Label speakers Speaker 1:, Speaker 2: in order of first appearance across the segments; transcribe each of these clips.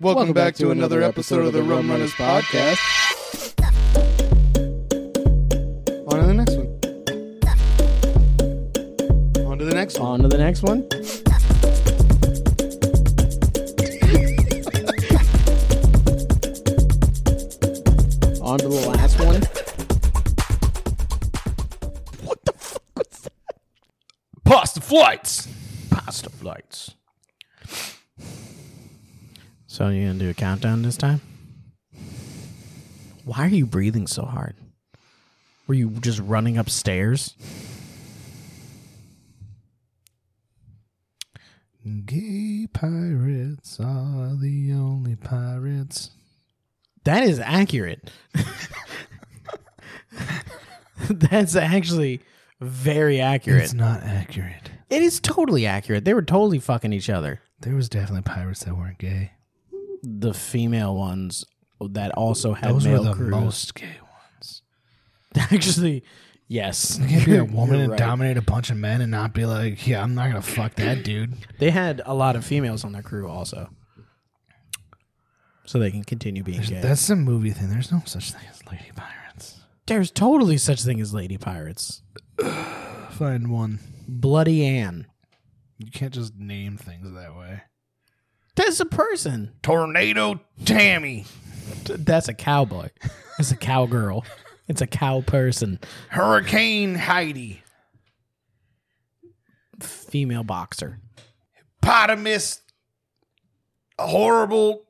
Speaker 1: Welcome, back, to, another, episode of the Rum Runners Podcast. On to the next one. On to the next one.
Speaker 2: On to the next one. on to the last one.
Speaker 3: Pasta flights. Pasta flights.
Speaker 2: So you gonna do a countdown this time? Why are you breathing so hard? Were you just running upstairs?
Speaker 3: Gay pirates are the only pirates.
Speaker 2: That is accurate. That's actually very accurate.
Speaker 3: It's not accurate.
Speaker 2: It is totally accurate. They were totally fucking each other.
Speaker 3: There was definitely pirates that weren't gay.
Speaker 2: The female ones that also had
Speaker 3: Those were
Speaker 2: male
Speaker 3: the
Speaker 2: crews.
Speaker 3: most gay ones.
Speaker 2: Actually, yes.
Speaker 3: You can't be a
Speaker 2: You're-
Speaker 3: woman
Speaker 2: you're
Speaker 3: and
Speaker 2: right.
Speaker 3: dominate a bunch of men and not be like, yeah, I'm not gonna fuck that dude.
Speaker 2: They had a lot of females on their crew also. So they can continue being gay.
Speaker 3: That's some movie thing. There's no such thing as lady pirates.
Speaker 2: There's totally such thing as lady pirates.
Speaker 3: Find one.
Speaker 2: Bloody Anne.
Speaker 3: You can't just name things that way.
Speaker 2: That's a person.
Speaker 3: Tornado Tammy.
Speaker 2: That's a cowboy. It's a cowgirl. It's a cow person.
Speaker 3: Hurricane Heidi.
Speaker 2: Female boxer.
Speaker 3: Potamus. Horrible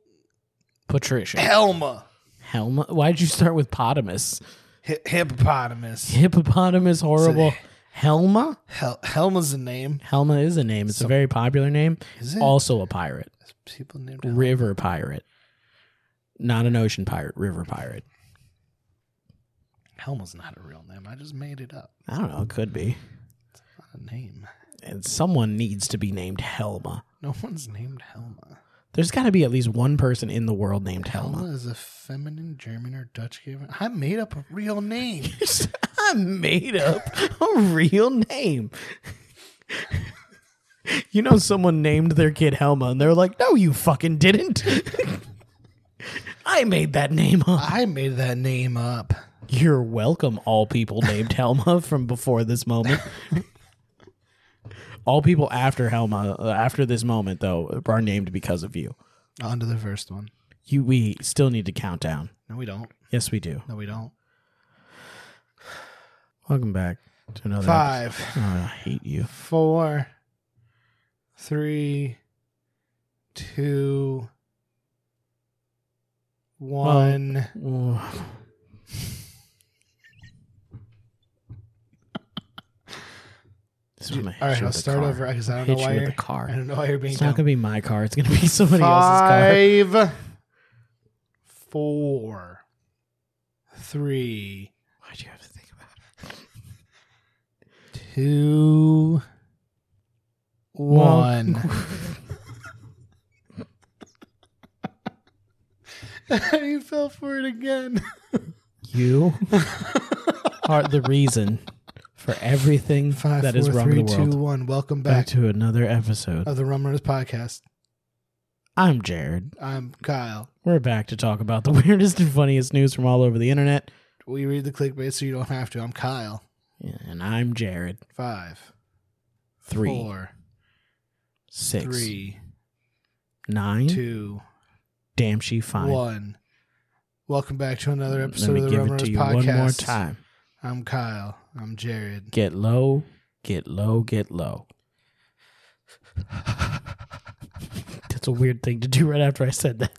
Speaker 2: Patricia.
Speaker 3: Helma.
Speaker 2: Helma. Why'd you start with potamus?
Speaker 3: Hi- hippopotamus.
Speaker 2: Hippopotamus horrible.
Speaker 3: So-
Speaker 2: Helma?
Speaker 3: Hel- Helma's the name.
Speaker 2: Helma is a name. It's a very popular name.
Speaker 3: Is it?
Speaker 2: Also a pirate.
Speaker 3: Is people named Helma?
Speaker 2: River pirate. Not an ocean pirate, river pirate.
Speaker 3: Helma's not a real name. I just made it up.
Speaker 2: I don't know, it could be.
Speaker 3: Not a name.
Speaker 2: And someone needs to be named Helma.
Speaker 3: No one's named Helma.
Speaker 2: There's got to be at least one person in the world named Helma.
Speaker 3: Helma is a feminine German or Dutch given. I made up a real name.
Speaker 2: I made up a real name. you know, someone named their kid Helma, and they're like, "No, you fucking didn't." I made that name up.
Speaker 3: I made that name up.
Speaker 2: You're welcome, all people named Helma from before this moment. all people after Helma, uh, after this moment, though, are named because of you.
Speaker 3: On to the first one.
Speaker 2: You, we still need to count down.
Speaker 3: No, we don't.
Speaker 2: Yes, we do.
Speaker 3: No, we don't.
Speaker 2: Welcome back to another
Speaker 3: Five,
Speaker 2: episode. Oh, I hate you.
Speaker 3: four, three, two, one.
Speaker 2: Oh. This is my
Speaker 3: All right,
Speaker 2: hit you
Speaker 3: I'll
Speaker 2: with the
Speaker 3: start
Speaker 2: car.
Speaker 3: over because I don't
Speaker 2: Hit
Speaker 3: know
Speaker 2: you
Speaker 3: why
Speaker 2: with
Speaker 3: you're
Speaker 2: the car.
Speaker 3: I don't know why you're being
Speaker 2: It's not
Speaker 3: dumb.
Speaker 2: gonna be my car. It's gonna be somebody else's car.
Speaker 3: Five, four, three,
Speaker 2: Why'd you have to think about it?
Speaker 3: two, one. you fell for it again.
Speaker 2: You are the reason for everything
Speaker 3: Five,
Speaker 2: that is
Speaker 3: four,
Speaker 2: wrong
Speaker 3: three,
Speaker 2: in the world.
Speaker 3: two, one. Welcome back,
Speaker 2: back to another episode.
Speaker 3: of the Rum Runners Podcast.
Speaker 2: I'm Jared.
Speaker 3: I'm Kyle.
Speaker 2: We're back to talk about the weirdest and funniest news from all over the internet.
Speaker 3: We read the clickbait so you don't have to. I'm Kyle.
Speaker 2: And I'm Jared.
Speaker 3: Five,
Speaker 2: Three,
Speaker 3: four,
Speaker 2: six,
Speaker 3: three,
Speaker 2: nine.
Speaker 3: two,
Speaker 2: Damn, she fine.
Speaker 3: one. Welcome back to another episode
Speaker 2: Let
Speaker 3: of
Speaker 2: me
Speaker 3: the
Speaker 2: give
Speaker 3: Rum
Speaker 2: it
Speaker 3: Runners
Speaker 2: to you
Speaker 3: Podcast.
Speaker 2: one more time.
Speaker 3: I'm Kyle. I'm Jared.
Speaker 2: Get low, get low, get low. That's a weird thing to do right after I said that.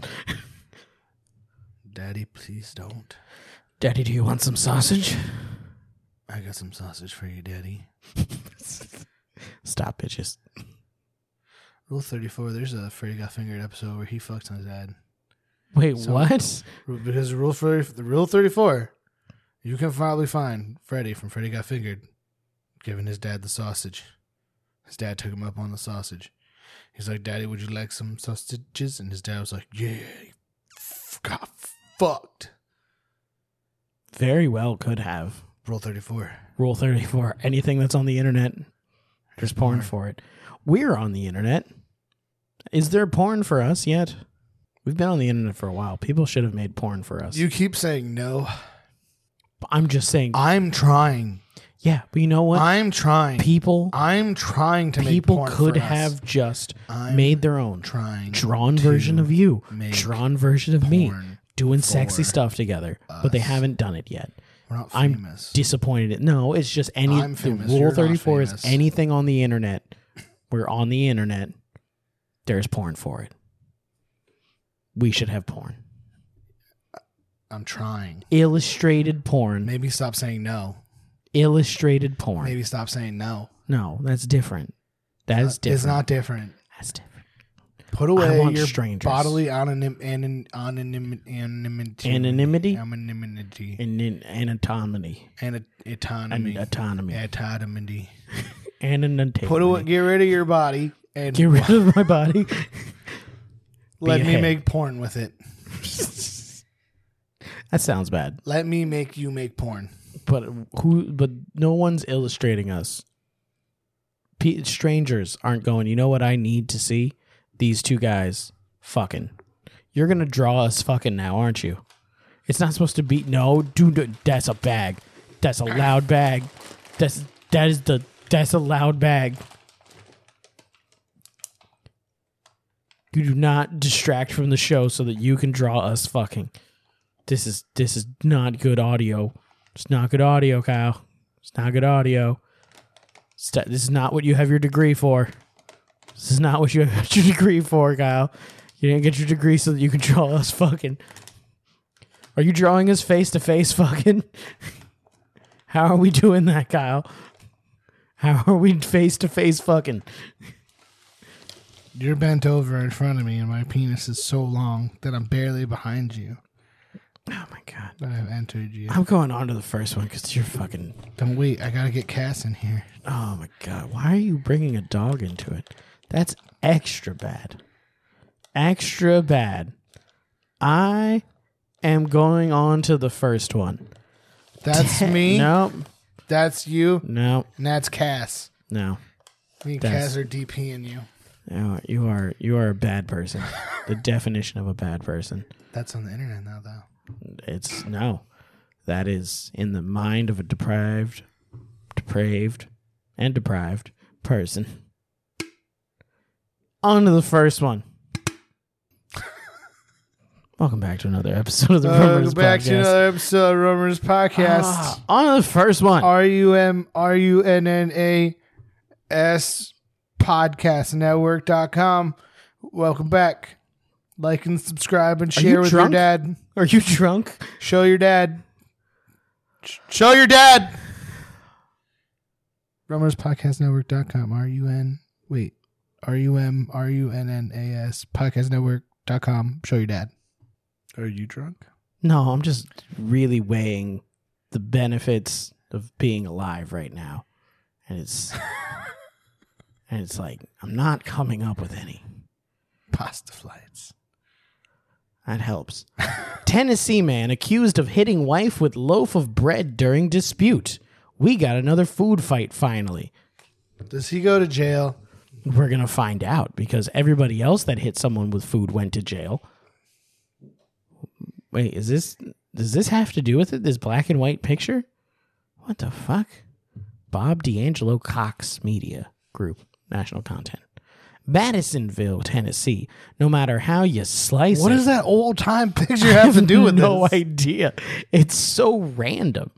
Speaker 3: Daddy, please don't.
Speaker 2: Daddy, do you want some sausage?
Speaker 3: I got some sausage for you, Daddy.
Speaker 2: Stop, bitches.
Speaker 3: Rule 34, there's a Freddy Got Fingered episode where he fucks on his dad.
Speaker 2: Wait,
Speaker 3: So-
Speaker 2: what?
Speaker 3: Ru- Because Rule 30, the Rule 34, you can probably find Freddy from Freddy Got Fingered giving his dad the sausage. His dad took him up on the sausage. He's like, Daddy, would you like some sausages? And his dad was like, Yeah, he f- got fucked.
Speaker 2: Very well could have.
Speaker 3: Rule 34.
Speaker 2: Rule 34 anything that's on the internet, there's porn
Speaker 3: Porn.
Speaker 2: for it. We're on the internet. Is there porn for us yet? We've been on the internet for a while. People should have made porn for us.
Speaker 3: You keep saying no.
Speaker 2: I'm just saying.
Speaker 3: I'm trying.
Speaker 2: yeah, but you know what?
Speaker 3: I'm trying.
Speaker 2: people
Speaker 3: I'm trying to make
Speaker 2: people
Speaker 3: porn
Speaker 2: could
Speaker 3: for us.
Speaker 2: have just
Speaker 3: I'm
Speaker 2: made their own
Speaker 3: trying
Speaker 2: drawn version of you,
Speaker 3: make
Speaker 2: drawn version of me,
Speaker 3: porn
Speaker 2: doing sexy
Speaker 3: for
Speaker 2: stuff together. But they haven't done it yet.
Speaker 3: We're not
Speaker 2: I'm
Speaker 3: famous.
Speaker 2: disappointed. in- No, it's just any
Speaker 3: I'm
Speaker 2: the
Speaker 3: famous. You're
Speaker 2: rule
Speaker 3: not
Speaker 2: thirty four is
Speaker 3: famous.
Speaker 2: anything on the internet. We're on the internet. There's porn for it. We should have porn.
Speaker 3: I'm trying.
Speaker 2: Illustrated porn.
Speaker 3: Maybe stop saying no.
Speaker 2: Illustrated porn.
Speaker 3: Maybe stop saying no.
Speaker 2: No, that's different. That is different.
Speaker 3: It's not different.
Speaker 2: That's different.
Speaker 3: Put away
Speaker 2: want
Speaker 3: your
Speaker 2: strangers.
Speaker 3: bodily anonym, anon, anonym, anonymity.
Speaker 2: Anonymity?
Speaker 3: Anonymity.
Speaker 2: And then anatomy.
Speaker 3: An-
Speaker 2: And
Speaker 3: autonomy.
Speaker 2: autonomy.
Speaker 3: Autonomy.
Speaker 2: Anonymity.
Speaker 3: Put away, get rid of your body and
Speaker 2: Get rid of my body.
Speaker 3: let
Speaker 2: be a
Speaker 3: me
Speaker 2: head.
Speaker 3: make porn with it.
Speaker 2: that sounds bad.
Speaker 3: Let me make you make porn.
Speaker 2: But who? But no one's illustrating us. P- strangers aren't going. You know what I need to see? These two guys fucking. You're gonna draw us fucking now, aren't you? It's not supposed to be. No, dude, that's a bag. That's a loud bag. That's that is the that's a loud bag. You do not distract from the show so that you can draw us fucking. This is this is not good audio. It's not good audio, Kyle. It's not good audio. St- this is not what you have your degree for. This is not what you have your degree for, Kyle. You didn't get your degree so that you can draw us fucking. Are you drawing us face to face fucking? How are we doing that, Kyle? How are we face to face fucking?
Speaker 3: You're bent over in front of me, and my penis is so long that I'm barely behind you.
Speaker 2: Oh my god.
Speaker 3: That I've entered you.
Speaker 2: I'm going on to the first one because you're fucking.
Speaker 3: Don't wait. I gotta get Cass in here.
Speaker 2: Oh my god, why are you bringing a dog into it? That's extra bad. Extra bad. I am going on to the first one.
Speaker 3: That's me.
Speaker 2: Nope.
Speaker 3: That's you.
Speaker 2: No,
Speaker 3: And that's Cass.
Speaker 2: no.
Speaker 3: Me and
Speaker 2: That's-
Speaker 3: Cass are DPing you.
Speaker 2: No, you are you are a bad person. the definition of a bad person.
Speaker 3: That's on the internet now, though.
Speaker 2: It's no. That is in the mind of a deprived, depraved, and deprived person. On to the first one. Welcome back to another episode of the Rumors
Speaker 3: Welcome Uh, back
Speaker 2: Podcast.
Speaker 3: to another episode of Rumors Podcast.
Speaker 2: Ah, on to the first one.
Speaker 3: R U M R U N N A S Podcast Network.com. Welcome back. Like and subscribe and
Speaker 2: Are you
Speaker 3: share with
Speaker 2: drunk?
Speaker 3: your dad.
Speaker 2: Are you drunk?
Speaker 3: Show your dad. Sh- Show your dad. Rumors Podcast Network.com. R U N. Wait. R U M R U N N A S Podcast Network.com. Show your dad. Are you drunk?
Speaker 2: No, I'm just really weighing the benefits of being alive right now. And it's and it's like I'm not coming up with any.
Speaker 3: Pasta flights.
Speaker 2: That helps. Tennessee man accused of hitting wife with loaf of bread during dispute. We got another food fight finally.
Speaker 3: Does he go to jail?
Speaker 2: We're going to find out because everybody else that hit someone with food went to jail. Wait, is this does this have to do with it? This black and white picture? What the fuck? Bob D'Angelo Cox Media Group, national content. Madisonville, Tennessee. No matter how you slice
Speaker 3: What
Speaker 2: it.
Speaker 3: does that old time picture have to do with
Speaker 2: no
Speaker 3: this?
Speaker 2: idea. It's so random.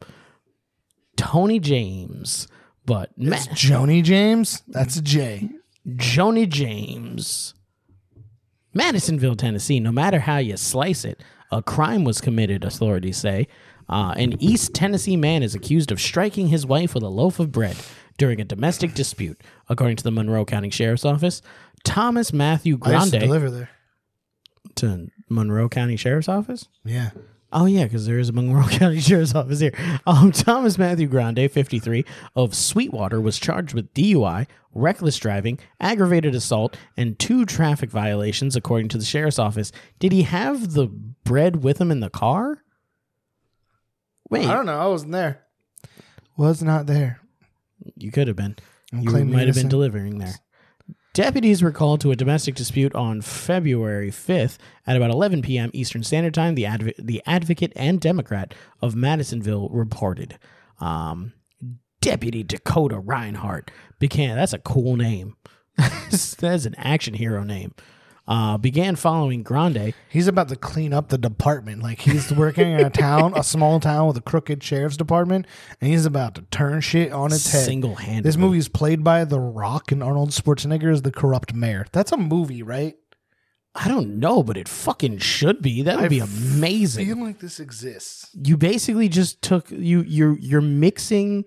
Speaker 2: Tony James, but Ma-
Speaker 3: Joni James? That's a J.
Speaker 2: Joni James. Madisonville, Tennessee. No matter how you slice it, a crime was committed, authorities say. Uh, an East Tennessee man is accused of striking his wife with a loaf of bread during a domestic dispute, according to the Monroe County Sheriff's Office. Thomas Matthew
Speaker 3: I used to
Speaker 2: Grande
Speaker 3: deliver there.
Speaker 2: to Monroe County Sheriff's Office.
Speaker 3: Yeah.
Speaker 2: Oh yeah, because there is a Monroe County Sheriff's Office here. Um, Thomas Matthew Grande, 53, of Sweetwater, was charged with DUI, reckless driving, aggravated assault, and two traffic violations, according to the sheriff's office. Did he have the bread with him in the car? Wait,
Speaker 3: I don't know. I wasn't there. Was not there.
Speaker 2: you could have been.
Speaker 3: I'm
Speaker 2: You
Speaker 3: claiming
Speaker 2: might have been
Speaker 3: innocent.
Speaker 2: delivering there. Deputies were called to a domestic dispute on February 5th at about 11 p.m. Eastern Standard Time. The, adv- the advocate and Democrat of Madisonville reported. Um, Deputy Dakota Reinhardt began. That's a cool name. that's an action hero name. Uh, began following Grande.
Speaker 3: He's about to clean up the department. Like he's working in a town, a small town with a crooked sheriff's department, and he's about to turn shit on its head.
Speaker 2: Single handed.
Speaker 3: This movie is played by The Rock, and Arnold Schwarzenegger is the corrupt mayor. That's a movie, right?
Speaker 2: I don't know, but it fucking should be. That would
Speaker 3: I
Speaker 2: be amazing.
Speaker 3: Feel like this exists.
Speaker 2: you basically just took you you're you're mixing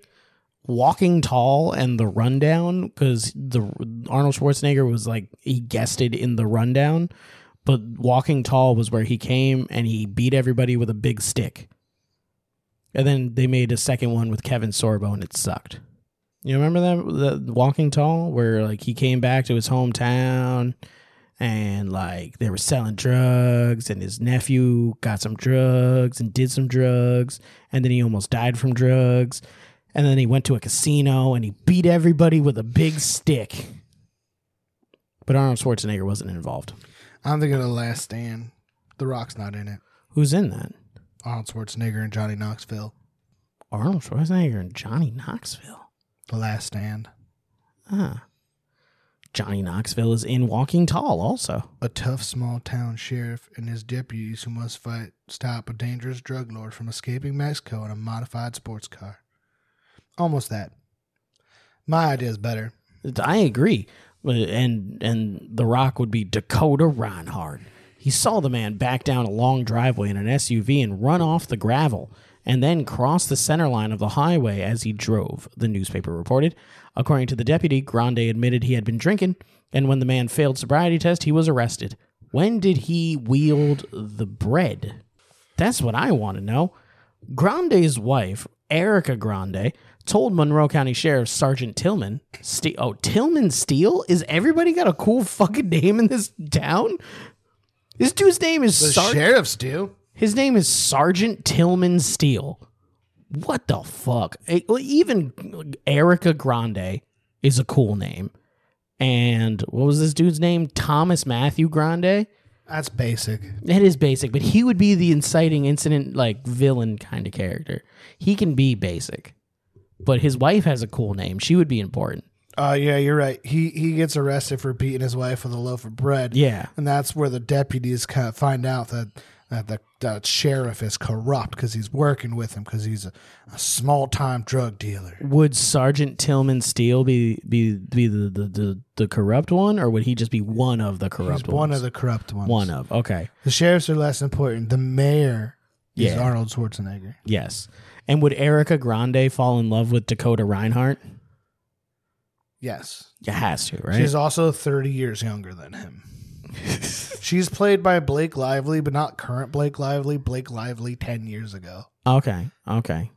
Speaker 2: Walking Tall and the Rundown because the Arnold Schwarzenegger was like he guested in the Rundown, but Walking Tall was where he came and he beat everybody with a big stick. And then they made a second one with Kevin Sorbo and it sucked. You remember that the Walking Tall where like he came back to his hometown and like they were selling drugs and his nephew got some drugs and did some drugs and then he almost died from drugs and then he went to a casino and he beat everybody with a big stick but arnold schwarzenegger wasn't involved
Speaker 3: I'm thinking of The Last Stand. The Rock's not in it.
Speaker 2: who's in that
Speaker 3: Arnold Schwarzenegger and Johnny Knoxville.
Speaker 2: arnold schwarzenegger and johnny knoxville
Speaker 3: The Last Stand.
Speaker 2: ah johnny knoxville is in walking tall also
Speaker 3: A tough small town sheriff and his deputies who must fight stop a dangerous drug lord from escaping Mexico in a modified sports car. Almost that. My idea is better.
Speaker 2: I agree. Uh, And and The Rock would be Dakota Reinhardt. He saw the man back down a long driveway in an SUV and run off the gravel, and then cross the center line of the highway as he drove. The newspaper reported. According to the deputy, Grande admitted he had been drinking, and when the man failed sobriety test, he was arrested. When did he wield the bread? That's what I want to know. Grande's wife, Erica Grande, told Monroe County Sheriff Sergeant Tillman. Ste- oh, Tillman Steele? Is everybody got a cool fucking name in this town? This dude's name is
Speaker 3: The
Speaker 2: Sergeant.
Speaker 3: sheriffs do.
Speaker 2: His name is Sergeant Tillman Steele. What the fuck? E- Even Erica Grande is a cool name. And what was this dude's name? Thomas Matthew Grande?
Speaker 3: That's basic.
Speaker 2: That is basic, but he would be the inciting incident, like villain kind of character. He can be basic, but his wife has a cool name. She would be important.
Speaker 3: Uh yeah, you're right. He he gets arrested for beating his wife with a loaf of bread.
Speaker 2: Yeah.
Speaker 3: and that's where the deputies kind of find out that that the, the sheriff is corrupt because he's working with him because he's a, a small time drug dealer.
Speaker 2: Would Sergeant Tillman Steele be be be the the, the, the corrupt one, or would he just be one of the corrupt
Speaker 3: He's one of
Speaker 2: ones?
Speaker 3: the corrupt ones.
Speaker 2: one of. Okay.
Speaker 3: the sheriffs are less important. The mayor is
Speaker 2: Yeah.
Speaker 3: Arnold Schwarzenegger.
Speaker 2: Yes. And would Erica Grande fall in love with Dakota Reinhardt?
Speaker 3: Yes,
Speaker 2: It has to, right?
Speaker 3: she's also thirty years younger than him. she's played by Blake Lively, but not current Blake Lively. Blake Lively ten years ago.
Speaker 2: Okay. Okay.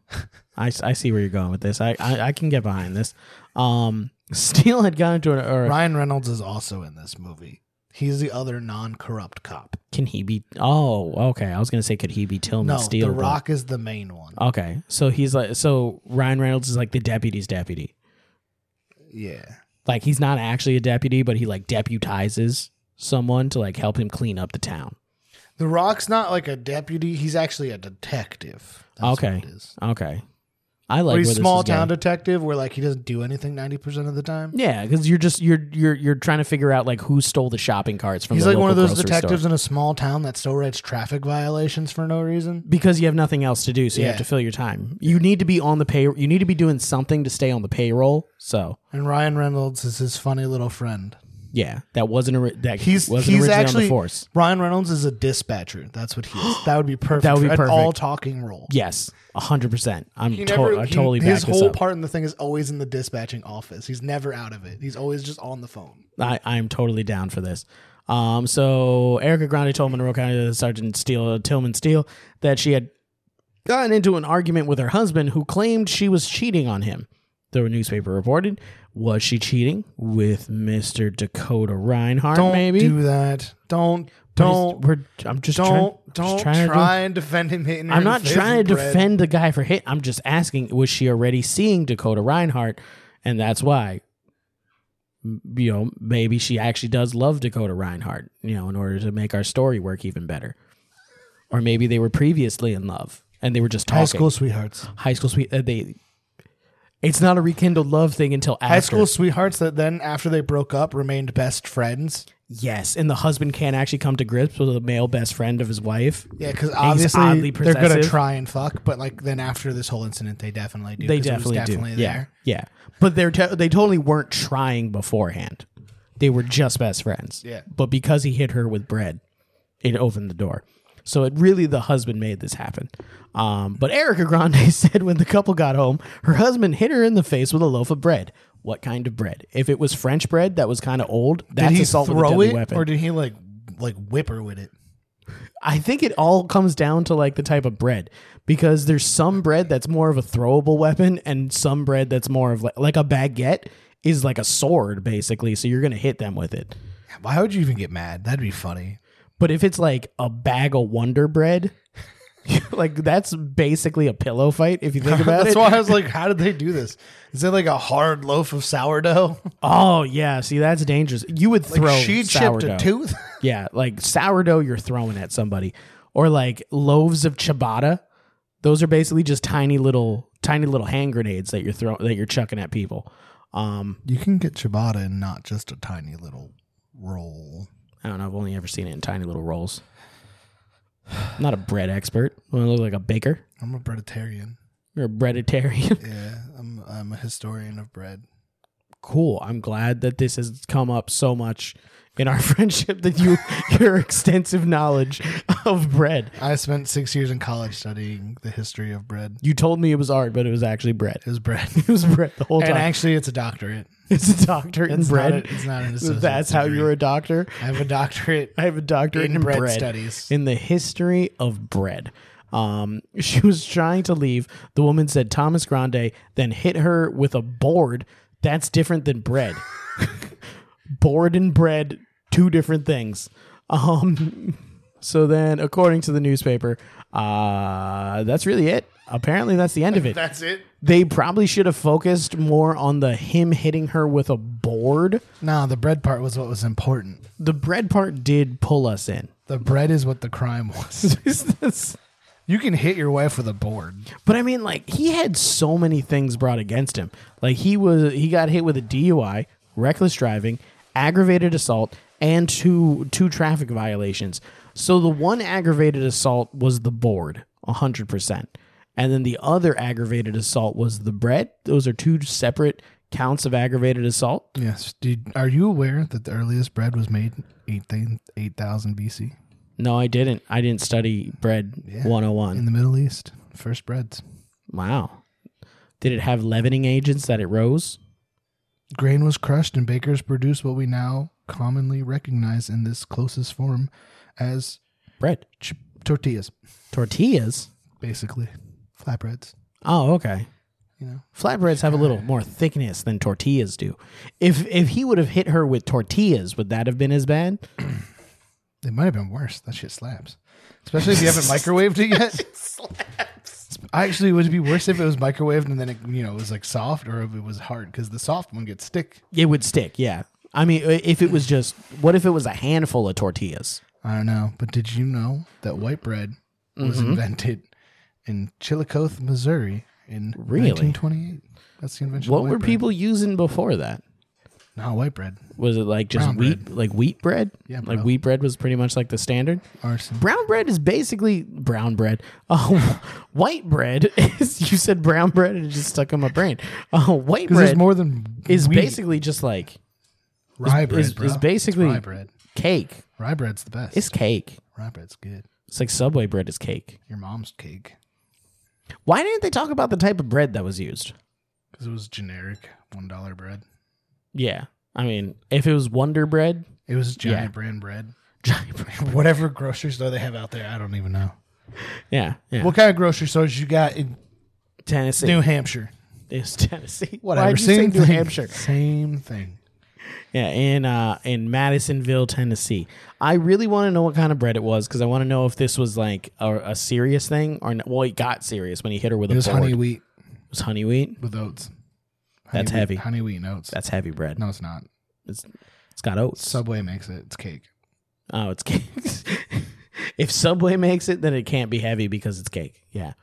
Speaker 2: I, s- I see where you're going with this. I, I, I can get behind this. Um, Steele had gotten into an. Or
Speaker 3: Ryan Reynolds is also in this movie. He's the other non-corrupt cop.
Speaker 2: can he be? Oh, okay. I was gonna say, could he be Tillman
Speaker 3: No,
Speaker 2: Oh, Steele? Oh.
Speaker 3: The
Speaker 2: but-
Speaker 3: Rock is the main one.
Speaker 2: Okay, so he's like, so Ryan Reynolds is like the deputy's deputy.
Speaker 3: Yeah.
Speaker 2: Like he's not actually a deputy, but he like deputizes someone to like help him clean up the town.
Speaker 3: The Rock's not like a deputy. He's actually a detective. That's
Speaker 2: Okay.
Speaker 3: what it is.
Speaker 2: Okay, I like
Speaker 3: But he's
Speaker 2: where this
Speaker 3: small
Speaker 2: is going.
Speaker 3: town detective where like he doesn't do anything 90% of the time.
Speaker 2: Yeah, because you're just you're you're you're trying to figure out like who stole the shopping carts from.
Speaker 3: He's
Speaker 2: the
Speaker 3: like one of
Speaker 2: local
Speaker 3: those
Speaker 2: grocery store.
Speaker 3: detectives in a small town that still writes traffic violations for no reason.
Speaker 2: because you have nothing else to do, so you
Speaker 3: Yeah.
Speaker 2: have to fill your time. You need to be on the pay. You need to be doing something to stay on the payroll. So
Speaker 3: And Ryan Reynolds is his funny little friend.
Speaker 2: yeah, that wasn't a that
Speaker 3: He's
Speaker 2: wasn't
Speaker 3: he's
Speaker 2: originally
Speaker 3: actually
Speaker 2: on the force.
Speaker 3: Ryan Reynolds is a dispatcher. That's what he is. That would be perfect.
Speaker 2: That would be
Speaker 3: for
Speaker 2: perfect.
Speaker 3: An all talking role.
Speaker 2: Yes, hundred percent. I'm
Speaker 3: He
Speaker 2: to-
Speaker 3: never-
Speaker 2: I
Speaker 3: he-
Speaker 2: totally back
Speaker 3: his
Speaker 2: this
Speaker 3: whole
Speaker 2: up.
Speaker 3: part in the thing is always in the dispatching office. He's never out of it. He's always just on the phone.
Speaker 2: I I'm totally down for this. Um, so Erica Grande told Monroe County uh, Sergeant Steele Tillman Steele that she had gotten into an argument with her husband, who claimed she was cheating on him. The newspaper reported, was she cheating with Mr. Dakota Reinhardt?
Speaker 3: Don't
Speaker 2: maybe
Speaker 3: do that. Don't don't
Speaker 2: We're, I'm just
Speaker 3: don't
Speaker 2: trying,
Speaker 3: don't
Speaker 2: just trying to do-
Speaker 3: try and defend him hitting. her
Speaker 2: I'm
Speaker 3: in the
Speaker 2: not
Speaker 3: face
Speaker 2: trying to
Speaker 3: with bread.
Speaker 2: defend the guy for hit. I'm just asking, was she already seeing Dakota Reinhardt? And that's why m- you know, maybe she actually does love Dakota Reinhardt, you know, in order to make our story work even better. Or maybe they were previously in love and they were just talking.
Speaker 3: High school sweethearts.
Speaker 2: high school sweet. Uh, they, it's not a rekindled love thing until after.
Speaker 3: High school sweethearts that then, after they broke up, remained best friends.
Speaker 2: Yes, and the husband can't actually come to grips with the male best friend of his wife.
Speaker 3: Yeah, because
Speaker 2: he's
Speaker 3: obviously
Speaker 2: oddly
Speaker 3: they're gonna
Speaker 2: possessive.
Speaker 3: try and fuck, but like then after this whole incident, they definitely do.
Speaker 2: They
Speaker 3: 'cause it was
Speaker 2: definitely,
Speaker 3: definitely
Speaker 2: do.
Speaker 3: there.
Speaker 2: Yeah, yeah. But they're te- they totally weren't trying beforehand. They were just best friends.
Speaker 3: Yeah.
Speaker 2: But because he hit her with bread, it opened the door. So it really the husband made this happen. Um, but Erica Grande said when the couple got home, her husband hit her in the face with a loaf of bread. What kind of bread? If it was French bread that was kind of old, that's
Speaker 3: Did he
Speaker 2: assault with a
Speaker 3: throw
Speaker 2: deadly
Speaker 3: it,
Speaker 2: weapon.
Speaker 3: or did he like like whip her with it?
Speaker 2: I think it all comes down to like the type of bread because there's some bread that's more of a throwable weapon and some bread that's more of like, like a baguette is like a sword basically so you're going to hit them with it.
Speaker 3: Why would you even get mad? That'd be funny.
Speaker 2: But if it's like a bag of wonder bread like that's basically a pillow fight if you think about
Speaker 3: That's
Speaker 2: it.
Speaker 3: why I was like, how did they do this? Is it like a hard loaf of sourdough?
Speaker 2: Oh yeah, see that's dangerous. You would throw
Speaker 3: she chipped
Speaker 2: sourdough.
Speaker 3: a tooth.
Speaker 2: Yeah, like sourdough you're throwing at somebody, or like loaves of ciabatta. Those are basically just tiny little, tiny little hand grenades that you're throwing that you're chucking at people. Um,
Speaker 3: You can get ciabatta and not just a tiny little roll.
Speaker 2: I don't know. I've only ever seen it in tiny little rolls. Not a bread expert. I look like a baker.
Speaker 3: I'm a breaditarian.
Speaker 2: You're a breaditarian.
Speaker 3: Yeah, I'm I'm a historian of bread.
Speaker 2: cool. I'm glad that this has come up so much in our friendship that you your extensive knowledge of bread.
Speaker 3: I spent six years in college studying the history of bread.
Speaker 2: You told me it was art, but it was actually bread.
Speaker 3: It was bread.
Speaker 2: It was bread the whole
Speaker 3: and
Speaker 2: time.
Speaker 3: actually, it's a doctorate.
Speaker 2: It's a doctorate in
Speaker 3: It's
Speaker 2: bread.
Speaker 3: Not a, it's not an
Speaker 2: So
Speaker 3: associate's
Speaker 2: that's how
Speaker 3: degree.
Speaker 2: you're a doctor.
Speaker 3: I have a doctorate
Speaker 2: I have a doctorate
Speaker 3: in,
Speaker 2: in,
Speaker 3: bread,
Speaker 2: bread
Speaker 3: studies.
Speaker 2: in the history of bread. Um, she was trying to leave. The woman said Thomas Grande, then hit her with a board. That's different than bread. board and bread, two different things. Um, so then, according to the newspaper, uh, that's really it. Apparently, that's the end of it
Speaker 3: that's it.
Speaker 2: they probably should have focused more on the him hitting her with a board.
Speaker 3: No, the bread part was what was important.
Speaker 2: The bread part did pull us in.
Speaker 3: The bread is what the crime was.
Speaker 2: but
Speaker 3: you can hit your wife with a board.
Speaker 2: I mean, like he had so many things brought against him. Like he was, he got hit with a DUI, reckless driving, aggravated assault, and two two traffic violations. So the one aggravated assault was the board, hundred percent, and then the other aggravated assault was the bread. Those are two separate counts of aggravated assault.
Speaker 3: Yes. Did, are you aware that the earliest bread was made 8,000 8,000 BC
Speaker 2: No, I didn't. I didn't study bread 101.
Speaker 3: in the Middle East? First breads.
Speaker 2: Wow. Did it have leavening agents that it rose?
Speaker 3: Grain was crushed, and bakers produced what we now commonly recognize in this closest form as
Speaker 2: Bread.
Speaker 3: ch- tortillas,
Speaker 2: Tortillas?
Speaker 3: basically flatbreads.
Speaker 2: Oh, okay.
Speaker 3: You know,
Speaker 2: Flatbreads have a little more thickness than tortillas do. If if he would have hit her with tortillas, would that have been as bad?
Speaker 3: It might have been worse. That shit slaps. Especially if you haven't microwaved it yet. Actually, would it be worse if it was microwaved and then it, you know, it was like soft or if it was hard? Because the soft one gets stick.
Speaker 2: It would stick, yeah. I mean, i- if it was just what if it was a handful of tortillas?
Speaker 3: I don't know. But did you know that white bread was
Speaker 2: Mm-hmm.
Speaker 3: invented in Chillicothe, Missouri in
Speaker 2: Really?
Speaker 3: 1928? That's the invention.
Speaker 2: What
Speaker 3: of white
Speaker 2: were
Speaker 3: bread.
Speaker 2: people using before that?
Speaker 3: No, white bread.
Speaker 2: Was it like just
Speaker 3: Brown
Speaker 2: wheat, like wheat bread?
Speaker 3: Yeah,
Speaker 2: like
Speaker 3: bro.
Speaker 2: wheat bread was pretty much like the standard.
Speaker 3: Arson.
Speaker 2: brown bread is basically brown bread. Oh, white bread is you said brown bread and it just stuck in my brain. Oh, white
Speaker 3: Because there's
Speaker 2: bread
Speaker 3: more than
Speaker 2: is
Speaker 3: wheat.
Speaker 2: basically just like
Speaker 3: rye bread.
Speaker 2: is-
Speaker 3: bro.
Speaker 2: is
Speaker 3: It's
Speaker 2: basically-
Speaker 3: rye bread.
Speaker 2: cake.
Speaker 3: Rye bread's the best.
Speaker 2: It's cake.
Speaker 3: rye bread's good.
Speaker 2: It's like Subway bread is cake.
Speaker 3: Your mom's cake.
Speaker 2: Why didn't they talk about the type of bread that was used?
Speaker 3: Because it was generic $1 bread.
Speaker 2: Yeah, I mean, if it was Wonder Bread,
Speaker 3: It was giant
Speaker 2: Yeah.
Speaker 3: brand bread.
Speaker 2: giant bread.
Speaker 3: Whatever grocery store they have out there, I don't even know.
Speaker 2: Yeah, yeah.
Speaker 3: What kind of grocery stores you got in
Speaker 2: Tennessee,
Speaker 3: New Hampshire?
Speaker 2: it's Tennessee.
Speaker 3: Whatever.
Speaker 2: Why'd you say New
Speaker 3: thing.
Speaker 2: Hampshire?
Speaker 3: Same thing.
Speaker 2: Yeah, in uh, in Madisonville, Tennessee. I really want to know what kind of bread it was because I want to know if this was like a, a serious thing or no. well, it got serious when he hit her with
Speaker 3: It
Speaker 2: a
Speaker 3: was
Speaker 2: board.
Speaker 3: honey wheat
Speaker 2: It was honey wheat.
Speaker 3: with oats. Honey
Speaker 2: That's
Speaker 3: wheat-
Speaker 2: heavy.
Speaker 3: Honey wheat and oats.
Speaker 2: That's heavy bread.
Speaker 3: no, it's not.
Speaker 2: It's it's got oats.
Speaker 3: Subway makes it. It's cake.
Speaker 2: oh, it's cake. if Subway makes it, then it can't be heavy because it's cake. Yeah,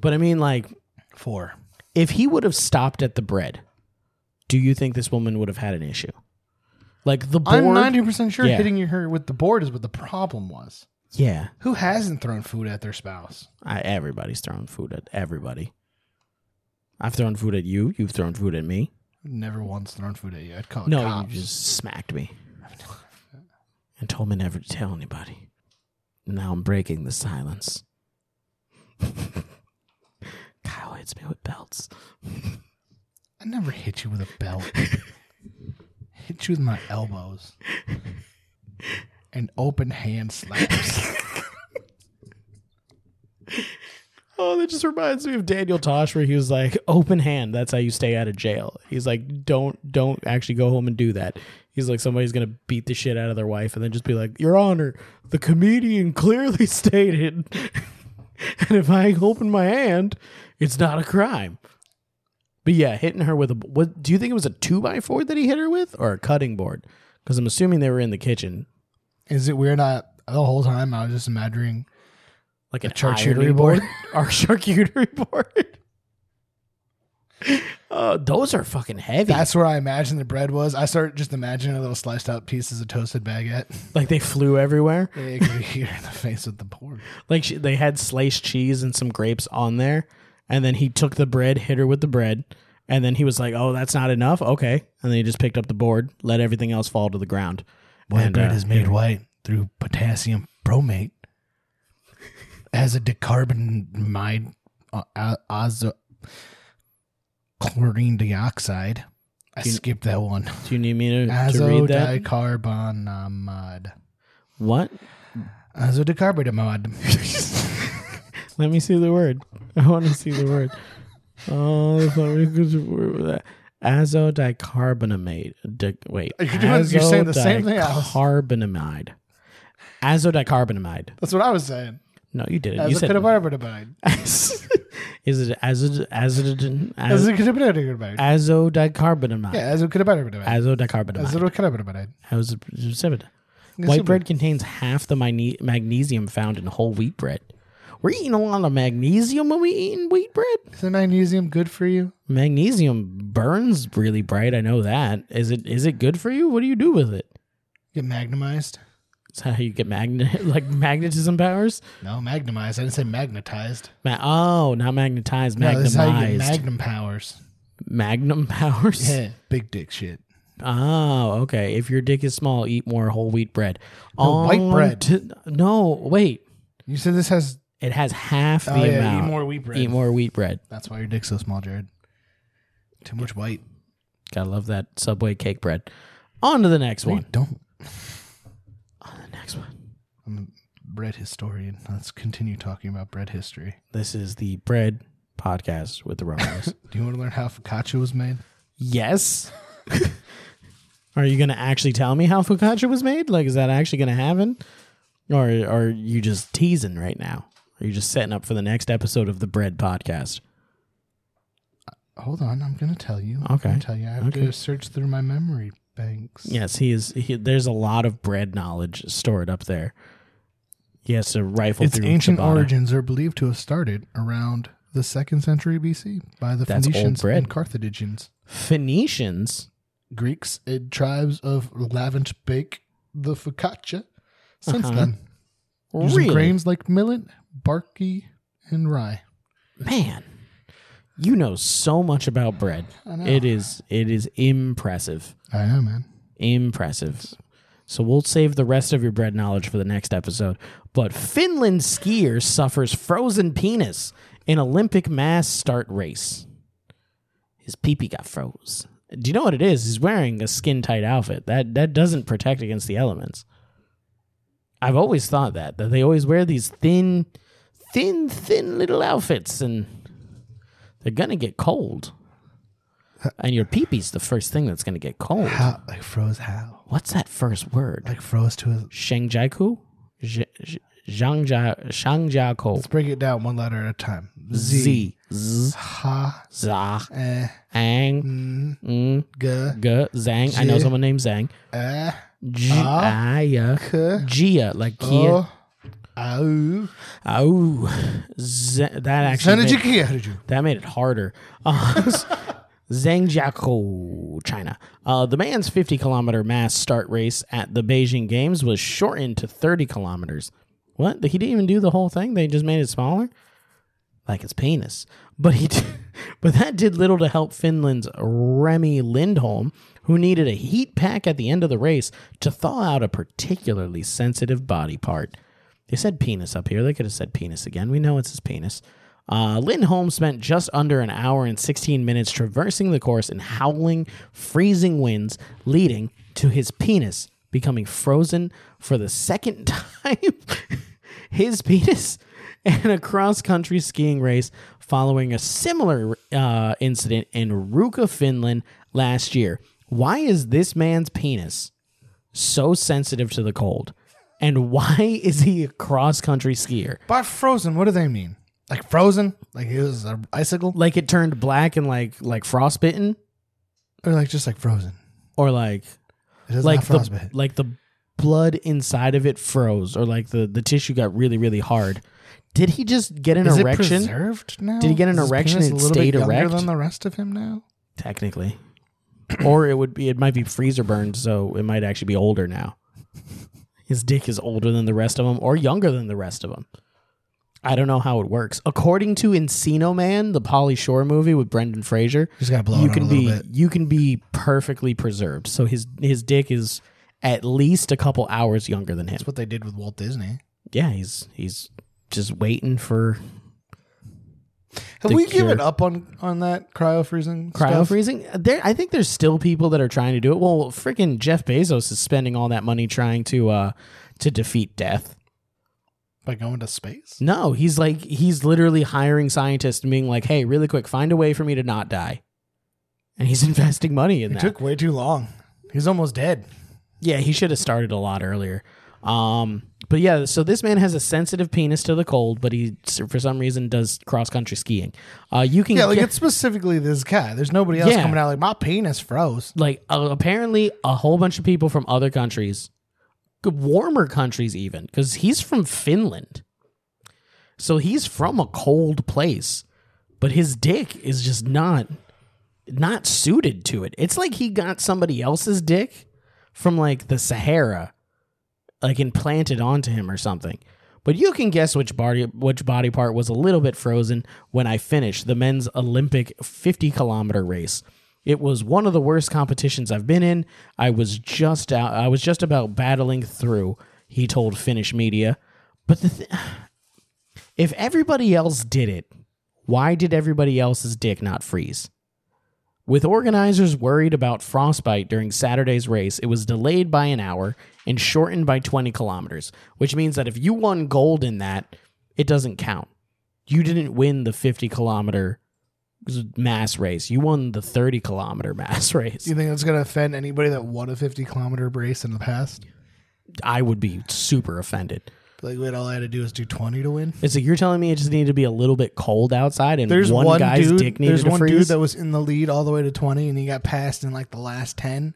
Speaker 2: but I mean, like,
Speaker 3: Four.
Speaker 2: if he would have stopped at the bread, do you think this woman would have had an issue? Like the board.
Speaker 3: I'm ninety percent sure
Speaker 2: Yeah.
Speaker 3: hitting her with the board is what the problem was.
Speaker 2: yeah,
Speaker 3: Who hasn't thrown food at their spouse?
Speaker 2: I, everybody's throwing food at everybody. I've thrown food at you. You've thrown food at me.
Speaker 3: Never once thrown food at you. I'd call it
Speaker 2: no,
Speaker 3: cops.
Speaker 2: you just smacked me and told me never to tell anybody. Now I'm breaking the silence. Kyle hits me with belts.
Speaker 3: I never hit you with a belt. hit you with my elbows. and open hand slaps.
Speaker 2: Oh, that just reminds me of Daniel Tosh, where he was like, "Open hand. That's how you stay out of jail." He's like, "Don't, don't actually go home and do that." He's like, "Somebody's gonna beat the shit out of their wife, and then just be like, Your Honor, the comedian clearly stated, and if I open my hand, it's not a crime." But yeah, hitting her with a what? Do you think it was a two by four that he hit her with, or a cutting board? Because I'm assuming they were in the kitchen,
Speaker 3: Is it weird? I the whole time I was just imagining
Speaker 2: like a
Speaker 3: charcuterie board?
Speaker 2: or charcuterie board. Uh, those are fucking heavy.
Speaker 3: that's where I imagined the bread was. I started just imagining little sliced up pieces of toasted baguette.
Speaker 2: like they flew everywhere.
Speaker 3: they could hit her in the face with the board.
Speaker 2: Like she, they had sliced cheese and some grapes on there, and then he took the bread, hit her with the bread, and then he was like, "Oh, that's not enough. Okay," and then he just picked up the board, let everything else fall to the ground.
Speaker 3: White
Speaker 2: And,
Speaker 3: bread
Speaker 2: uh,
Speaker 3: is made white through potassium bromate. Has a decarbonide, uh, uh, azo- chlorine dioxide. I
Speaker 2: You-
Speaker 3: skipped that one.
Speaker 2: Do you need me to, to read that?
Speaker 3: Azodicarbonamide.
Speaker 2: what?
Speaker 3: Azodicarbonamide.
Speaker 2: Let me see the word. I want to see the word. Oh, the funny good word with that. Azodicarbonamide. Di- wait.
Speaker 3: You're doing- you're saying the same thing, Alice.
Speaker 2: Azodicarbonamide. Azodicarbonamide.
Speaker 3: That's what I was saying.
Speaker 2: No, you did it. You said
Speaker 3: Azodicarbonamide.
Speaker 2: Is it azod azodin az-
Speaker 3: Azodicarbonamide.
Speaker 2: azodicarbonamide?
Speaker 3: Yeah, azodicarbonamide.
Speaker 2: Azodicarbonamide.
Speaker 3: Azodicarbonamide.
Speaker 2: Azod- White bread contains half the magne- magnesium found in whole wheat bread. We're eating a lot of magnesium when we eating wheat bread.
Speaker 3: Is the magnesium good for you?
Speaker 2: Magnesium burns really bright. I know that. Is it is it good for you? What do you do with it?
Speaker 3: Get magnetized?
Speaker 2: Is that how you get magnet like magnetism powers?
Speaker 3: No, magnetized. I didn't say magnetized.
Speaker 2: Ma- oh, not magnetized,
Speaker 3: No, this is how you get
Speaker 2: magnetized,
Speaker 3: magnum powers.
Speaker 2: magnum powers.
Speaker 3: big dick shit.
Speaker 2: Oh, okay. If your dick is small, eat more whole wheat bread.
Speaker 3: No, white
Speaker 2: On
Speaker 3: bread.
Speaker 2: to- no, wait.
Speaker 3: You said this has.
Speaker 2: It has half the
Speaker 3: Oh yeah,
Speaker 2: amount.
Speaker 3: eat more wheat bread.
Speaker 2: Eat more wheat bread.
Speaker 3: That's why your dick's so small, Jared. Too much white.
Speaker 2: Gotta love that Subway cake bread. On to the next
Speaker 3: No, you
Speaker 2: one.
Speaker 3: don't.
Speaker 2: On to the next one.
Speaker 3: I'm a bread historian. Let's continue talking about bread history.
Speaker 2: This is the bread podcast with the Romanos.
Speaker 3: Do you want to learn how focaccia was made?
Speaker 2: Yes. Are you gonna actually tell me how focaccia was made? Like, is that actually gonna happen, or are you just teasing right now? Are you just setting up for the next episode of the Bread Podcast?
Speaker 3: Hold on, I'm gonna tell you. I'm
Speaker 2: Okay.
Speaker 3: gonna tell you. I have to search through my memory banks.
Speaker 2: Yes, he is. He, there's a lot of bread knowledge stored up there. He has to rifle
Speaker 3: Its
Speaker 2: through
Speaker 3: ancient
Speaker 2: Tabata.
Speaker 3: origins are believed to have started around the second century BC by the
Speaker 2: That's old
Speaker 3: Phoenicians
Speaker 2: bread.
Speaker 3: and Carthaginians.
Speaker 2: Phoenicians.
Speaker 3: Greeks and tribes of Levant bake the focaccia since
Speaker 2: Uh-huh.
Speaker 3: then, using
Speaker 2: Really?
Speaker 3: grains like millet, barley, and rye.
Speaker 2: Man, you know so much about bread.
Speaker 3: I know.
Speaker 2: It is it is impressive.
Speaker 3: I know, man.
Speaker 2: Impressive. So we'll save the rest of your bread knowledge for the next episode. But Finland skier suffers frozen penis in Olympic mass start race. His peepee got froze. Do you know what it is? He's wearing a skin tight outfit. That that doesn't protect against the elements. I've always thought that that they always wear these thin, thin, thin little outfits, and they're gonna get cold. And your peepee's the first thing that's gonna get cold.
Speaker 3: How like froze? How
Speaker 2: What's that first word?
Speaker 3: like froze to a?
Speaker 2: Shangjaiku? Zh- zh- Zhangjia- Shangjiakou.
Speaker 3: Let's break it down one letter at a time.
Speaker 2: Z. z,
Speaker 3: Ha.
Speaker 2: za,
Speaker 3: Eh.
Speaker 2: ang,
Speaker 3: Mm.
Speaker 2: mm,
Speaker 3: G.
Speaker 2: g, zang. I know
Speaker 3: J-
Speaker 2: someone named Zang.
Speaker 3: Eh.
Speaker 2: G,
Speaker 3: Ah.
Speaker 2: I, uh,
Speaker 3: K.
Speaker 2: Gia, like Kia.
Speaker 3: O. Au.
Speaker 2: Oh, Z- that
Speaker 3: Son
Speaker 2: actually
Speaker 3: of
Speaker 2: made,
Speaker 3: Jikia. How did you?
Speaker 2: that made it harder. Uh, Zhangjiakou, China. Uh, the man's 50 kilometer mass start race at the Beijing Games was shortened to 30 kilometers. What? He didn't even do the whole thing. They just made it smaller, like his penis. But he, did, but that did little to help Finland's Remy Lindholm, who needed a heat pack at the end of the race to thaw out a particularly sensitive body part. They said penis up here. They could have said penis again. We know it's his penis. Uh, Lindholm spent just under an hour and 16 minutes traversing the course in howling, freezing winds, leading to his penis becoming frozen for the second time. his penis and a cross country skiing race following a similar uh, incident in Ruka, Finland last year. Why is this man's penis so sensitive to the cold? And why is he a cross country skier?
Speaker 3: By frozen, what do they mean? Like frozen? Like it was an icicle?
Speaker 2: Like it turned black and like like frostbitten,
Speaker 3: Or like just like frozen?
Speaker 2: or like
Speaker 3: It doesn't
Speaker 2: like
Speaker 3: have
Speaker 2: the
Speaker 3: frostbite.
Speaker 2: like the blood inside of it froze, or like the the tissue got really really hard. Did he just get an
Speaker 3: Is it
Speaker 2: erection?
Speaker 3: preserved now?
Speaker 2: Did he get an
Speaker 3: Is his
Speaker 2: erection
Speaker 3: penis
Speaker 2: and
Speaker 3: a
Speaker 2: it
Speaker 3: little
Speaker 2: stayed
Speaker 3: bit younger
Speaker 2: erect?
Speaker 3: than the rest of him now?
Speaker 2: technically or it would be it might be freezer burned so it might actually be older now his dick is older than the rest of them or younger than the rest of them i don't know how it works according to encino man the polly shore movie with brendan fraser
Speaker 3: Just gotta blow
Speaker 2: you
Speaker 3: it on
Speaker 2: can
Speaker 3: a little
Speaker 2: be
Speaker 3: bit.
Speaker 2: you can be perfectly preserved so his his dick is at least a couple hours younger than him
Speaker 3: That's what they did with Walt Disney.
Speaker 2: yeah he's he's just waiting for
Speaker 3: Have
Speaker 2: The
Speaker 3: we
Speaker 2: cure.
Speaker 3: given up on on that cryo freezing?
Speaker 2: Cryo
Speaker 3: stuff?
Speaker 2: freezing? There, I think there's still people that are trying to do it. Well, freaking Jeff Bezos is spending all that money trying to uh to defeat death.
Speaker 3: by going to space.
Speaker 2: No, he's like he's literally hiring scientists and being like, "Hey, really quick, find a way for me to not die." And he's investing money in
Speaker 3: It
Speaker 2: that.
Speaker 3: took way too long. He's almost dead.
Speaker 2: Yeah, he should have started a lot earlier. Um, but yeah, so this man has a sensitive penis to the cold, but he for some reason does cross country skiing. Uh, you can
Speaker 3: Yeah, like
Speaker 2: get-
Speaker 3: it's specifically this guy. There's nobody else
Speaker 2: Yeah.
Speaker 3: coming out. Like my penis froze.
Speaker 2: like uh, apparently a whole bunch of people from other countries g- warmer countries even because he's from finland so he's from a cold place but his dick is just not not suited to it it's like he got somebody else's dick from like the sahara like implanted onto him or something but you can guess which body which body part was a little bit frozen when I finished the men's Olympic 50 kilometer race. It was one of the worst competitions I've been in. I was just out I was just about battling through, he told Finnish media. But the th- if everybody else did it, why did everybody else's dick not freeze? With organizers worried about frostbite during Saturday's race, it was delayed by an hour and shortened by 20 kilometers, which means that if you won gold in that, it doesn't count. You didn't win the 50 kilometer mass race. You won the 30 kilometer mass
Speaker 3: Do
Speaker 2: race.
Speaker 3: you think that's gonna offend anybody that won a 50 kilometer race in the past?
Speaker 2: I would be super offended.
Speaker 3: Like wait, all I had to do was do 20 to win.
Speaker 2: It's like you're telling me it just needed to be a little bit cold outside and
Speaker 3: There's
Speaker 2: one,
Speaker 3: one,
Speaker 2: guy's
Speaker 3: dude.
Speaker 2: dick needed
Speaker 3: there's
Speaker 2: to
Speaker 3: one
Speaker 2: freeze.
Speaker 3: dude that was in the lead all the way to 20, and he got passed in like the last 10. And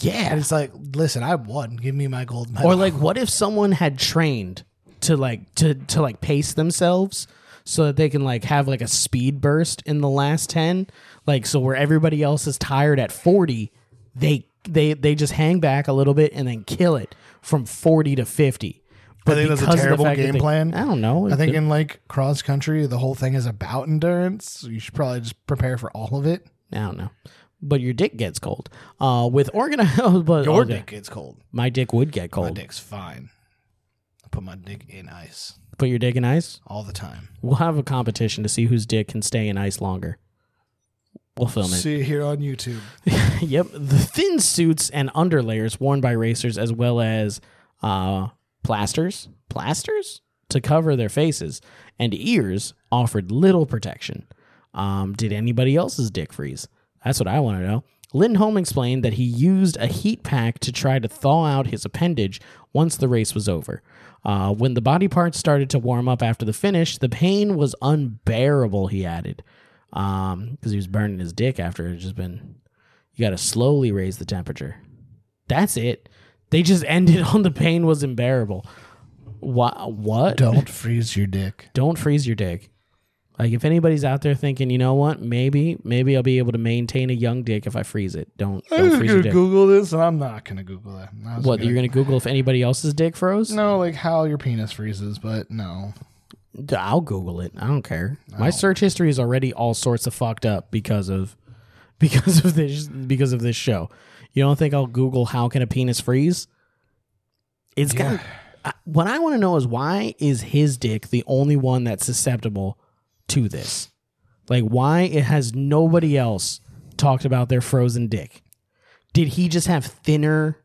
Speaker 2: yeah.
Speaker 3: it's like, listen, I won. Give me my gold medal.
Speaker 2: Or like, what if someone had trained to like to to like pace themselves so that they can like have like a speed burst in the last ten, like so where everybody else is tired at forty, they they they just hang back a little bit and then kill it from forty to fifty. But
Speaker 3: think that's a
Speaker 2: because of the
Speaker 3: terrible
Speaker 2: fact that
Speaker 3: game
Speaker 2: they-
Speaker 3: plan.
Speaker 2: I don't know.
Speaker 3: I think in like cross country, the whole thing is about endurance. So you should probably just prepare for all of it.
Speaker 2: I don't know. But your dick gets cold. Uh, with organized, but
Speaker 3: Your
Speaker 2: okay.
Speaker 3: dick gets cold.
Speaker 2: my dick would get
Speaker 3: My
Speaker 2: cold.
Speaker 3: dick's fine. I put my dick in ice
Speaker 2: Put your dick in ice.
Speaker 3: all the time.
Speaker 2: We'll have a competition to see whose dick can stay in ice longer. We'll film it.
Speaker 3: See you here on YouTube.
Speaker 2: yep. The thin suits and underlayers worn by racers, as well as uh, plasters, plasters to cover their faces and ears, offered little protection. Um, did anybody else's dick freeze? That's what I want to know. Lindholm explained that he used a heat pack to try to thaw out his appendage once the race was over. Uh, when the body parts started to warm up after the finish, the pain was unbearable, he added, because he was burning his dick after it had just been. You got to slowly raise the temperature. That's it. They just ended on the pain was unbearable. What? What?
Speaker 3: Don't freeze your dick.
Speaker 2: don't freeze your dick. Like if anybody's out there thinking, you know what, maybe maybe I'll be able to maintain a young dick if I freeze it. Don't,
Speaker 3: I'm
Speaker 2: don't
Speaker 3: just
Speaker 2: freeze your
Speaker 3: gonna
Speaker 2: dick.
Speaker 3: Google this, and I'm not gonna Google that. I was
Speaker 2: what
Speaker 3: gonna-
Speaker 2: you're gonna Google if anybody else's dick froze?
Speaker 3: No, like how your penis freezes, but no.
Speaker 2: D- I'll Google it. I don't care. My search history is already all sorts of fucked up because of because of this because of this show. You don't think I'll Google how can a penis freeze? It's got. I, what I want to know is why is his dick the only one that's susceptible to this? Like why it has nobody else talked about their frozen dick? Did he just have thinner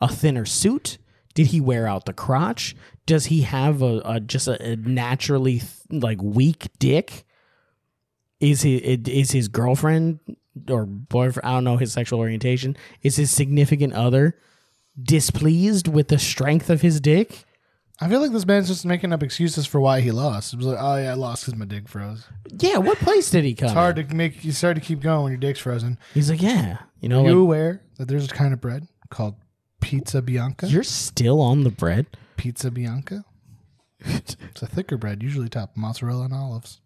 Speaker 2: a thinner suit? Did he wear out the crotch? Does he have a, a just a, a naturally th- like weak dick? Is he it- is his girlfriend or boyfriend? I don't know his sexual orientation. Is his significant other displeased with the strength of his dick?
Speaker 3: I feel like this man's just making up excuses for why he lost. It was like, oh yeah, I lost because my dick froze.
Speaker 2: Yeah, what place did he come?
Speaker 3: It's hard to make. It's hard to keep going when your dick's frozen.
Speaker 2: He's like, yeah, you know,
Speaker 3: Are you
Speaker 2: Oh, like,
Speaker 3: aware that there's a kind of bread called pizza bianca?
Speaker 2: you're still on the bread.
Speaker 3: pizza bianca. It's a thicker bread, usually topped with mozzarella and olives.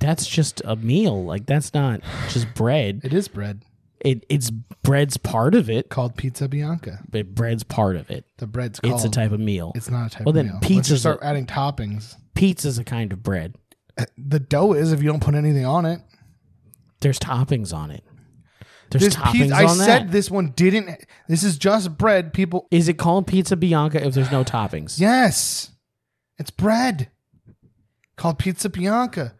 Speaker 2: That's just a meal. Like that's not just bread.
Speaker 3: It is bread
Speaker 2: It it's bread's part of it,
Speaker 3: called pizza bianca.
Speaker 2: but bread's part of it.
Speaker 3: The bread's called.
Speaker 2: It's a type of meal.
Speaker 3: It's not a type.
Speaker 2: Well, then
Speaker 3: of meal. Once you
Speaker 2: pizza's
Speaker 3: start adding toppings.
Speaker 2: pizza's a kind of bread.
Speaker 3: The dough is if you don't put anything on it.
Speaker 2: There's toppings on it. There's
Speaker 3: This
Speaker 2: toppings
Speaker 3: pizza,
Speaker 2: on
Speaker 3: I
Speaker 2: that.
Speaker 3: said this one didn't. This is just bread, people.
Speaker 2: Is it called pizza bianca if there's no toppings?
Speaker 3: Yes, it's bread called pizza bianca.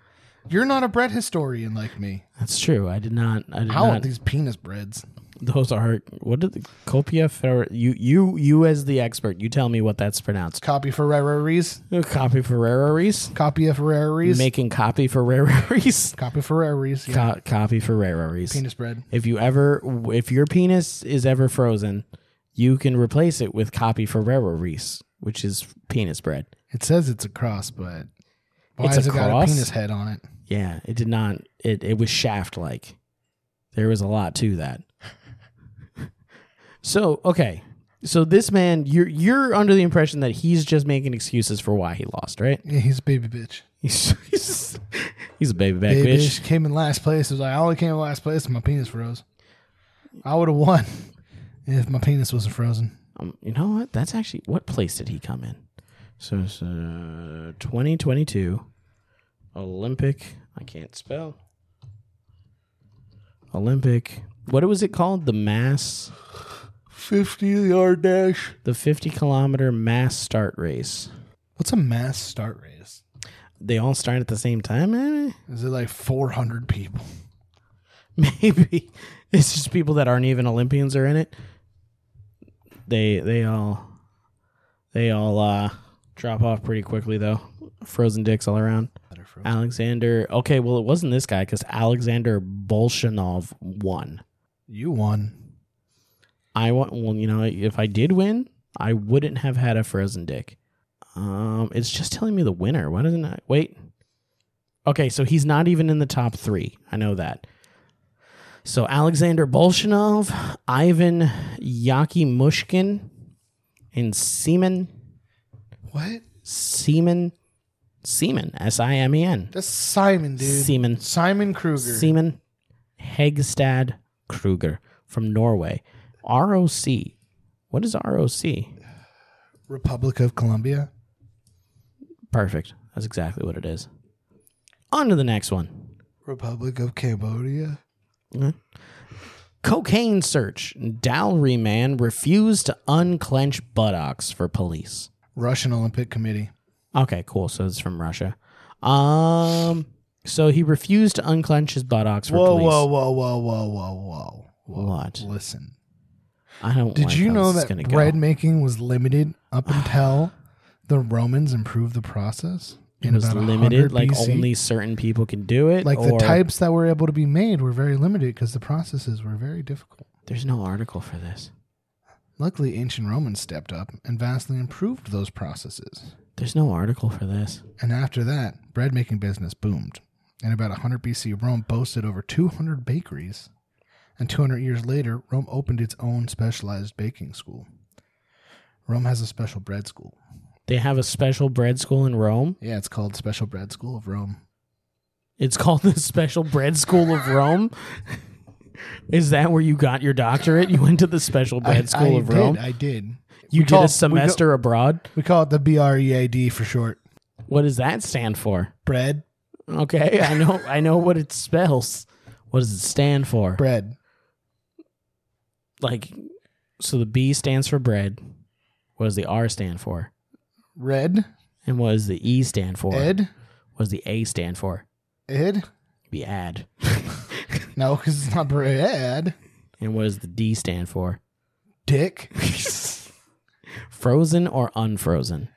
Speaker 3: You're not a bread historian like me.
Speaker 2: That's true. I did not. I did
Speaker 3: How are
Speaker 2: not.
Speaker 3: these penis breads?
Speaker 2: those are what did the copia fer? You you you as the expert. You tell me what that's pronounced.
Speaker 3: Copy Ferreris.
Speaker 2: Copy Ferreris.
Speaker 3: Copy of Ferreris.
Speaker 2: Making copy Ferreris.
Speaker 3: Copy Ferreris. Yeah.
Speaker 2: Co- copy Ferreris.
Speaker 3: penis bread.
Speaker 2: If you ever, if your penis is ever frozen, you can replace it with copy Ferreris, which is penis bread.
Speaker 3: It says it's a cross, but why
Speaker 2: It's
Speaker 3: has
Speaker 2: a
Speaker 3: it got a
Speaker 2: cross?
Speaker 3: penis head on it?
Speaker 2: Yeah, it did not. It it was shaft like. There was a lot to that. so okay, so this man, you're you're under the impression that he's just making excuses for why he lost, right?
Speaker 3: Yeah, he's a baby bitch.
Speaker 2: He's he's, he's a baby back
Speaker 3: Baby
Speaker 2: bitch.
Speaker 3: bitch came in last place. It was like, I only came in last place and my penis froze. I would have won if my penis wasn't frozen.
Speaker 2: Um, you know what? That's actually what place did he come in? So it's uh, 2022 Olympic. I can't spell. Olympic. What was it called? The mass.
Speaker 3: 50 yard dash.
Speaker 2: the 50 kilometer mass start race.
Speaker 3: What's a mass start race?
Speaker 2: They all start at the same time, eh?
Speaker 3: Is it like 400 people?
Speaker 2: maybe it's just people that aren't even Olympians are in it. They they all they all uh, drop off pretty quickly though. Frozen dicks all around. Alexander. Okay, well it wasn't this guy because Alexander Bolshinov won.
Speaker 3: You won.
Speaker 2: I want. Well, you know, if I did win, I wouldn't have had a frozen dick. Um, it's just telling me the winner. Why doesn't I wait? Okay, so he's not even in the top three. I know that. So Alexander Bolshinov, Ivan Yakimushkin, and Seaman
Speaker 3: What?
Speaker 2: Seaman Seaman S I M E N
Speaker 3: That's Simon, dude.
Speaker 2: Seaman
Speaker 3: Simon Kruger.
Speaker 2: Seaman Hegstad Kruger from Norway. ROC. What is ROC?
Speaker 3: Republic of Colombia.
Speaker 2: Perfect. That's exactly what it is. On to the next one.
Speaker 3: Republic of Cambodia.
Speaker 2: Cocaine search. Dowry man refused to unclench buttocks for police.
Speaker 3: Russian Olympic Committee.
Speaker 2: Okay, cool. So it's from Russia. Um, so he refused to unclench his buttocks for
Speaker 3: Whoa,
Speaker 2: police.
Speaker 3: whoa, whoa, whoa, whoa, whoa, whoa, whoa.
Speaker 2: What?
Speaker 3: Listen.
Speaker 2: I don't.
Speaker 3: Did
Speaker 2: like
Speaker 3: you
Speaker 2: how
Speaker 3: know
Speaker 2: this is gonna
Speaker 3: that
Speaker 2: go.
Speaker 3: bread making was limited up until the Romans improved the process?
Speaker 2: It was
Speaker 3: about 100
Speaker 2: limited, like
Speaker 3: BC.
Speaker 2: only certain people can do it.
Speaker 3: Like the
Speaker 2: or-
Speaker 3: types that were able to be made were very limited because the processes were very difficult.
Speaker 2: There's no article for this.
Speaker 3: Luckily, ancient Romans stepped up and vastly improved those processes.
Speaker 2: There's no article for this.
Speaker 3: And after that, bread making business boomed. In about 100 BC, Rome boasted over 200 bakeries. And 200 years later, Rome opened its own specialized baking school. Rome has a special bread school.
Speaker 2: They have a special bread school in Rome.
Speaker 3: Yeah, it's called Special Bread School of Rome.
Speaker 2: It's called the Special Bread School of Rome. Is that where you got your doctorate? You went to the Special Bread
Speaker 3: I-
Speaker 2: School
Speaker 3: I
Speaker 2: of
Speaker 3: did,
Speaker 2: Rome.
Speaker 3: I did. We
Speaker 2: you did
Speaker 3: call- we
Speaker 2: a
Speaker 3: go-
Speaker 2: semester abroad.
Speaker 3: We call it the BREAD for short.
Speaker 2: What does that stand for?
Speaker 3: Bread,
Speaker 2: Okay, I know. I know what it spells. What does it stand for?
Speaker 3: bread.
Speaker 2: Like, so the B stands for bread. What does the R stand for?
Speaker 3: Red,
Speaker 2: And what does the E stand for?
Speaker 3: Ed,
Speaker 2: What does the A stand for?
Speaker 3: Ed.
Speaker 2: Be ad.
Speaker 3: No, because it's not bread.
Speaker 2: and what does the D stand for?
Speaker 3: Dick.
Speaker 2: Frozen or unfrozen?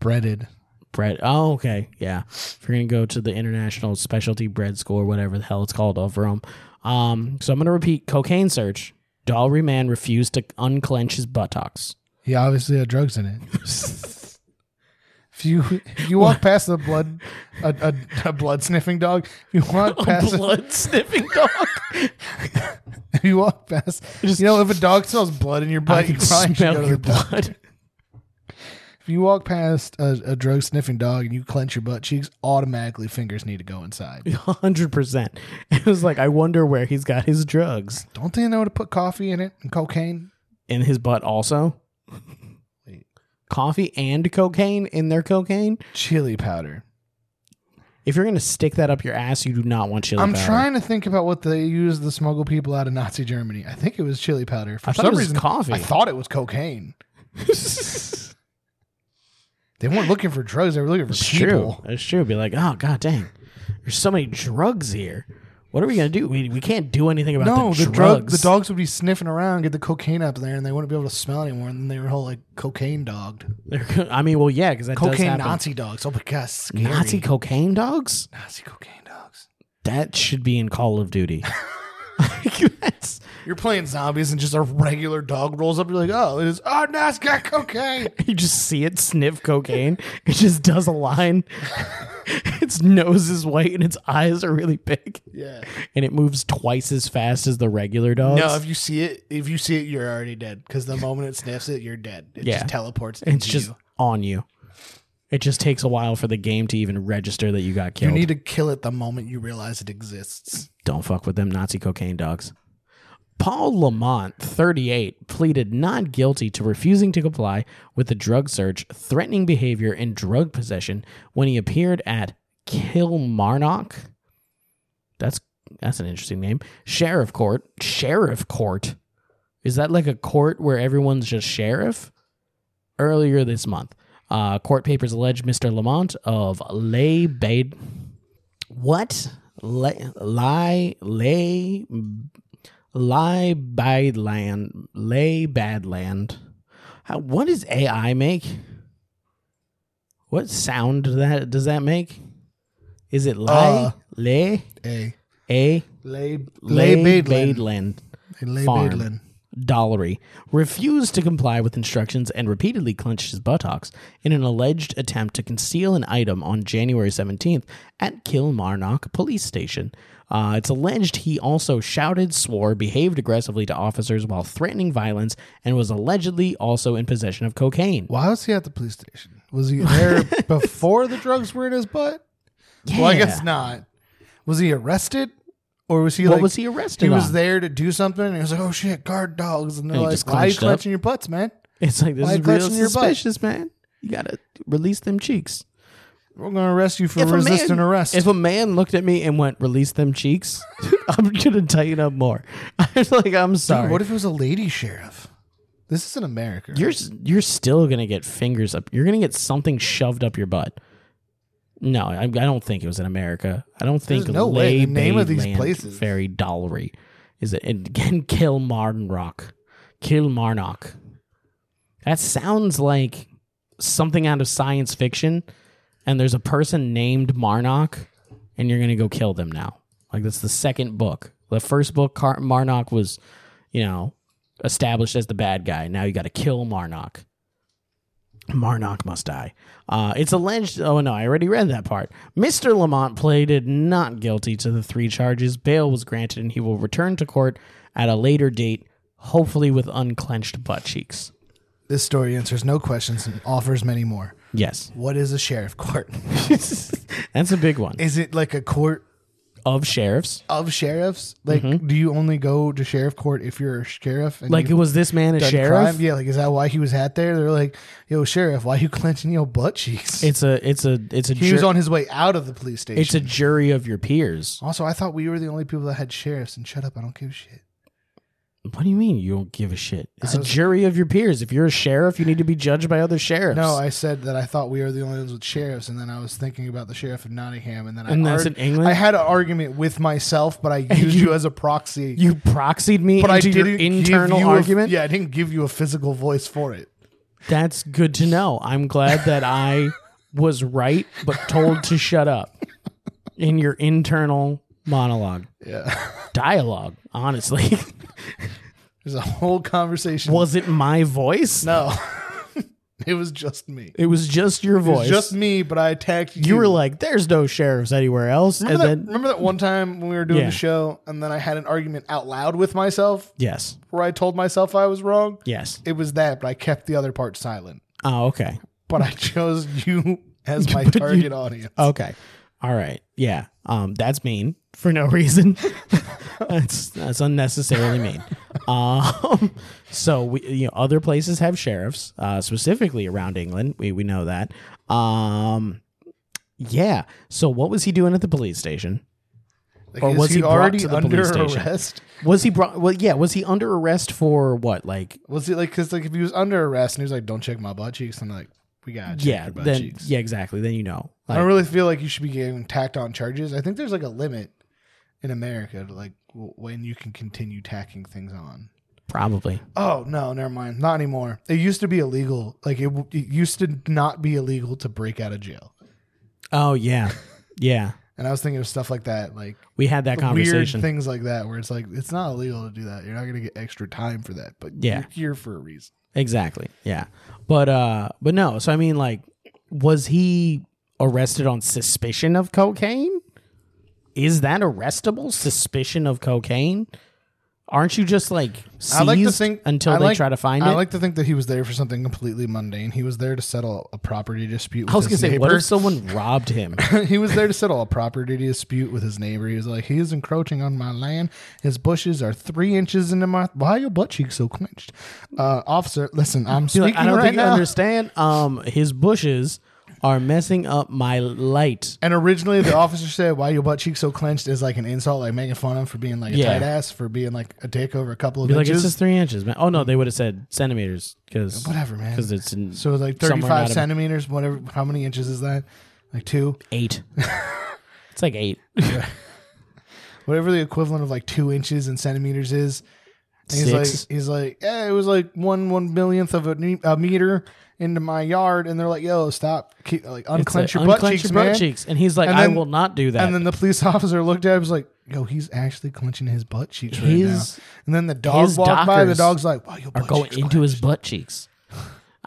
Speaker 3: Breaded.
Speaker 2: bread. Oh, okay, yeah. If you're gonna go to the international specialty bread school or whatever the hell it's called of Rome, um, so I'm gonna repeat: cocaine search. Dowry man refused to unclench his buttocks.
Speaker 3: He obviously had drugs in it. if you if you walk past a blood a, a, a blood sniffing dog, if you walk past a,
Speaker 2: Blood sniffing dog.
Speaker 3: if you walk past you know if a dog smells blood in your
Speaker 2: I
Speaker 3: butt, you
Speaker 2: can
Speaker 3: probably should go
Speaker 2: smell
Speaker 3: to the
Speaker 2: your
Speaker 3: blood.
Speaker 2: blood.
Speaker 3: If you walk past a, a drug sniffing dog and you clench your butt cheeks, automatically fingers need to go inside.
Speaker 2: Hundred percent. It was like I wonder where he's got his drugs
Speaker 3: Don't they know to put coffee in it and cocaine?
Speaker 2: in his butt. Also,
Speaker 3: Wait.
Speaker 2: coffee and cocaine in their cocaine.
Speaker 3: Chili powder.
Speaker 2: If you're gonna stick that up your ass, you do not want chili.
Speaker 3: I'm
Speaker 2: powder.
Speaker 3: trying to think about what they used to smuggle people out of Nazi Germany. I think it was chili powder. For
Speaker 2: I thought
Speaker 3: some
Speaker 2: it was
Speaker 3: reason,
Speaker 2: coffee.
Speaker 3: I thought it was cocaine. They weren't looking for drugs. They were looking for
Speaker 2: It's
Speaker 3: people.
Speaker 2: true. It's true. Be like, oh god dang, there's so many drugs here. What are we gonna do? We, we can't do anything about
Speaker 3: No,
Speaker 2: the,
Speaker 3: the, drug
Speaker 2: drugs.
Speaker 3: the dogs would be sniffing around, get the cocaine up there, and they wouldn't be able to smell anymore. And then they were all like cocaine dogged,
Speaker 2: They're co- I mean, well, yeah, because that does
Speaker 3: cocaine
Speaker 2: happen.
Speaker 3: Nazi dogs. Oh my god, scary.
Speaker 2: Nazi cocaine dogs.
Speaker 3: Nazi cocaine dogs.
Speaker 2: That should be in Call of Duty. Like, that's-
Speaker 3: You're playing zombies, and just a regular dog rolls up. You're like, oh, it is. Oh, Nazi got cocaine.
Speaker 2: you just see it sniff cocaine. It just does a line. its nose is white and its eyes are really big,
Speaker 3: yeah.
Speaker 2: and it moves twice as fast as the regular dogs.
Speaker 3: No, if you see it, if you see it, you're already dead. Because the moment it sniffs it, you're dead. It
Speaker 2: Yeah.
Speaker 3: just teleports.
Speaker 2: it's
Speaker 3: into
Speaker 2: just
Speaker 3: you.
Speaker 2: on you. It just takes a while for the game to even register that you got
Speaker 3: you
Speaker 2: killed.
Speaker 3: need to kill it the moment you realize it exists.
Speaker 2: Don't fuck with them Nazi cocaine dogs. Paul Lamont, 38, pleaded not guilty to refusing to comply with the drug search, threatening behavior, and drug possession when he appeared at Kilmarnock. That's that's an interesting name. Sheriff Court. Sheriff Court. Is that like a court where everyone's just sheriff? Earlier this month, uh, court papers allege Mr. Lamont of Lay Bade. What? Lay Lay Lay Lay Badland Lay Badland. How, what does AI make? What sound does that does that make? Is it lay
Speaker 3: Uh.
Speaker 2: lay
Speaker 3: Hey,
Speaker 2: a
Speaker 3: lay
Speaker 2: lay
Speaker 3: lay, Badelin.
Speaker 2: Badeland
Speaker 3: Lay
Speaker 2: farm.
Speaker 3: Badelin.
Speaker 2: Dollery refused to comply with instructions and repeatedly clenched his buttocks in an alleged attempt to conceal an item on January 17th at Kilmarnock Police Station. Uh, it's alleged he also shouted, swore, behaved aggressively to officers while threatening violence, and was allegedly also in possession of cocaine.
Speaker 3: Why was he at the police station? Was he there before the drugs were in his butt? Well, I guess
Speaker 2: Yeah.
Speaker 3: not. Was he arrested, or was he?
Speaker 2: What
Speaker 3: like,
Speaker 2: was he arrested
Speaker 3: He was
Speaker 2: on?
Speaker 3: there to do something, and he was like, "Oh shit, guard dogs!" And they're
Speaker 2: And he
Speaker 3: like,
Speaker 2: just
Speaker 3: "Why are you
Speaker 2: clenched up.
Speaker 3: clenching your butts, man?
Speaker 2: It's like this
Speaker 3: Why
Speaker 2: is
Speaker 3: you
Speaker 2: real
Speaker 3: clutching your butt?
Speaker 2: suspicious, man. You gotta release them cheeks.
Speaker 3: We're gonna arrest you for
Speaker 2: If a man-
Speaker 3: resisting arrest."
Speaker 2: If a man looked at me and went, "Release them cheeks," I'm gonna tighten up more. I was like, "I'm
Speaker 3: Dude,
Speaker 2: sorry."
Speaker 3: what if it was a lady sheriff? This isn't America.
Speaker 2: you're s- you're still gonna get fingers up. You're gonna get something shoved up your butt. No, I, I don't think it was in America. I don't think
Speaker 3: There's no way.
Speaker 2: Ley
Speaker 3: The name of these
Speaker 2: Bayland
Speaker 3: places-
Speaker 2: very dollary. Is it and again Kilmarnock? Kilmarnock. That sounds like something out of science fiction, and there's a person named Marnock, and you're gonna go kill them now. Like that's the second book. The first book, Car- Marnock was, you know, established as the bad guy. Now you got to kill Marnock. Marnock must die. Uh, it's alleged. Oh no, I already read that part. Mr. Lamont pleaded not guilty to the three charges. Bail was granted, and he will return to court at a later date, hopefully with unclenched butt cheeks.
Speaker 3: This story answers no questions and offers many more.
Speaker 2: Yes,
Speaker 3: What is a sheriff court?
Speaker 2: that's a big one
Speaker 3: is it like a court
Speaker 2: of sheriffs.
Speaker 3: of sheriffs? Like, do you only go to sheriff court if you're a sheriff? And
Speaker 2: Mm-hmm. Like
Speaker 3: you've
Speaker 2: was this man a
Speaker 3: done
Speaker 2: sheriff?
Speaker 3: crime? Yeah, like is that why he was at there? They're like, "Yo, sheriff, why you clenching your butt cheeks?"
Speaker 2: It's a it's a it's a
Speaker 3: he was
Speaker 2: jur-
Speaker 3: on his way out of the police station.
Speaker 2: it's a jury of your peers.
Speaker 3: also, I thought we were the only people that had sheriffs. And shut up, I don't give a shit.
Speaker 2: What do you mean you don't give a shit? It's
Speaker 3: I
Speaker 2: a
Speaker 3: was-
Speaker 2: jury of your peers. If you're a sheriff, you need to be judged by other sheriffs.
Speaker 3: No, I said that I thought we were the only ones with sheriffs, and then I was thinking about the sheriff of Nottingham, and then
Speaker 2: And
Speaker 3: I
Speaker 2: that's in England?
Speaker 3: I had an argument with myself, but I used you, as a proxy.
Speaker 2: you proxied me
Speaker 3: but I
Speaker 2: into
Speaker 3: didn't
Speaker 2: your
Speaker 3: give
Speaker 2: internal
Speaker 3: you a-
Speaker 2: argument.
Speaker 3: yeah, I didn't give you a physical voice for it.
Speaker 2: That's good to know. I'm glad that I was right, but told to shut up in your internal monologue,
Speaker 3: Yeah,
Speaker 2: dialogue. Honestly,
Speaker 3: there's a whole conversation.
Speaker 2: was it my voice?
Speaker 3: no, it was just me.
Speaker 2: It was just your
Speaker 3: It
Speaker 2: voice.
Speaker 3: was just me, but I attacked you.
Speaker 2: you were like, "There's no sheriffs anywhere else,"
Speaker 3: Remember that,
Speaker 2: and then
Speaker 3: remember that one time when we were doing
Speaker 2: Yeah.
Speaker 3: the show, and then I had an argument out loud with myself
Speaker 2: yes,
Speaker 3: where I told myself I was wrong?
Speaker 2: yes.
Speaker 3: It was that, but I kept the other part silent.
Speaker 2: Oh, okay.
Speaker 3: but I chose you as my target audience.
Speaker 2: Okay. All right. Yeah. Um, that's mean for no reason. that's that's unnecessarily mean. Um, so we you know other places have sheriffs, uh, specifically around England. We we know that. Um, yeah. So what was he doing at the police station?
Speaker 3: Like,
Speaker 2: Or
Speaker 3: is
Speaker 2: was he brought
Speaker 3: already
Speaker 2: to the
Speaker 3: under
Speaker 2: police station?
Speaker 3: arrest?
Speaker 2: Was he brought? Well, yeah. Was he under arrest for what? Like
Speaker 3: Was he like because like if he was under arrest and he was like, "Don't check my butt cheeks," I'm like, "We gotta check
Speaker 2: yeah.
Speaker 3: your butt
Speaker 2: Then
Speaker 3: cheeks."
Speaker 2: yeah. Exactly. Then you know.
Speaker 3: I
Speaker 2: Like,
Speaker 3: don't really feel like you should be getting tacked on charges. I think there's like a limit in America to like w- when you can continue tacking things on.
Speaker 2: probably.
Speaker 3: Oh no, never mind. Not anymore. It used to be illegal. Like it, w- it used to not be illegal to break out of jail.
Speaker 2: Oh yeah. Yeah.
Speaker 3: And I was thinking of stuff like that, like
Speaker 2: We had that
Speaker 3: weird
Speaker 2: conversation.
Speaker 3: things like that where it's like it's not illegal to do that. You're not going to get extra time for that, but
Speaker 2: Yeah.
Speaker 3: you're here for a reason.
Speaker 2: Exactly. Yeah. But uh but no, so I mean like was he arrested on suspicion of cocaine? Is that arrestable? Suspicion of cocaine? Aren't you just like seized until
Speaker 3: I
Speaker 2: they
Speaker 3: like-
Speaker 2: try to find
Speaker 3: I
Speaker 2: it?
Speaker 3: like to think that he was there for something completely mundane. He was there to settle a property dispute. With
Speaker 2: I was gonna
Speaker 3: his
Speaker 2: say, what
Speaker 3: neighbor.
Speaker 2: if someone robbed him?
Speaker 3: he was there to settle a property dispute with his neighbor. He was like, he is encroaching on my land. His bushes are three inches into my. Why are your butt cheeks so clenched, uh, officer? Listen, I'm
Speaker 2: You're
Speaker 3: speaking
Speaker 2: like, I don't
Speaker 3: right
Speaker 2: think you
Speaker 3: now.
Speaker 2: understand. Um his bushes are messing up my light.
Speaker 3: And originally, the officer said, "Why your butt cheeks so clenched?" is like an insult, like making fun of him for being like a
Speaker 2: Yeah.
Speaker 3: tight ass, for being like a dick over a couple of
Speaker 2: Be like,
Speaker 3: inches.
Speaker 2: it's just three inches, man. Oh no, they would have said centimeters because
Speaker 3: Whatever, man.
Speaker 2: Because it's in
Speaker 3: so like
Speaker 2: somewhere not
Speaker 3: thirty-five
Speaker 2: a-
Speaker 3: centimeters, whatever. How many inches is that? Like two,
Speaker 2: eight. it's like eight.
Speaker 3: whatever the equivalent of like two inches in centimeters is. And he's
Speaker 2: Six.
Speaker 3: like, he's like, yeah, it was like one one millionth of a, ne- a meter into my yard, and they're like, yo, stop, keep like
Speaker 2: It's like,
Speaker 3: unclench your butt
Speaker 2: "Unclench
Speaker 3: cheeks,
Speaker 2: your butt
Speaker 3: man.
Speaker 2: cheeks. And he's like,
Speaker 3: And
Speaker 2: I
Speaker 3: then-
Speaker 2: will not do that.
Speaker 3: And then the police officer looked at him, was like, "Yo, he's actually clenching his butt cheeks right now."
Speaker 2: His-
Speaker 3: And then the dog
Speaker 2: his
Speaker 3: walked by. The
Speaker 2: dockers
Speaker 3: dog's like, "Wow, your
Speaker 2: are
Speaker 3: butt
Speaker 2: going
Speaker 3: cheeks
Speaker 2: into his butt cheeks.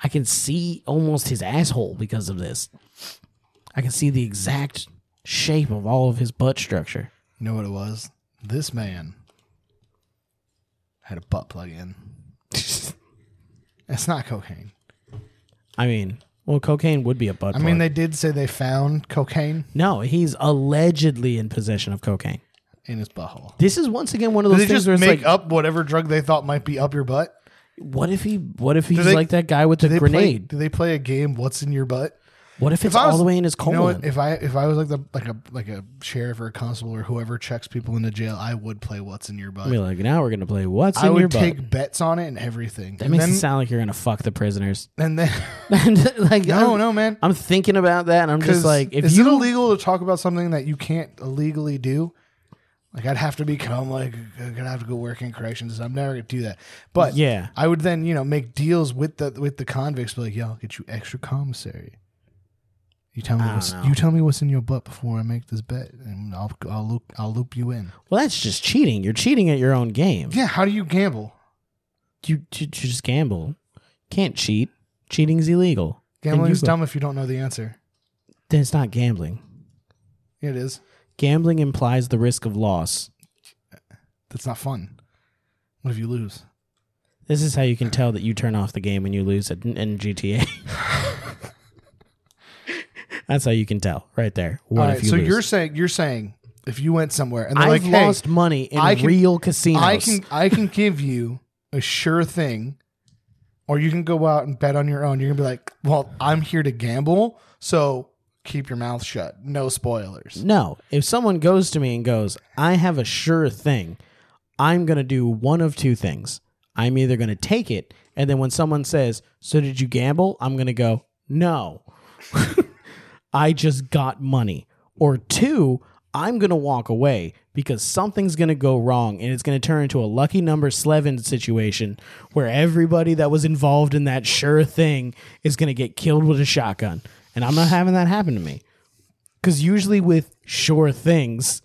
Speaker 2: I can see almost his asshole because of this. I can see the exact shape of all of his butt structure.
Speaker 3: You know what it was? This man had a butt plug in. It's not cocaine.
Speaker 2: I mean, well, cocaine would be a butt.
Speaker 3: I mean, they did say they found cocaine
Speaker 2: no, he's allegedly in possession of cocaine.
Speaker 3: in his butthole.
Speaker 2: This is once again one of
Speaker 3: Did
Speaker 2: those
Speaker 3: they
Speaker 2: things
Speaker 3: just
Speaker 2: where it's
Speaker 3: make
Speaker 2: like,
Speaker 3: up whatever drug they thought might be up your butt?
Speaker 2: what if he, what if he's
Speaker 3: they-
Speaker 2: like that guy with
Speaker 3: Do
Speaker 2: the
Speaker 3: they
Speaker 2: grenade?
Speaker 3: Play, do they play a game? What's in your butt?
Speaker 2: what if it's
Speaker 3: If I was-
Speaker 2: all the way in his
Speaker 3: You
Speaker 2: colon?
Speaker 3: know what? If I if I was like the like a like a sheriff or a constable or whoever checks people into jail, I would play what's in your butt.
Speaker 2: Be like, now we're gonna play. What's
Speaker 3: I
Speaker 2: in your
Speaker 3: would
Speaker 2: butt?
Speaker 3: take bets on it and everything.
Speaker 2: that
Speaker 3: and
Speaker 2: makes
Speaker 3: then,
Speaker 2: it sound like you're gonna fuck the prisoners.
Speaker 3: and then
Speaker 2: and like
Speaker 3: no,
Speaker 2: I'm,
Speaker 3: no, man.
Speaker 2: I'm thinking about that, and I'm just
Speaker 3: 'Cause
Speaker 2: like, if
Speaker 3: is
Speaker 2: you
Speaker 3: it illegal to talk about something that you can't illegally do? Like I'd have to become like I'm gonna have to go work in corrections. I'm never gonna do that. But
Speaker 2: Yeah.
Speaker 3: I would then you know make deals with the with the convicts. Be like, yo, I'll get you extra commissary You tell me
Speaker 2: I don't
Speaker 3: what's
Speaker 2: know.
Speaker 3: you tell me what's in your butt before I make this bet, and I'll I'll loop I'll loop you in.
Speaker 2: Well, that's just cheating. You're cheating at your own game.
Speaker 3: Yeah, how do you gamble?
Speaker 2: You, you, you just gamble. Can't cheat. Cheating's illegal. And
Speaker 3: Gambling
Speaker 2: you
Speaker 3: is
Speaker 2: go-
Speaker 3: dumb if you don't know the answer.
Speaker 2: Then it's not gambling.
Speaker 3: It is.
Speaker 2: Gambling implies the risk of loss.
Speaker 3: That's not fun. What if you lose?
Speaker 2: This is how you can tell that you turn off the game when you lose it in, in GTA. That's how you can tell, right there. What
Speaker 3: All right,
Speaker 2: if you
Speaker 3: so
Speaker 2: lose?
Speaker 3: you're saying you're saying if you went somewhere and they're
Speaker 2: I've
Speaker 3: like, hey,
Speaker 2: lost money in
Speaker 3: I can-
Speaker 2: real casinos.
Speaker 3: I can I can give you a sure thing, or you can go out and bet on your own. You're gonna be like, well, I'm here to gamble, so keep your mouth shut. No spoilers.
Speaker 2: No, if someone goes to me and goes, I have a sure thing, I'm going to do one of two things. I'm either going to take it, and then when someone says, So did you gamble? I'm going to go, No, I just got money. Or two, I'm going to walk away because something's going to go wrong and it's going to turn into a lucky number 11 situation where everybody that was involved in that sure thing is going to get killed with a shotgun. And I'm not having that happen to me. Because usually with sure things,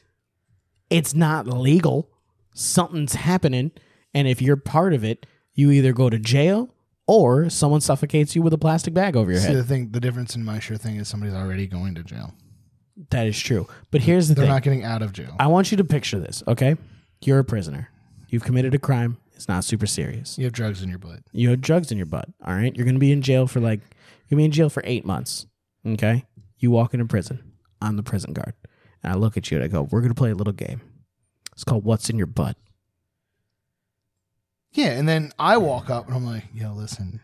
Speaker 2: it's not legal. Something's happening. And if you're part of it, you either go to jail or someone suffocates you with a plastic bag over your
Speaker 3: See
Speaker 2: head.
Speaker 3: the thing, the difference in my sure thing is somebody's already going to jail.
Speaker 2: That is true. But here's the
Speaker 3: They're
Speaker 2: thing
Speaker 3: not getting out of jail.
Speaker 2: I want you to picture this, okay? You're a prisoner. You've committed a crime. It's not super serious.
Speaker 3: you have drugs in your butt.
Speaker 2: You have drugs in your butt, all right? You're going to be in jail for like, you're going to be in jail for eight months, okay? You walk into prison. I'm the prison guard. And I look at you and I go, we're going to play a little game. It's called What's in Your Butt.
Speaker 3: Yeah, and then I walk up and I'm like, yo, listen,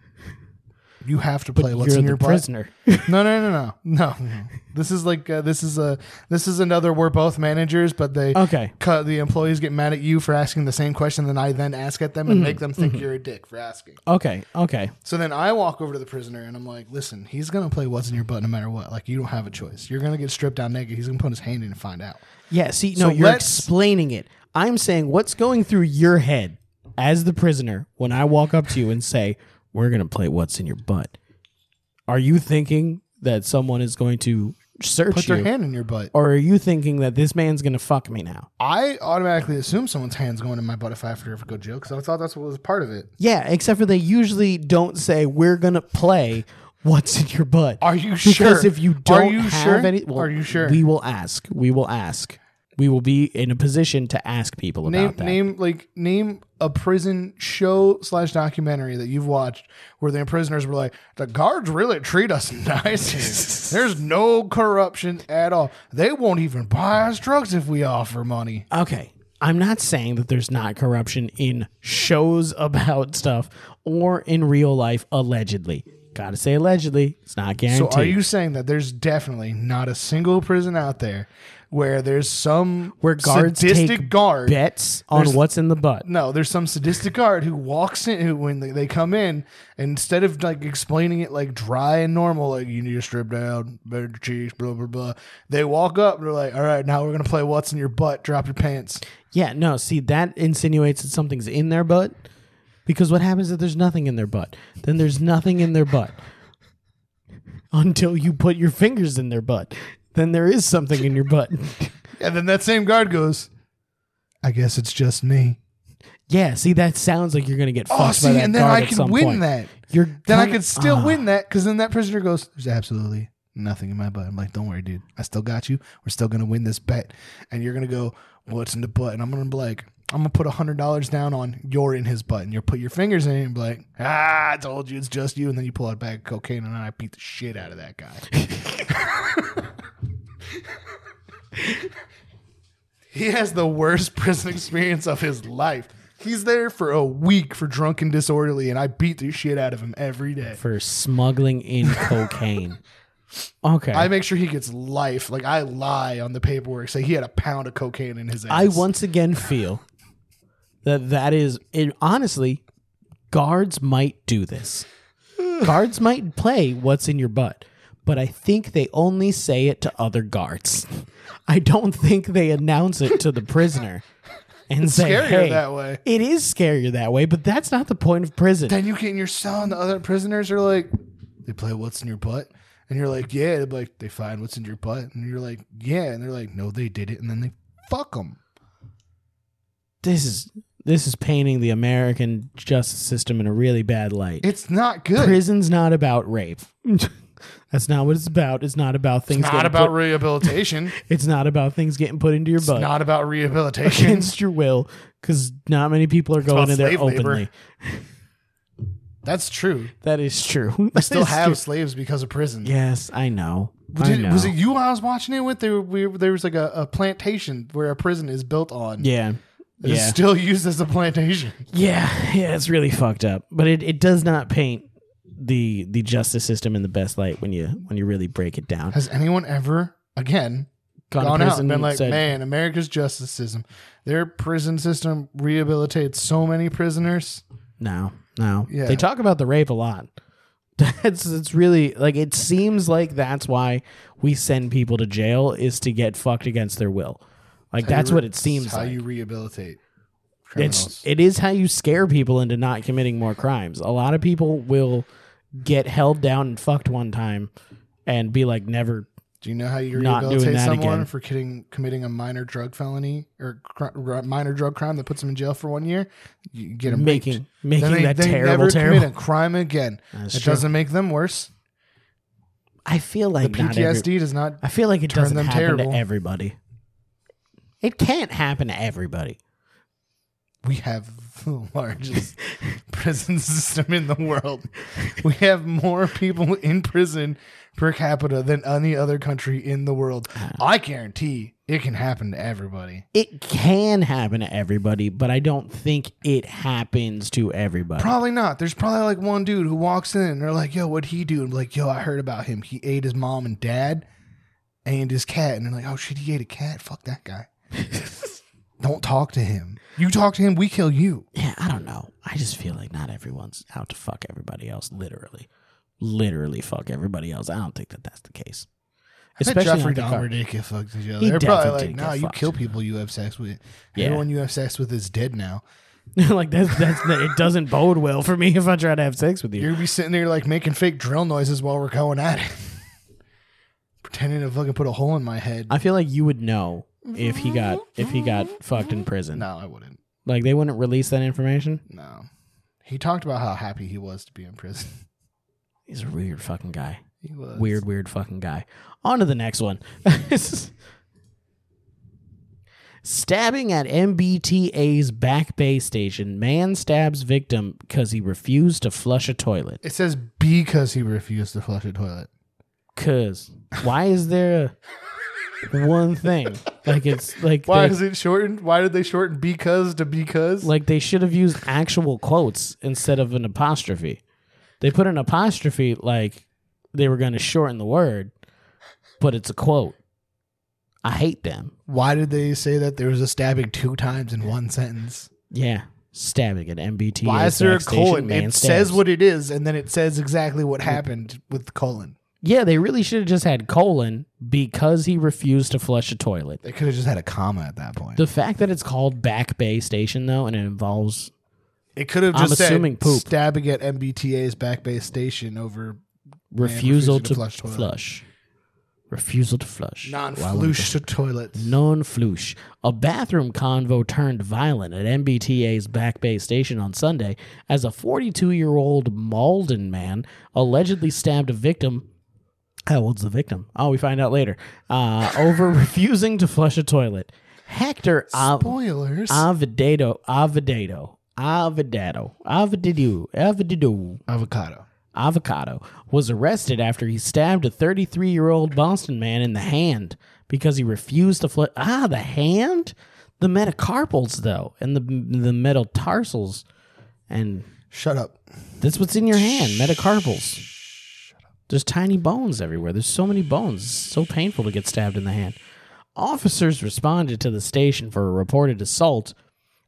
Speaker 3: you have to
Speaker 2: But
Speaker 3: play what's
Speaker 2: you're
Speaker 3: in
Speaker 2: the
Speaker 3: your butt.
Speaker 2: prisoner.
Speaker 3: No, no, no, no, no. no. This is like uh, this is a this is another. We're both managers, but they
Speaker 2: okay.
Speaker 3: cut the employees get mad at you for asking the same question that I then ask at them and make them think you're a dick for asking.
Speaker 2: Okay. Okay.
Speaker 3: So then I walk over to the prisoner and I'm like, listen, he's gonna play what's in your butt no matter what. Like you don't have a choice. You're gonna get stripped down naked. He's gonna put his hand in and find out.
Speaker 2: Yeah, see,
Speaker 3: So
Speaker 2: no, you're
Speaker 3: let's-
Speaker 2: explaining it. I'm saying what's going through your head as the prisoner when I walk up to you and say, We're going to play what's in your butt. Are you thinking that someone is going to search
Speaker 3: Put
Speaker 2: you?
Speaker 3: their hand in your butt.
Speaker 2: or are you thinking that this man's going to fuck me now?
Speaker 3: I automatically assume someone's hand's going in my butt if I have to go to jail because I thought that's what was part of it.
Speaker 2: Yeah, except for they usually don't say, We're going to play what's in your butt.
Speaker 3: Are you sure?
Speaker 2: Because if you don't
Speaker 3: Are you
Speaker 2: have
Speaker 3: sure?
Speaker 2: any, well,
Speaker 3: Are you sure?
Speaker 2: We will ask. We will ask. We will be in a position to ask people about
Speaker 3: Name
Speaker 2: that.
Speaker 3: name like name a prison show slash documentary that you've watched where the prisoners were like the guards really treat us nice. here. There's no corruption at all. They won't even buy us drugs if we offer money.
Speaker 2: okay i'm not saying that there's not corruption in shows about stuff or in real life allegedly gotta say allegedly it's not
Speaker 3: So
Speaker 2: guaranteed
Speaker 3: are you saying that there's definitely not a single prison out there where there's some
Speaker 2: where guards
Speaker 3: sadistic
Speaker 2: take
Speaker 3: guard
Speaker 2: bets on what's in the butt
Speaker 3: No, there's some sadistic guard who walks in who when they, they come in and instead of like explaining it like dry and normal, like you need to strip down, bare your cheeks, blah blah blah. They walk up and they're like, "All right, now we're gonna play what's in your butt. Drop your pants."
Speaker 2: yeah no see that insinuates that something's in their butt because what happens if there's nothing in their butt then there's nothing in their butt until you put your fingers in their butt then there is something in your butt
Speaker 3: And then that same guard goes, "I guess it's just me."
Speaker 2: yeah see that sounds like you're gonna get fucked
Speaker 3: Oh,
Speaker 2: by
Speaker 3: see,
Speaker 2: that
Speaker 3: and then
Speaker 2: guard
Speaker 3: I
Speaker 2: at
Speaker 3: can
Speaker 2: some
Speaker 3: win
Speaker 2: point.
Speaker 3: that.
Speaker 2: you're
Speaker 3: Then I
Speaker 2: kinda-
Speaker 3: could still
Speaker 2: Ah.
Speaker 3: win that because then that prisoner goes, "There's absolutely nothing in my butt." I'm like, "Don't worry, dude. I still got you. We're still gonna win this bet." And you're gonna go, "What's in the butt?" And I'm gonna be like, "I'm gonna put hundred dollars down on you're in his butt." And you'll put your fingers in it and be like, "Ah, I told you, it's just you." And then you pull out a bag of cocaine and I beat the shit out of that guy. he has the worst prison experience of his life. He's there for a week for drunk and disorderly, and I beat the shit out of him every day.
Speaker 2: for smuggling in cocaine. Okay.
Speaker 3: I
Speaker 2: i
Speaker 3: make sure he gets life. Like I lie on the paperwork, say he had a pound of cocaine in his ass.
Speaker 2: once again feel that that is it, honestly guards might do this. guards might play what's in your butt, but I think they only say it to other guards. I don't think they announce it to the prisoner and say
Speaker 3: scarier
Speaker 2: hey,
Speaker 3: that way.
Speaker 2: It is scarier that way, but that's not the point of prison.
Speaker 3: Then you get in your cell, and the other prisoners are like, "They play what's in your butt," And you're like, yeah. They're like, they find what's in your butt. And you're like, yeah. And they're like, no, they did it. And then they fuck them.
Speaker 2: This is this is painting the American justice system in a really bad light.
Speaker 3: It's not good.
Speaker 2: Prison's not about rape. That's not what it's about. It's not about things.
Speaker 3: it's not
Speaker 2: getting
Speaker 3: about
Speaker 2: Put,
Speaker 3: rehabilitation.
Speaker 2: it's not about things getting put into your
Speaker 3: it's
Speaker 2: butt
Speaker 3: not about rehabilitation.
Speaker 2: against your will, because not many people are going
Speaker 3: about
Speaker 2: in there
Speaker 3: slave labor.
Speaker 2: openly.
Speaker 3: That's true.
Speaker 2: That is true.
Speaker 3: We still
Speaker 2: That is
Speaker 3: have
Speaker 2: true.
Speaker 3: slaves because of prison.
Speaker 2: Yes, I know. I
Speaker 3: Did-
Speaker 2: know.
Speaker 3: was it you I was watching it with? There, we, there was like a, a plantation where a prison is built on.
Speaker 2: Yeah.
Speaker 3: It's
Speaker 2: Yeah.
Speaker 3: still used as a plantation.
Speaker 2: Yeah, yeah, it's really fucked up. But it, it does not paint the the justice system in the best light when you when you really break it down.
Speaker 3: Has anyone ever, again,
Speaker 2: Gone to
Speaker 3: gone out
Speaker 2: prison
Speaker 3: and been
Speaker 2: and
Speaker 3: like,
Speaker 2: said-
Speaker 3: man, America's justice system, their prison system rehabilitates so many prisoners.
Speaker 2: No, no.
Speaker 3: Yeah.
Speaker 2: They talk about the rape a lot. That's it's really like it seems like that's why we send people to jail is to get fucked against their will. Like that's
Speaker 3: How you-
Speaker 2: what it seems
Speaker 3: How
Speaker 2: like.
Speaker 3: you rehabilitate criminals.
Speaker 2: it's it is how you scare people into not committing more crimes. A lot of people will get held down and fucked one time and be like never
Speaker 3: Do you know how you
Speaker 2: not doing
Speaker 3: rehabilitate
Speaker 2: that
Speaker 3: someone
Speaker 2: again.
Speaker 3: for kidding, committing a minor drug felony or cr- r- minor drug crime that puts them in jail for one year? You get them
Speaker 2: making
Speaker 3: raped.
Speaker 2: making
Speaker 3: Then they,
Speaker 2: that
Speaker 3: they
Speaker 2: terrible
Speaker 3: never
Speaker 2: terrible
Speaker 3: commit a crime again.
Speaker 2: That's
Speaker 3: it
Speaker 2: true.
Speaker 3: doesn't make them worse.
Speaker 2: I feel
Speaker 3: The
Speaker 2: like not every-
Speaker 3: PTSD does not.
Speaker 2: I feel like it
Speaker 3: turn
Speaker 2: doesn't
Speaker 3: them
Speaker 2: happen
Speaker 3: terrible.
Speaker 2: to everybody. It can't happen to everybody.
Speaker 3: We have the largest prison system in the world. We have more people in prison per capita than any other country in the world. I guarantee it can happen to everybody.
Speaker 2: It can happen to everybody, but I don't think it happens to everybody.
Speaker 3: Probably not. There's probably like one dude who walks in and they're like, yo, what'd he do? And I'm like, yo, I heard about him. He ate his mom and dad and his cat. And they're like, oh shit, he ate a cat. Fuck that guy. Don't talk to him. You talk to him, we kill you.
Speaker 2: yeah, I don't know. I just feel like not everyone's out to fuck everybody else. Literally, literally fuck everybody else. I don't think that that's the case.
Speaker 3: Especially
Speaker 2: Especially
Speaker 3: Jeffrey
Speaker 2: not the car-
Speaker 3: Dahmer did get fucked in jail.
Speaker 2: He
Speaker 3: They're probably like,
Speaker 2: definitely did
Speaker 3: no,
Speaker 2: get
Speaker 3: you
Speaker 2: fucked.
Speaker 3: kill people you have sex with.
Speaker 2: Yeah.
Speaker 3: Everyone you have sex with is dead now.
Speaker 2: like that's that's it doesn't bode well for me if I try to have sex with you.
Speaker 3: You're gonna be sitting there like making fake drill noises while we're going at it. Pretending to fucking put a hole in my head.
Speaker 2: I feel like you would know if he got if he got fucked in prison.
Speaker 3: no, I wouldn't.
Speaker 2: Like they wouldn't release that information.
Speaker 3: No. He talked about how happy he was to be in prison.
Speaker 2: He's a weird fucking guy.
Speaker 3: He was
Speaker 2: Weird, weird fucking guy. On to the next one. Stabbing at MBTA's back bay station, man stabs victim because he refused to flush a toilet.
Speaker 3: It says because he refused to flush a toilet.
Speaker 2: Cause why is there a one thing like it's like
Speaker 3: Why
Speaker 2: they,
Speaker 3: is it shortened? Why did they shorten because to because?
Speaker 2: like they should have used actual quotes instead of an apostrophe. They put an apostrophe like they were going to shorten the word, but it's a quote. I hate them.
Speaker 3: Why did they say that there was a stabbing two times in one sentence?
Speaker 2: Yeah, stabbing at MBT.
Speaker 3: Why is there a colon?
Speaker 2: Man
Speaker 3: It
Speaker 2: stabs.
Speaker 3: says what it is, and then it says exactly what happened with the colon.
Speaker 2: Yeah, they really should have just had colon because he refused to flush a toilet.
Speaker 3: They could have just had a comma at that point.
Speaker 2: The fact that it's called Back Bay Station though, and it involves
Speaker 3: it could have
Speaker 2: I'm
Speaker 3: just
Speaker 2: assuming
Speaker 3: said
Speaker 2: poop.
Speaker 3: stabbing at MBTA's back bay station over
Speaker 2: refusal
Speaker 3: refusing to
Speaker 2: to,
Speaker 3: flush
Speaker 2: flush,
Speaker 3: toilet.
Speaker 2: refusal to flush,
Speaker 3: non-flush to toilets.
Speaker 2: Non flush. A bathroom convo turned violent at MBTA's Back Bay station on Sunday as a 42 year old Malden man allegedly stabbed a victim. How old's the victim? Oh, we find out later. Uh, over refusing to flush a toilet. Hector Av-
Speaker 3: Spoilers.
Speaker 2: Avedado. Avedado. Avedado. Avedado. Avedado.
Speaker 3: Avocado.
Speaker 2: Avocado was arrested after he stabbed a 33 year old Boston man in the hand because he refused to flush. Ah, the hand? The metacarpals, though, and the, the metatarsals. And
Speaker 3: Shut up.
Speaker 2: that's what's in your hand metacarpals. There's tiny bones everywhere. There's so many bones. It's so painful to get stabbed in the hand. Officers responded to the station for a reported assault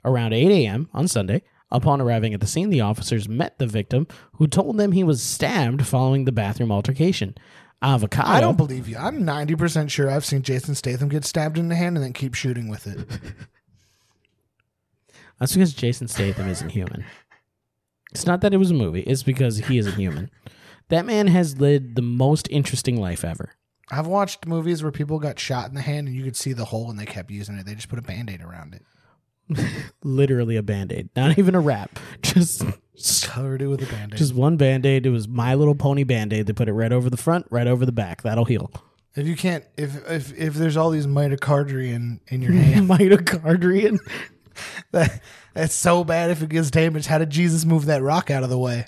Speaker 2: around 8 a.m. on Sunday. Upon arriving at the scene, the officers met the victim, who told them he was stabbed following the bathroom altercation. Avocado.
Speaker 3: I don't believe you. I'm 90% sure I've seen Jason Statham get stabbed in the hand and then keep shooting with it.
Speaker 2: That's because Jason Statham isn't human. It's not that it was a movie, it's because he isn't human. That man has led the most interesting life ever.
Speaker 3: I've watched movies where people got shot in the hand and you could see the hole and they kept using it. They just put a band aid around it,
Speaker 2: Literally a band aid, not even a wrap. Just,
Speaker 3: covered it with a band aid.
Speaker 2: just one band aid. It was My Little Pony band aid. They put it right over the front, right over the back. That'll heal.
Speaker 3: If you can't, if if if there's all these mitochondria in, in your hand,
Speaker 2: Mitochondrian.
Speaker 3: that, that's so bad if it gets damaged. How did Jesus move that rock out of the way?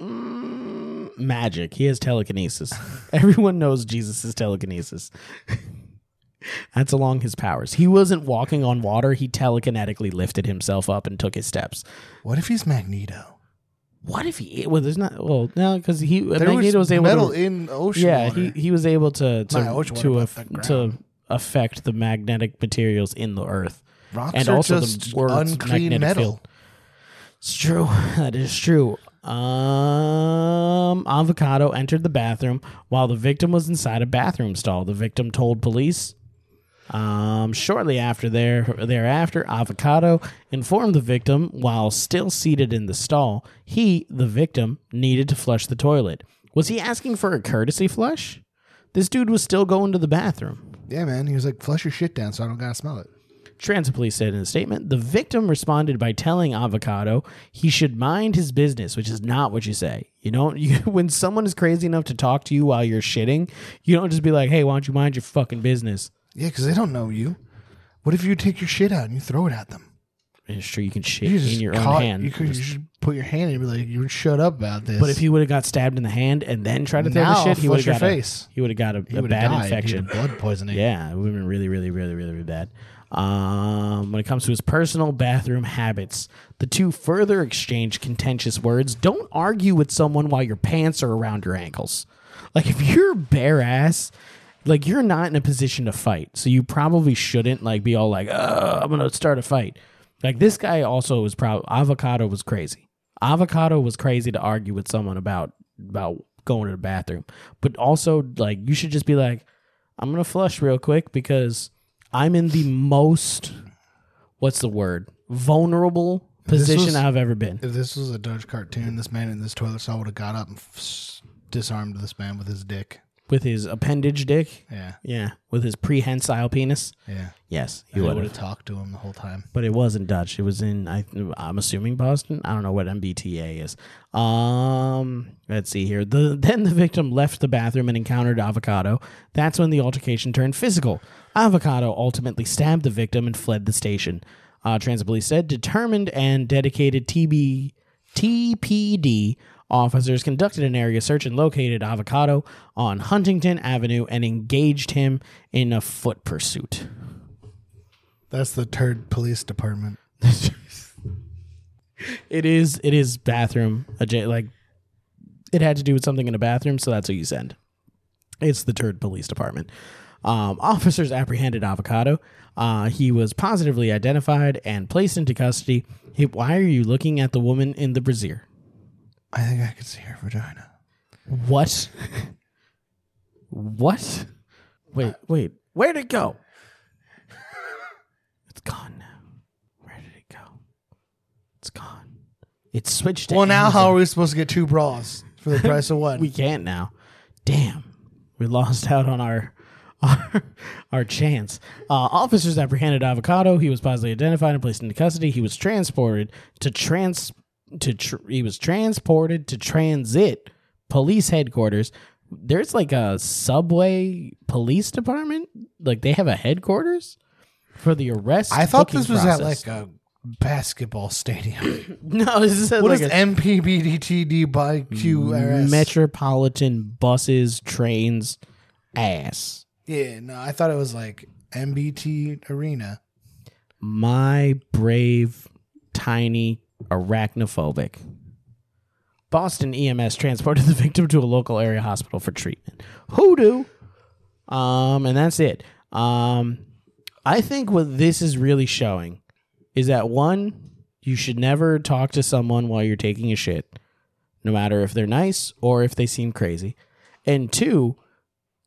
Speaker 2: Mm, magic. He has telekinesis. Everyone knows Jesus is telekinesis. That's along his powers. He wasn't walking on water. He telekinetically lifted himself up and took his steps.
Speaker 3: What if he's Magneto?
Speaker 2: What if he? Well, there's not. Well, no, because he
Speaker 3: There
Speaker 2: Magneto was,
Speaker 3: was
Speaker 2: able
Speaker 3: metal
Speaker 2: to.
Speaker 3: in ocean.
Speaker 2: Yeah,
Speaker 3: water.
Speaker 2: he, he was able to
Speaker 3: Not
Speaker 2: to
Speaker 3: ocean water,
Speaker 2: to,
Speaker 3: but
Speaker 2: aff-
Speaker 3: the ground.
Speaker 2: to affect the magnetic materials in the earth.
Speaker 3: rocks
Speaker 2: and
Speaker 3: are
Speaker 2: also the
Speaker 3: just
Speaker 2: world's
Speaker 3: unclean
Speaker 2: magnetic
Speaker 3: metal.
Speaker 2: field. It's true. That is true. Um, avocado entered the bathroom while the victim was inside a bathroom stall. The victim told police. Um, shortly after there, thereafter, avocado informed the victim while still seated in the stall. He, the victim, needed to flush the toilet. Was he asking for a courtesy flush? This dude was still going to the bathroom.
Speaker 3: Yeah, man. He was like, flush your shit down so I don't gotta smell it.
Speaker 2: Transit police said in a statement, the victim responded by telling Avocado he should mind his business, which is not what you say. You don't. You, when someone is crazy enough to talk to you while you're shitting, you don't just be like, "Hey, why don't you mind your fucking business?"
Speaker 3: Yeah, because they don't know you. What if you take your shit out and you throw it at them?
Speaker 2: And sure, you can shit
Speaker 3: You
Speaker 2: in your own
Speaker 3: caught-
Speaker 2: hand.
Speaker 3: You could you should put your hand in and be like, you shut up about this.
Speaker 2: but if he would have got stabbed in the hand and then tried to throw
Speaker 3: Now,
Speaker 2: the shit, he
Speaker 3: flush
Speaker 2: would have
Speaker 3: your
Speaker 2: got a-
Speaker 3: face.
Speaker 2: he would have got a,
Speaker 3: He
Speaker 2: a
Speaker 3: would've
Speaker 2: bad
Speaker 3: died. He'd
Speaker 2: infection.
Speaker 3: been blood poisoning.
Speaker 2: Yeah, it would have been really, really, really, really, really bad. Um, when it comes to his personal bathroom habits, the two further exchange contentious words. Don't argue with someone while your pants are around your ankles. Like if you're bare ass, like you're not in a position to fight, so you probably shouldn't like be all like, "Ugh, "I'm gonna start a fight." Like this guy also was probably avocado was crazy. Avocado was crazy to argue with someone about about going to the bathroom, but also like you should just be like, I'm gonna flush real quick because I'm in the most what's the word vulnerable position
Speaker 3: was-
Speaker 2: I've ever been.
Speaker 3: If this was a Dutch cartoon, this man in this toilet stall would have got up and f- disarmed this man with his dick.
Speaker 2: With his appendage dick,
Speaker 3: Yeah,
Speaker 2: yeah, with his prehensile penis,
Speaker 3: yeah.
Speaker 2: yes, he
Speaker 3: You
Speaker 2: would
Speaker 3: would have
Speaker 2: have.
Speaker 3: talked to him the whole time.
Speaker 2: But it wasn't Dutch. It was in I, I'm assuming Boston. I don't know what MBTA is. Um, let's see here. The then the victim left the bathroom and encountered Avocado. That's when the altercation turned physical. Avocado ultimately stabbed the victim and fled the station. Uh, transit police said determined and dedicated TB TPD officers conducted an area search and located Avocado on Huntington Avenue and engaged him in a foot pursuit.
Speaker 3: That's the turd police department.
Speaker 2: it is it is bathroom adja- like it had to do with something in a bathroom so that's what you send it's the turd police department um, officers apprehended avocado uh, he was positively identified and placed into custody He- why are you looking at the woman in the brazier
Speaker 3: I think I could see her vagina.
Speaker 2: what what wait Uh, wait where'd it go it's gone now where did it go it's gone it switched to
Speaker 3: Well, now
Speaker 2: Amazon.
Speaker 3: how are we supposed to get two bras for the price of one?
Speaker 2: we can't now. Damn, we lost out on our our, our chance. Uh, officers apprehended Avocado. He was positively identified and placed into custody. He was transported to trans to tr- he was transported to transit police headquarters. There's like a subway police department. Like they have a headquarters for the arrest.
Speaker 3: I thought
Speaker 2: booking
Speaker 3: this was at
Speaker 2: process.
Speaker 3: like a basketball stadium.
Speaker 2: no. This is at
Speaker 3: What
Speaker 2: like
Speaker 3: is
Speaker 2: a
Speaker 3: MPBDTD by QRS?
Speaker 2: metropolitan buses, trains, ass.
Speaker 3: yeah, no, I thought it was like MBT Arena.
Speaker 2: My brave, tiny arachnophobic. Boston EMS transported the victim to a local area hospital for treatment. Hoodoo. Um, and that's it. Um, I think what this is really showing is that one, you should never talk to someone while you're taking a shit, no matter if they're nice or if they seem crazy. And two,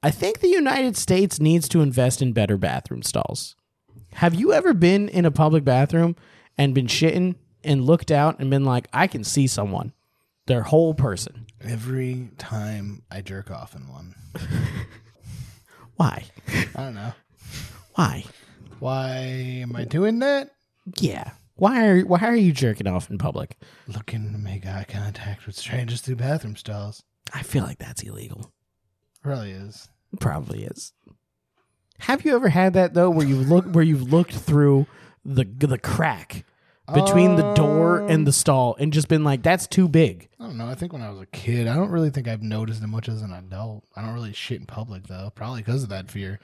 Speaker 2: I think the United States needs to invest in better bathroom stalls. Have you ever been in a public bathroom and been shitting and looked out and been like, I can see someone? their whole person.
Speaker 3: Every time I jerk off in one.
Speaker 2: Why?
Speaker 3: I don't know.
Speaker 2: Why?
Speaker 3: Why am I doing that?
Speaker 2: Yeah. Why are why are you jerking off in public?
Speaker 3: Looking to make eye contact with strangers through bathroom stalls.
Speaker 2: I feel like that's illegal.
Speaker 3: Really is.
Speaker 2: Probably is. Have you ever had that though, where you look where you've looked through the the crack between the door and the stall and just been like, that's too big.
Speaker 3: I don't know. I think when I was a kid, I don't really think I've noticed as much as an adult. I don't really shit in public though, probably because of that fear.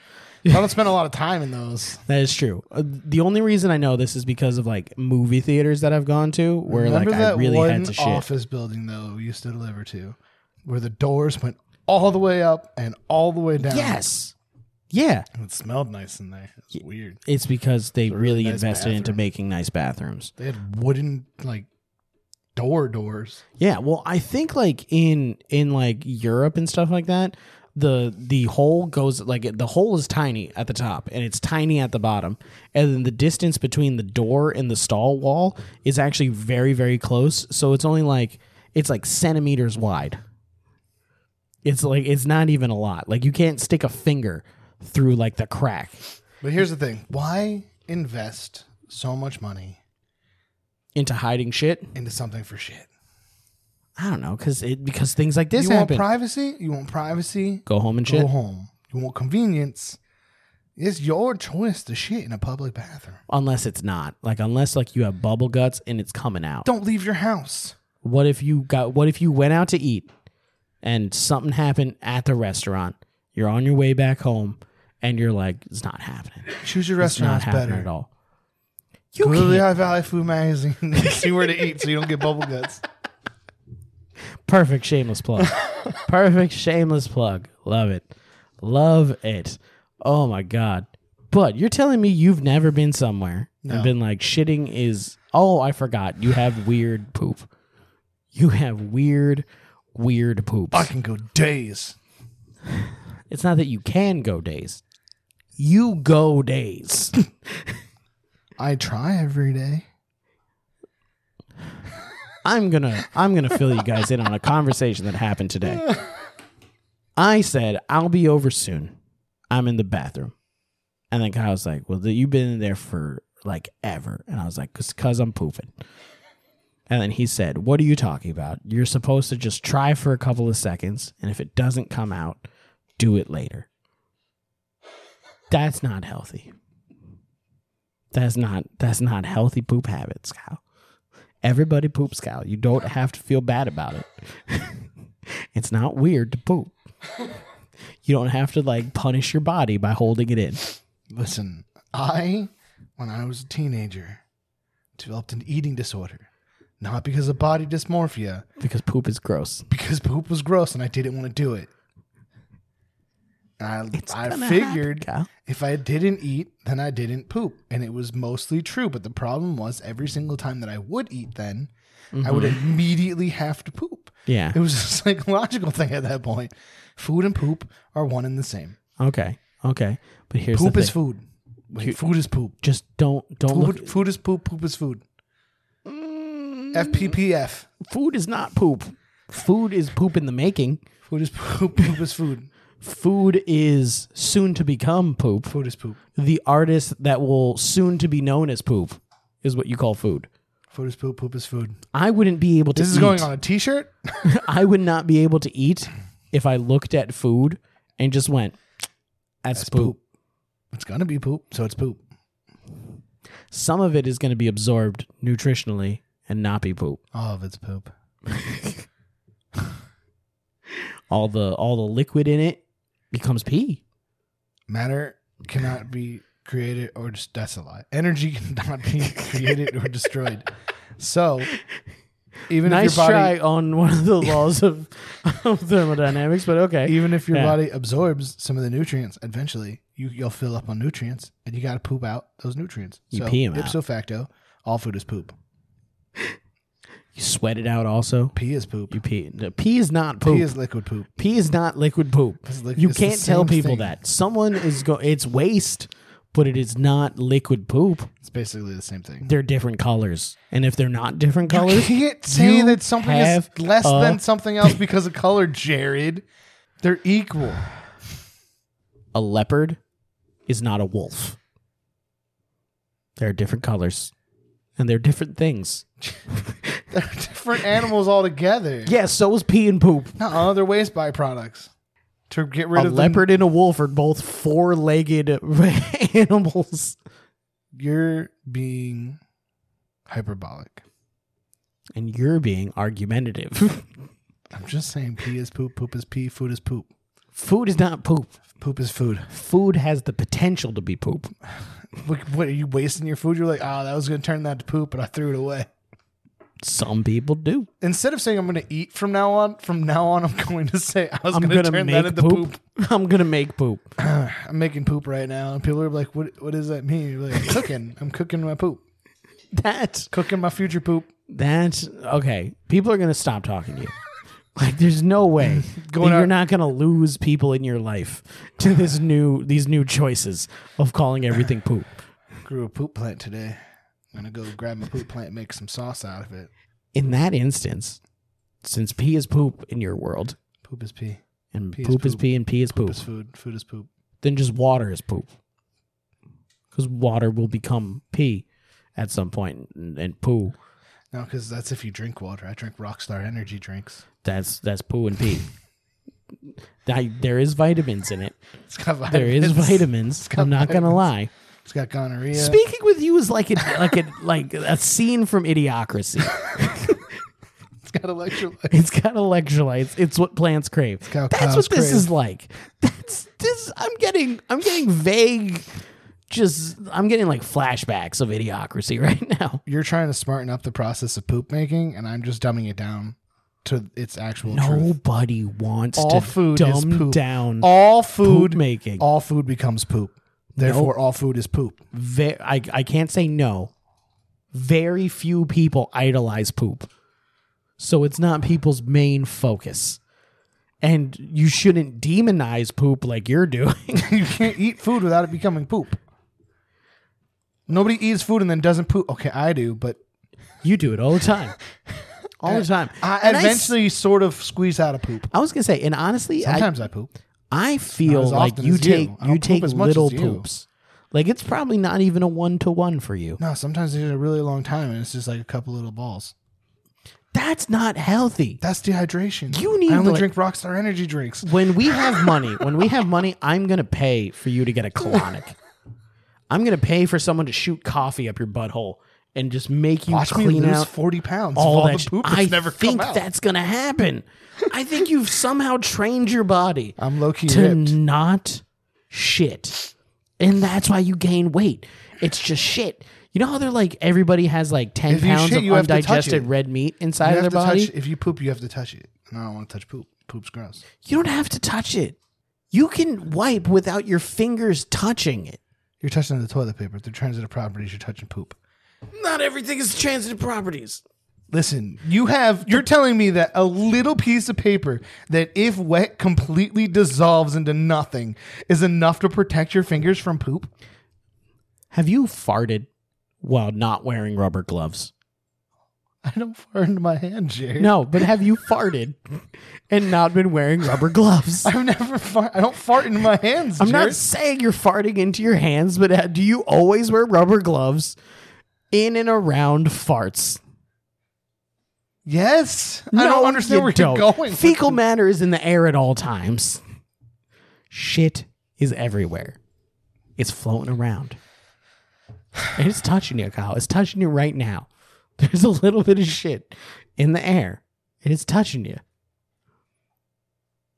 Speaker 3: I don't spend a lot of time in those.
Speaker 2: That is true. Uh, the only reason I know this is because of like movie theaters that I've gone to where
Speaker 3: Remember
Speaker 2: like I
Speaker 3: that
Speaker 2: really
Speaker 3: one
Speaker 2: had to shit.
Speaker 3: office building though we used to deliver to, where the doors went all the way up and all the way down.
Speaker 2: Yes. Yeah.
Speaker 3: And it smelled nice in there. It was weird.
Speaker 2: It's because they really,
Speaker 3: nice
Speaker 2: invested into
Speaker 3: bathroom.
Speaker 2: making nice bathrooms.
Speaker 3: They had wooden like door doors.
Speaker 2: Yeah, well, I think like in in like Europe and stuff like that, the the hole goes like the hole is tiny at the top and it's tiny at the bottom, and then the distance between the door and the stall wall is actually very very close. So it's only like it's like centimeters wide. It's like it's not even a lot. Like you can't stick a finger through like the crack.
Speaker 3: But here's the thing: why invest so much money
Speaker 2: Into hiding shit,
Speaker 3: into something for shit?
Speaker 2: I don't know, cause it because things like this
Speaker 3: you Oh.
Speaker 2: happen.
Speaker 3: want privacy? You want privacy?
Speaker 2: Go home and
Speaker 3: Go
Speaker 2: shit.
Speaker 3: home. You want convenience? It's your choice to shit in a public bathroom.
Speaker 2: unless it's not like unless like you have bubble guts and it's coming out
Speaker 3: Don't leave your house.
Speaker 2: what if you got what if you went out to eat and something happened at the restaurant you're on your way back home and you're like it's not happening
Speaker 3: Choose your
Speaker 2: it's not
Speaker 3: restaurants
Speaker 2: happening
Speaker 3: better.
Speaker 2: at all you
Speaker 3: Go to the
Speaker 2: can't.
Speaker 3: High Valley Food Magazine and see where to eat so you don't get bubble guts.
Speaker 2: perfect shameless plug perfect shameless plug love it love it oh my god but you're telling me you've never been somewhere
Speaker 3: No.
Speaker 2: and been like shitting is oh i forgot you have weird poop you have weird weird poops
Speaker 3: I can go days.
Speaker 2: It's not that you can go days. You go days.
Speaker 3: I try every day.
Speaker 2: I'm gonna I'm gonna fill you guys in on a conversation that happened today. I said, I'll be over soon. I'm in the bathroom. And then Kyle's like, Well, you've been in there for like ever. And I was like, Cause, cause I'm pooping. And then he said, What are you talking about? You're supposed to just try for a couple of seconds, and if it doesn't come out, do it later. That's not healthy. That's not that's not healthy poop habits, Kyle. Everybody poops, Kyle. You don't have to feel bad about it. it's not weird to poop. You don't have to like punish your body by holding it in.
Speaker 3: Listen, I, when I was a teenager, developed an eating disorder. Not because of body dysmorphia,
Speaker 2: Because poop is gross.
Speaker 3: because poop was gross and I didn't want to do it. And I,
Speaker 2: It's
Speaker 3: I
Speaker 2: gonna
Speaker 3: figured
Speaker 2: happen, Kyle.
Speaker 3: if I didn't eat, then I didn't poop. And it was mostly true. But the problem was every single time that I would eat, then I would immediately have to poop.
Speaker 2: Mm-hmm. Yeah.
Speaker 3: It was a psychological thing at that point. Food and poop are one and the same.
Speaker 2: Okay. Okay. But here's
Speaker 3: Poop
Speaker 2: the
Speaker 3: is
Speaker 2: thing.
Speaker 3: food. Wait, food is poop.
Speaker 2: Just don't don't
Speaker 3: Food,
Speaker 2: look Mm.
Speaker 3: food is poop. Poop is food. FPPF.
Speaker 2: food is not poop. Food is poop in the making.
Speaker 3: Food is poop. Poop is food.
Speaker 2: Food is soon to become poop.
Speaker 3: Food is poop.
Speaker 2: The artist that will soon to be known as poop is what you call food.
Speaker 3: Food is poop. Poop is food.
Speaker 2: I wouldn't be able to
Speaker 3: This is
Speaker 2: eat-
Speaker 3: going on a T-shirt.
Speaker 2: I would not be able to eat if I looked at food and just went, that's, poop.
Speaker 3: It's gonna be poop, so it's poop.
Speaker 2: Some of it is going to be absorbed nutritionally and not be poop.
Speaker 3: All of it's poop.
Speaker 2: All the all the liquid in it becomes pee.
Speaker 3: Matter cannot be created or just that's a lie. Energy cannot be created or destroyed. So even
Speaker 2: nice
Speaker 3: if your body
Speaker 2: try on one of the laws of, of thermodynamics, but okay.
Speaker 3: even if your
Speaker 2: Yeah.
Speaker 3: body absorbs some of the nutrients, eventually you you'll fill up on nutrients and you gotta poop out those nutrients.
Speaker 2: You
Speaker 3: so
Speaker 2: pee 'em out.
Speaker 3: ipso facto, all food is poop.
Speaker 2: You sweat it out also.
Speaker 3: Pee is poop.
Speaker 2: You pee. No, pee is not poop.
Speaker 3: pee is liquid poop.
Speaker 2: Pee is not liquid poop.
Speaker 3: It's liquid-
Speaker 2: you
Speaker 3: it's the
Speaker 2: can't tell
Speaker 3: same
Speaker 2: people
Speaker 3: thing.
Speaker 2: that. Someone is go. It's waste, but it is not liquid poop.
Speaker 3: It's basically the same thing.
Speaker 2: They're different colors, and if they're not different
Speaker 3: You
Speaker 2: colors,
Speaker 3: can't say
Speaker 2: You
Speaker 3: that something is
Speaker 2: have
Speaker 3: less
Speaker 2: a-
Speaker 3: than something else because of color, Jared. They're equal.
Speaker 2: a leopard is not a wolf. They're different colors, and they're different things.
Speaker 3: They're different animals altogether.
Speaker 2: Yes, so is pee and poop.
Speaker 3: No, they're waste byproducts. To get rid
Speaker 2: A
Speaker 3: of
Speaker 2: leopard and a wolf are both four-legged animals,
Speaker 3: them, you're being hyperbolic.
Speaker 2: and you're being argumentative.
Speaker 3: I'm just saying, pee is poop, poop is pee, food is poop,
Speaker 2: Food is not poop.
Speaker 3: poop is food.
Speaker 2: Food has the potential to be poop.
Speaker 3: What, what are you wasting your food? You're like, oh, that was gonna turn that to poop, but I threw it away.
Speaker 2: Some people do.
Speaker 3: Instead of saying I'm gonna eat from now on, from now on, I'm going to say I was
Speaker 2: I'm
Speaker 3: gonna,
Speaker 2: gonna
Speaker 3: turn
Speaker 2: make
Speaker 3: that into poop.
Speaker 2: poop. I'm gonna make poop.
Speaker 3: I'm making poop right now, and people are like, "What? What does that mean?" You're like, I'm cooking. I'm cooking my poop.
Speaker 2: That
Speaker 3: Cooking my future poop.
Speaker 2: that's okay. People are gonna stop talking to you. Like there's no way
Speaker 3: Going
Speaker 2: that
Speaker 3: out-
Speaker 2: you're not gonna lose people in your life to this new these new choices of calling everything poop.
Speaker 3: Grew a poop plant today. I'm gonna go grab my poop plant, and make some sauce out of it.
Speaker 2: In that instance, since pee is poop in your world,
Speaker 3: Poop is pee.
Speaker 2: and
Speaker 3: Pee is
Speaker 2: poop is
Speaker 3: poop.
Speaker 2: pee and pee is
Speaker 3: Poop
Speaker 2: poop,
Speaker 3: is food. Food is poop.
Speaker 2: then just water is poop. Because water will become pee at some point, and, and poo.
Speaker 3: No, because that's if you drink water. I drink Rockstar energy drinks.
Speaker 2: That's that's poo and pee. I, there is vitamins in it.
Speaker 3: It's got
Speaker 2: There
Speaker 3: vitamins.
Speaker 2: is vitamins.
Speaker 3: got
Speaker 2: I'm not gonna lie.
Speaker 3: It's got gonorrhea.
Speaker 2: Speaking with you is like a, like a, like a scene from Idiocracy.
Speaker 3: It's got electrolytes.
Speaker 2: It's got electrolytes. It's what plants crave.
Speaker 3: got
Speaker 2: That's
Speaker 3: cows
Speaker 2: what this
Speaker 3: crave.
Speaker 2: is like. That's this. I'm getting I'm getting vague. Just I'm getting like flashbacks of Idiocracy right now.
Speaker 3: You're trying to smarten up the process of poop making, and I'm just dumbing it down to its actual truth.
Speaker 2: Nobody wants
Speaker 3: All
Speaker 2: to
Speaker 3: food is
Speaker 2: dumb
Speaker 3: poop.
Speaker 2: down
Speaker 3: All
Speaker 2: food
Speaker 3: food.
Speaker 2: making.
Speaker 3: all food becomes poop. Therefore, all food is poop.
Speaker 2: ve- I, I can't say no. Very few people idolize poop. So it's not people's main focus. And you shouldn't demonize poop like you're doing.
Speaker 3: you can't eat food without it becoming poop. Nobody eats food and then doesn't poop. Okay, I do, but
Speaker 2: you do it all the time. All the time.
Speaker 3: I
Speaker 2: Uh, And I s-
Speaker 3: eventually sort of squeeze out a poop.
Speaker 2: I, was going to say, and honestly, I,
Speaker 3: Sometimes I, poop.
Speaker 2: I feel
Speaker 3: as
Speaker 2: like
Speaker 3: often
Speaker 2: you
Speaker 3: as you.
Speaker 2: take
Speaker 3: I
Speaker 2: you,
Speaker 3: don't poop
Speaker 2: take
Speaker 3: as much
Speaker 2: little
Speaker 3: as you.
Speaker 2: poops. Like it's probably not even a one to one for you.
Speaker 3: No, sometimes it's a really long time and it's just like a couple little balls.
Speaker 2: That's not healthy.
Speaker 3: That's dehydration.
Speaker 2: You need
Speaker 3: I only
Speaker 2: like-
Speaker 3: drink Rockstar energy drinks.
Speaker 2: when we have money, when we have money, I'm gonna pay for you to get a colonic. I'm gonna pay for someone to shoot coffee up your butthole and just make you
Speaker 3: Watch me
Speaker 2: clean
Speaker 3: lose
Speaker 2: out
Speaker 3: forty pounds
Speaker 2: all
Speaker 3: of all
Speaker 2: that.
Speaker 3: the
Speaker 2: sh-
Speaker 3: poop that's
Speaker 2: I
Speaker 3: never
Speaker 2: think
Speaker 3: come out.
Speaker 2: that's gonna happen. I think you've somehow trained your body
Speaker 3: I'm low key
Speaker 2: to
Speaker 3: ripped.
Speaker 2: not shit, and that's why you gain weight. It's just shit. You know how they're like everybody has like ten
Speaker 3: If you
Speaker 2: pounds
Speaker 3: shit,
Speaker 2: of
Speaker 3: you have to touch
Speaker 2: undigested
Speaker 3: it.
Speaker 2: red meat
Speaker 3: You
Speaker 2: inside
Speaker 3: have
Speaker 2: of
Speaker 3: to
Speaker 2: their body.
Speaker 3: touch, if you poop, you have to touch it. And I don't want to touch poop. Poop's gross.
Speaker 2: You don't have to touch it. You can wipe without your fingers touching it.
Speaker 3: You're touching the toilet paper. They're transitive properties. You're touching poop.
Speaker 2: Not everything is transitive properties.
Speaker 3: Listen, you have you're telling me that a little piece of paper that if wet completely dissolves into nothing is enough to protect your fingers from poop?
Speaker 2: Have you farted while not wearing rubber gloves?
Speaker 3: I don't fart into my hand, Jerry.
Speaker 2: No, but have you farted and not been wearing rubber gloves?
Speaker 3: I've never fart I don't fart into my hands,
Speaker 2: I'm
Speaker 3: Jerry.
Speaker 2: not saying you're farting into your hands, but uh, do you always wear rubber gloves in and around farts?
Speaker 3: yes. I don't
Speaker 2: No,
Speaker 3: understand
Speaker 2: you
Speaker 3: where you're
Speaker 2: don't.
Speaker 3: going.
Speaker 2: Fecal matter is in the air at all times. Shit is everywhere. It's floating around. And it's touching you, Kyle. It's touching you right now. There's a little bit of shit in the air. And it's touching you.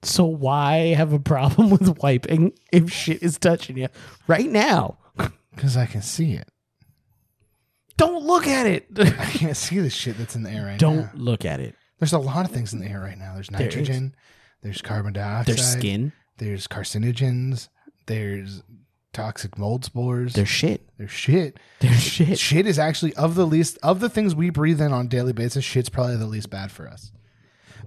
Speaker 2: So why have a problem with wiping if shit is touching you right now?
Speaker 3: Because I can see it.
Speaker 2: Don't look at it.
Speaker 3: I can't see the shit that's in the air right now.
Speaker 2: Don't look at it.
Speaker 3: There's a lot of things in the air right now. There's
Speaker 2: There is.
Speaker 3: nitrogen, there's carbon dioxide,
Speaker 2: There's skin.
Speaker 3: there's carcinogens, there's toxic mold spores,
Speaker 2: There's shit.
Speaker 3: there's shit.
Speaker 2: There's shit.
Speaker 3: shit is actually of the least of the things we breathe in on a daily basis. Shit's probably the least bad for us.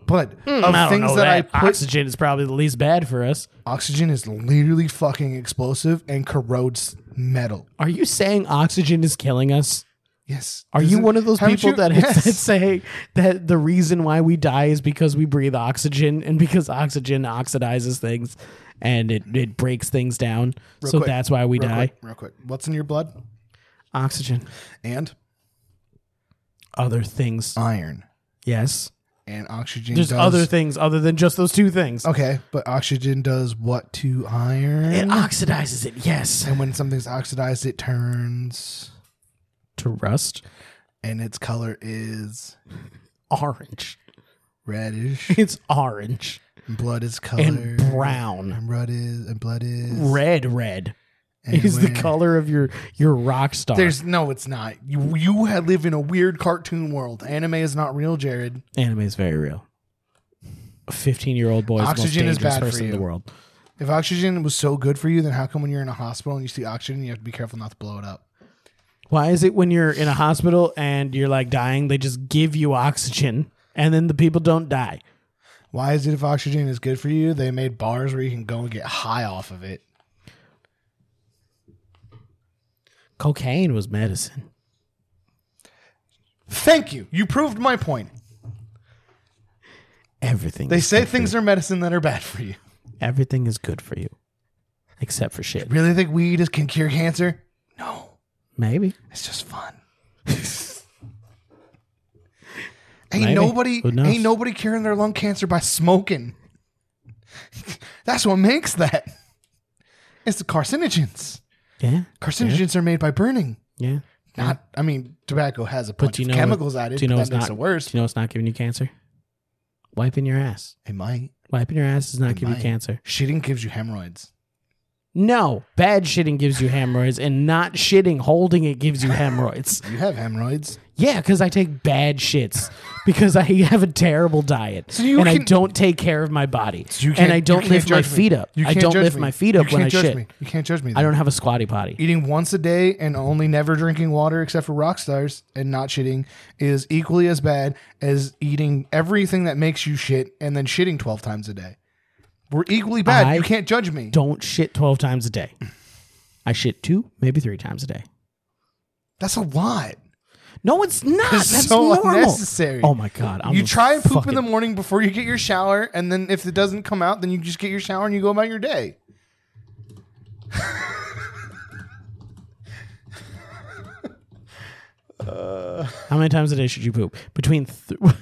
Speaker 3: But of
Speaker 2: Hmm. I don't
Speaker 3: things
Speaker 2: know
Speaker 3: that,
Speaker 2: that,
Speaker 3: I put, oxygen.
Speaker 2: oxygen is probably the least bad for us.
Speaker 3: is literally fucking explosive and corrodes metal.
Speaker 2: Are you saying oxygen is killing us?
Speaker 3: Yes.
Speaker 2: Are you
Speaker 3: Doesn't-
Speaker 2: one of those
Speaker 3: haven't
Speaker 2: people
Speaker 3: you-
Speaker 2: that,
Speaker 3: Yes.
Speaker 2: that say that the reason why we die is because we breathe oxygen and because oxygen oxidizes things and it, it breaks things down?
Speaker 3: Real
Speaker 2: so
Speaker 3: quick,
Speaker 2: that's why we
Speaker 3: real
Speaker 2: die.
Speaker 3: Quick, real quick. What's in your blood?
Speaker 2: Oxygen,
Speaker 3: And
Speaker 2: other things.
Speaker 3: iron
Speaker 2: yes.
Speaker 3: and oxygen.
Speaker 2: There's
Speaker 3: does-
Speaker 2: other things other than just those two things.
Speaker 3: Okay, but oxygen does what to iron?
Speaker 2: It oxidizes it, yes.
Speaker 3: and when something's oxidized, it turns,
Speaker 2: To rust,
Speaker 3: and its color is
Speaker 2: orange.
Speaker 3: reddish.
Speaker 2: It's orange
Speaker 3: blood is colored
Speaker 2: and brown.
Speaker 3: And blood is and blood is
Speaker 2: Red, red
Speaker 3: and
Speaker 2: is the
Speaker 3: when-
Speaker 2: color of your your rock star.
Speaker 3: There's no, it's not. You you had live in a weird cartoon world. Anime is not real, Jared.
Speaker 2: Anime is very real. A 15 year old boy is the most
Speaker 3: Oxygen is
Speaker 2: dangerous
Speaker 3: bad for
Speaker 2: person in the
Speaker 3: you.
Speaker 2: world.
Speaker 3: If oxygen was so good for you, then how come when you're in a hospital and you see oxygen, you have to be careful not to blow it up?
Speaker 2: Why is it when you're in a hospital and you're like dying, they just give you oxygen and then the people don't die?
Speaker 3: Why is it if oxygen is good for you, they made bars where you can go and get high off of it?
Speaker 2: Cocaine was medicine.
Speaker 3: Thank you. You proved my point.
Speaker 2: Everything.
Speaker 3: They
Speaker 2: is
Speaker 3: say
Speaker 2: good for
Speaker 3: things are medicine that are bad for you.
Speaker 2: you. everything is good for you, except for shit.
Speaker 3: Really think weed is can cure cancer? No,
Speaker 2: Maybe.
Speaker 3: it's just fun. ain't
Speaker 2: Maybe.
Speaker 3: nobody
Speaker 2: Who knows?
Speaker 3: ain't nobody curing their lung cancer by smoking. That's what makes that. It's the carcinogens.
Speaker 2: Yeah.
Speaker 3: Carcinogens are made by burning.
Speaker 2: Yeah.
Speaker 3: Not, I mean, tobacco has a
Speaker 2: But
Speaker 3: bunch
Speaker 2: do you
Speaker 3: of
Speaker 2: know
Speaker 3: chemicals
Speaker 2: what,
Speaker 3: added.
Speaker 2: Do you know
Speaker 3: but
Speaker 2: it's
Speaker 3: that makes
Speaker 2: not
Speaker 3: it worse.
Speaker 2: Do you know it's not giving you cancer? Wiping your ass.
Speaker 3: It might.
Speaker 2: Wiping your ass does not give you
Speaker 3: might.
Speaker 2: cancer.
Speaker 3: Shitting gives you hemorrhoids.
Speaker 2: No, bad shitting gives you hemorrhoids, and not shitting, holding it gives you hemorrhoids.
Speaker 3: You have hemorrhoids.
Speaker 2: Yeah, because I take bad shits because I have a terrible diet
Speaker 3: you
Speaker 2: and I
Speaker 3: can-
Speaker 2: don't take care of my body
Speaker 3: You can't-
Speaker 2: and I
Speaker 3: you
Speaker 2: don't
Speaker 3: can't
Speaker 2: lift my
Speaker 3: judge me.
Speaker 2: feet up.
Speaker 3: You
Speaker 2: I
Speaker 3: can't
Speaker 2: don't
Speaker 3: judge
Speaker 2: lift
Speaker 3: me.
Speaker 2: my feet up
Speaker 3: you
Speaker 2: when I
Speaker 3: can't judge
Speaker 2: shit.
Speaker 3: Me. You can't judge me.
Speaker 2: I don't have a squatty potty.
Speaker 3: Eating once a day and only never drinking water except for rock stars and not shitting is equally as bad as eating everything that makes you shit and then shitting twelve times a day. We're equally bad.
Speaker 2: I
Speaker 3: you can't judge me.
Speaker 2: Don't shit twelve times a day. I shit two, maybe three times a day.
Speaker 3: That's a lot.
Speaker 2: No, it's not.
Speaker 3: It's
Speaker 2: That's
Speaker 3: so
Speaker 2: normal.
Speaker 3: unnecessary.
Speaker 2: Oh my god! I'm
Speaker 3: you
Speaker 2: a
Speaker 3: try and poop
Speaker 2: fucking,
Speaker 3: in the morning before you get your shower, and then if it doesn't come out, then you just get your shower and you go about your day.
Speaker 2: How many times a day should you poop? Between th- what?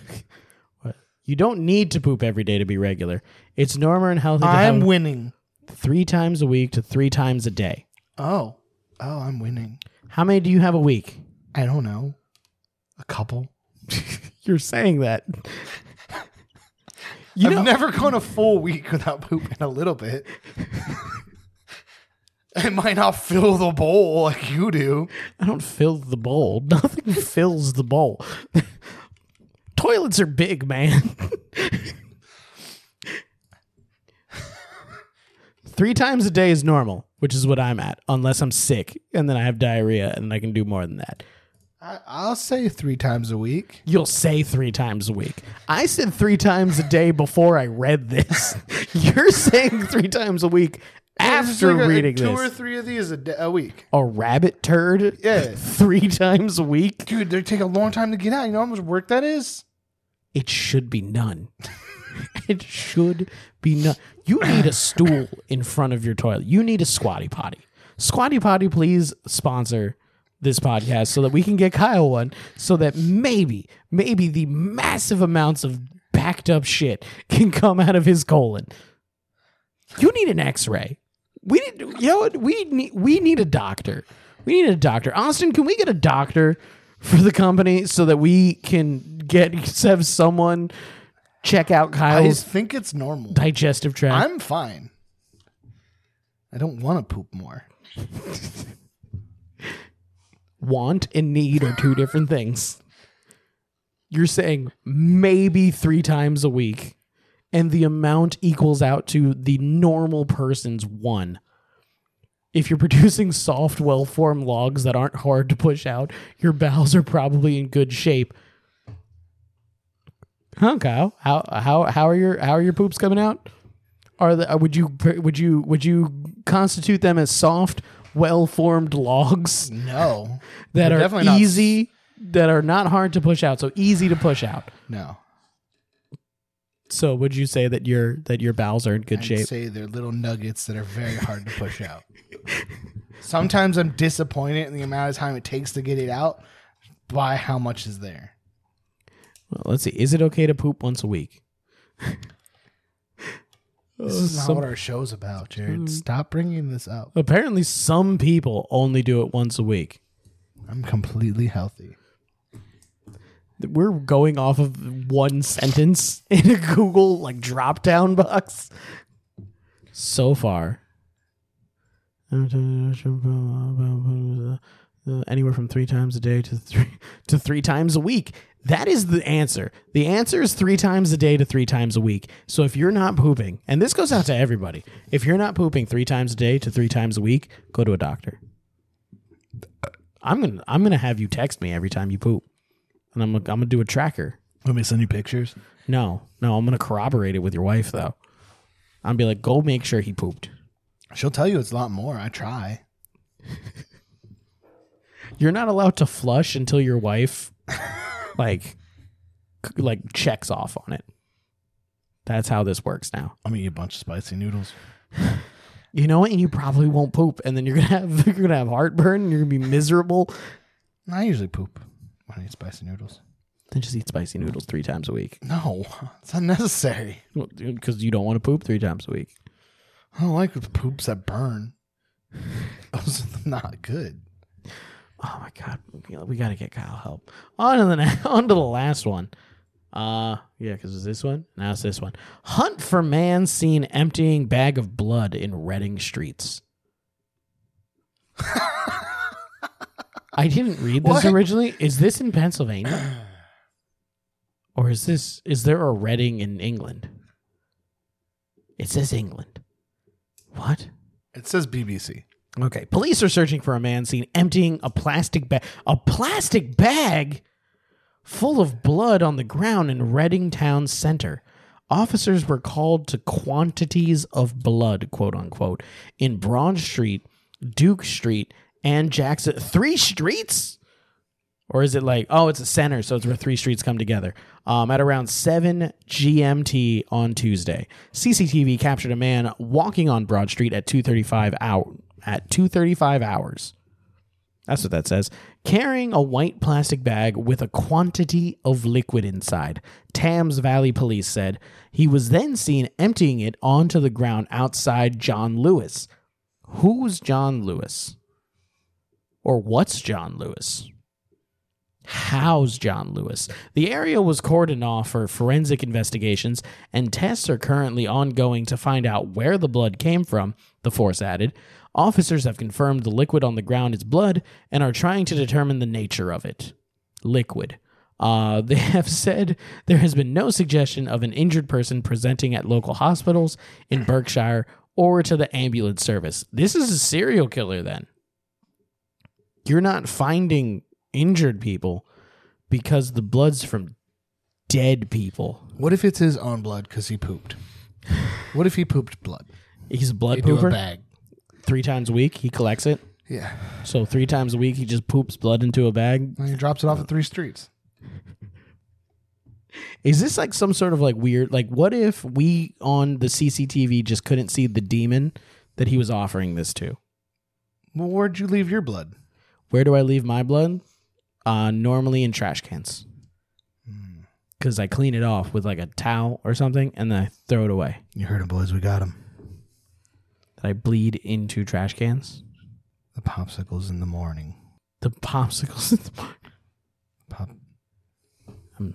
Speaker 2: You don't need to poop every day to be regular. It's normal and healthy to
Speaker 3: I'm
Speaker 2: have
Speaker 3: winning.
Speaker 2: three times a week to three times a day.
Speaker 3: Oh, oh, I'm winning.
Speaker 2: How many do you have a week?
Speaker 3: I don't know. A couple.
Speaker 2: You're saying that. you
Speaker 3: I've
Speaker 2: know,
Speaker 3: never gone a full week without pooping a little bit. it might not fill the bowl like you do.
Speaker 2: I don't fill the bowl. Nothing fills the bowl. Toilets are big, man. Three times a day is normal, which is what I'm at, unless I'm sick and then I have diarrhea and I can do more than that.
Speaker 3: I, I'll say three times a week.
Speaker 2: You'll say three times a week. I said three times a day before I read this. You're saying three times a week after
Speaker 3: It's like a-
Speaker 2: reading
Speaker 3: two
Speaker 2: this.
Speaker 3: or three of these a, da- a week.
Speaker 2: a rabbit turd
Speaker 3: Yeah.
Speaker 2: three times a week,
Speaker 3: Dude, they take a long time to get out. You know how much work that is?
Speaker 2: it should be none. it should be none. You need a stool in front of your toilet. You need a squatty potty. Squatty potty, please sponsor this podcast so that we can get Kyle one so that maybe, maybe the massive amounts of backed up shit can come out of his colon. You need an X-ray. We need, you know, what? we need we need a doctor. We need a doctor. Austin, can we get a doctor for the company so that we can get have someone check out
Speaker 3: I
Speaker 2: Kyle's
Speaker 3: think it's normal.
Speaker 2: digestive tract?
Speaker 3: I'm fine. I don't want to poop more.
Speaker 2: Want and need are two different things. You're saying maybe three times a week, and the amount equals out to the normal person's one. If you're producing soft, well formed logs that aren't hard to push out, your bowels are probably in good shape. Huh, Kyle? How how how are your how are your poops coming out? Are the, uh, would you would you would you constitute them as soft, well formed logs
Speaker 3: No.
Speaker 2: that
Speaker 3: They're
Speaker 2: are
Speaker 3: definitely not-
Speaker 2: easy, that are not hard to push out. So easy to push out.
Speaker 3: No.
Speaker 2: So would you say that your that your bowels are in good
Speaker 3: I'd
Speaker 2: shape?
Speaker 3: say they're little nuggets that are very hard to push out. Sometimes I'm disappointed in the amount of time it takes to get it out by how much is there.
Speaker 2: Well, let's see. Is it okay to poop once a week?
Speaker 3: This is not
Speaker 2: Some-
Speaker 3: what our show's about, Jared. Stop bringing this up.
Speaker 2: Apparently, some people only do it once a week.
Speaker 3: I'm completely healthy.
Speaker 2: We're going off of one sentence in a Google like drop down box. So far, anywhere from three times a day to three to three times a week. That is the answer. The answer is three times a day to three times a week. So if you're not pooping, and this goes out to everybody, if you're not pooping three times a day to three times a week, go to a doctor. I'm gonna I'm gonna have you text me every time you poop and I'm gonna, I'm gonna do a tracker.
Speaker 3: Let me send you pictures.
Speaker 2: No, no, I'm gonna corroborate it with your wife though. i will be like, go make sure he pooped.
Speaker 3: She'll tell you it's a lot more. I try.
Speaker 2: You're not allowed to flush until your wife, like, c- like checks off on it. That's how this works now.
Speaker 3: I'm gonna eat a bunch of spicy noodles.
Speaker 2: You know, what? and you probably won't poop, and then you're gonna have you're gonna have heartburn, and you're gonna be miserable.
Speaker 3: I usually poop when I eat spicy noodles.
Speaker 2: Then just eat spicy noodles three times a week
Speaker 3: No, it's unnecessary.
Speaker 2: because you don't want to poop three times a week.
Speaker 3: I don't like the poops that burn. Those are not good.
Speaker 2: Oh my god, we- we gotta get Kyle help. On to the na- on to the last one. Uh yeah, because it's this one. Now it's this one. Hunt for man seen emptying bag of blood in Reading streets. I didn't read this
Speaker 3: What?
Speaker 2: originally. Is this in Pennsylvania? Or is this is there a Reading in England? It says England. What?
Speaker 3: It says BBC.
Speaker 2: Okay. Police are searching for a man seen emptying a plastic bag a plastic bag full of blood on the ground in Reading town center. Officers were called to quantities of blood, quote unquote, in Braun Street, Duke Street, and Jackson. Three streets? Or is it like, oh, it's a center, so it's where three streets come together. Um, at around 7 GMT on Tuesday, CCTV captured a man walking on Broad Street at 2:35 hour at 2:35 hours. That's what that says. Carrying a white plastic bag with a quantity of liquid inside. Tams Valley police said he was then seen emptying it onto the ground outside John Lewis. Who's John Lewis? Or what's John Lewis? How's John Lewis? The area was cordoned off for forensic investigations, and tests are currently ongoing to find out where the blood came from, the force added. Officers have confirmed the liquid on the ground is blood and are trying to determine the nature of it. Liquid. Uh, they have said there has been no suggestion of an injured person presenting at local hospitals in Berkshire or to the ambulance service. This is a serial killer, then you're not finding injured people because the blood's from dead people.
Speaker 3: What if it's his own blood because he pooped? What if he pooped blood
Speaker 2: He's a blood
Speaker 3: into a
Speaker 2: pooper.
Speaker 3: bag?
Speaker 2: Three times a week, he collects it.
Speaker 3: Yeah,
Speaker 2: So three times a week, he just poops blood into a bag.
Speaker 3: and he drops it off at three streets.
Speaker 2: Is this like some sort of like weird? Like, what if we on the CCTV just couldn't see the demon that he was offering this to?
Speaker 3: Well, where'd you leave your blood?
Speaker 2: Where do I leave my blood? Uh, normally in trash cans. Because I clean it off with like a towel or something and then I throw it away.
Speaker 3: You heard him, boys. We got him.
Speaker 2: That I bleed into trash cans.
Speaker 3: The popsicles in the morning.
Speaker 2: The popsicles in the park.
Speaker 3: Pop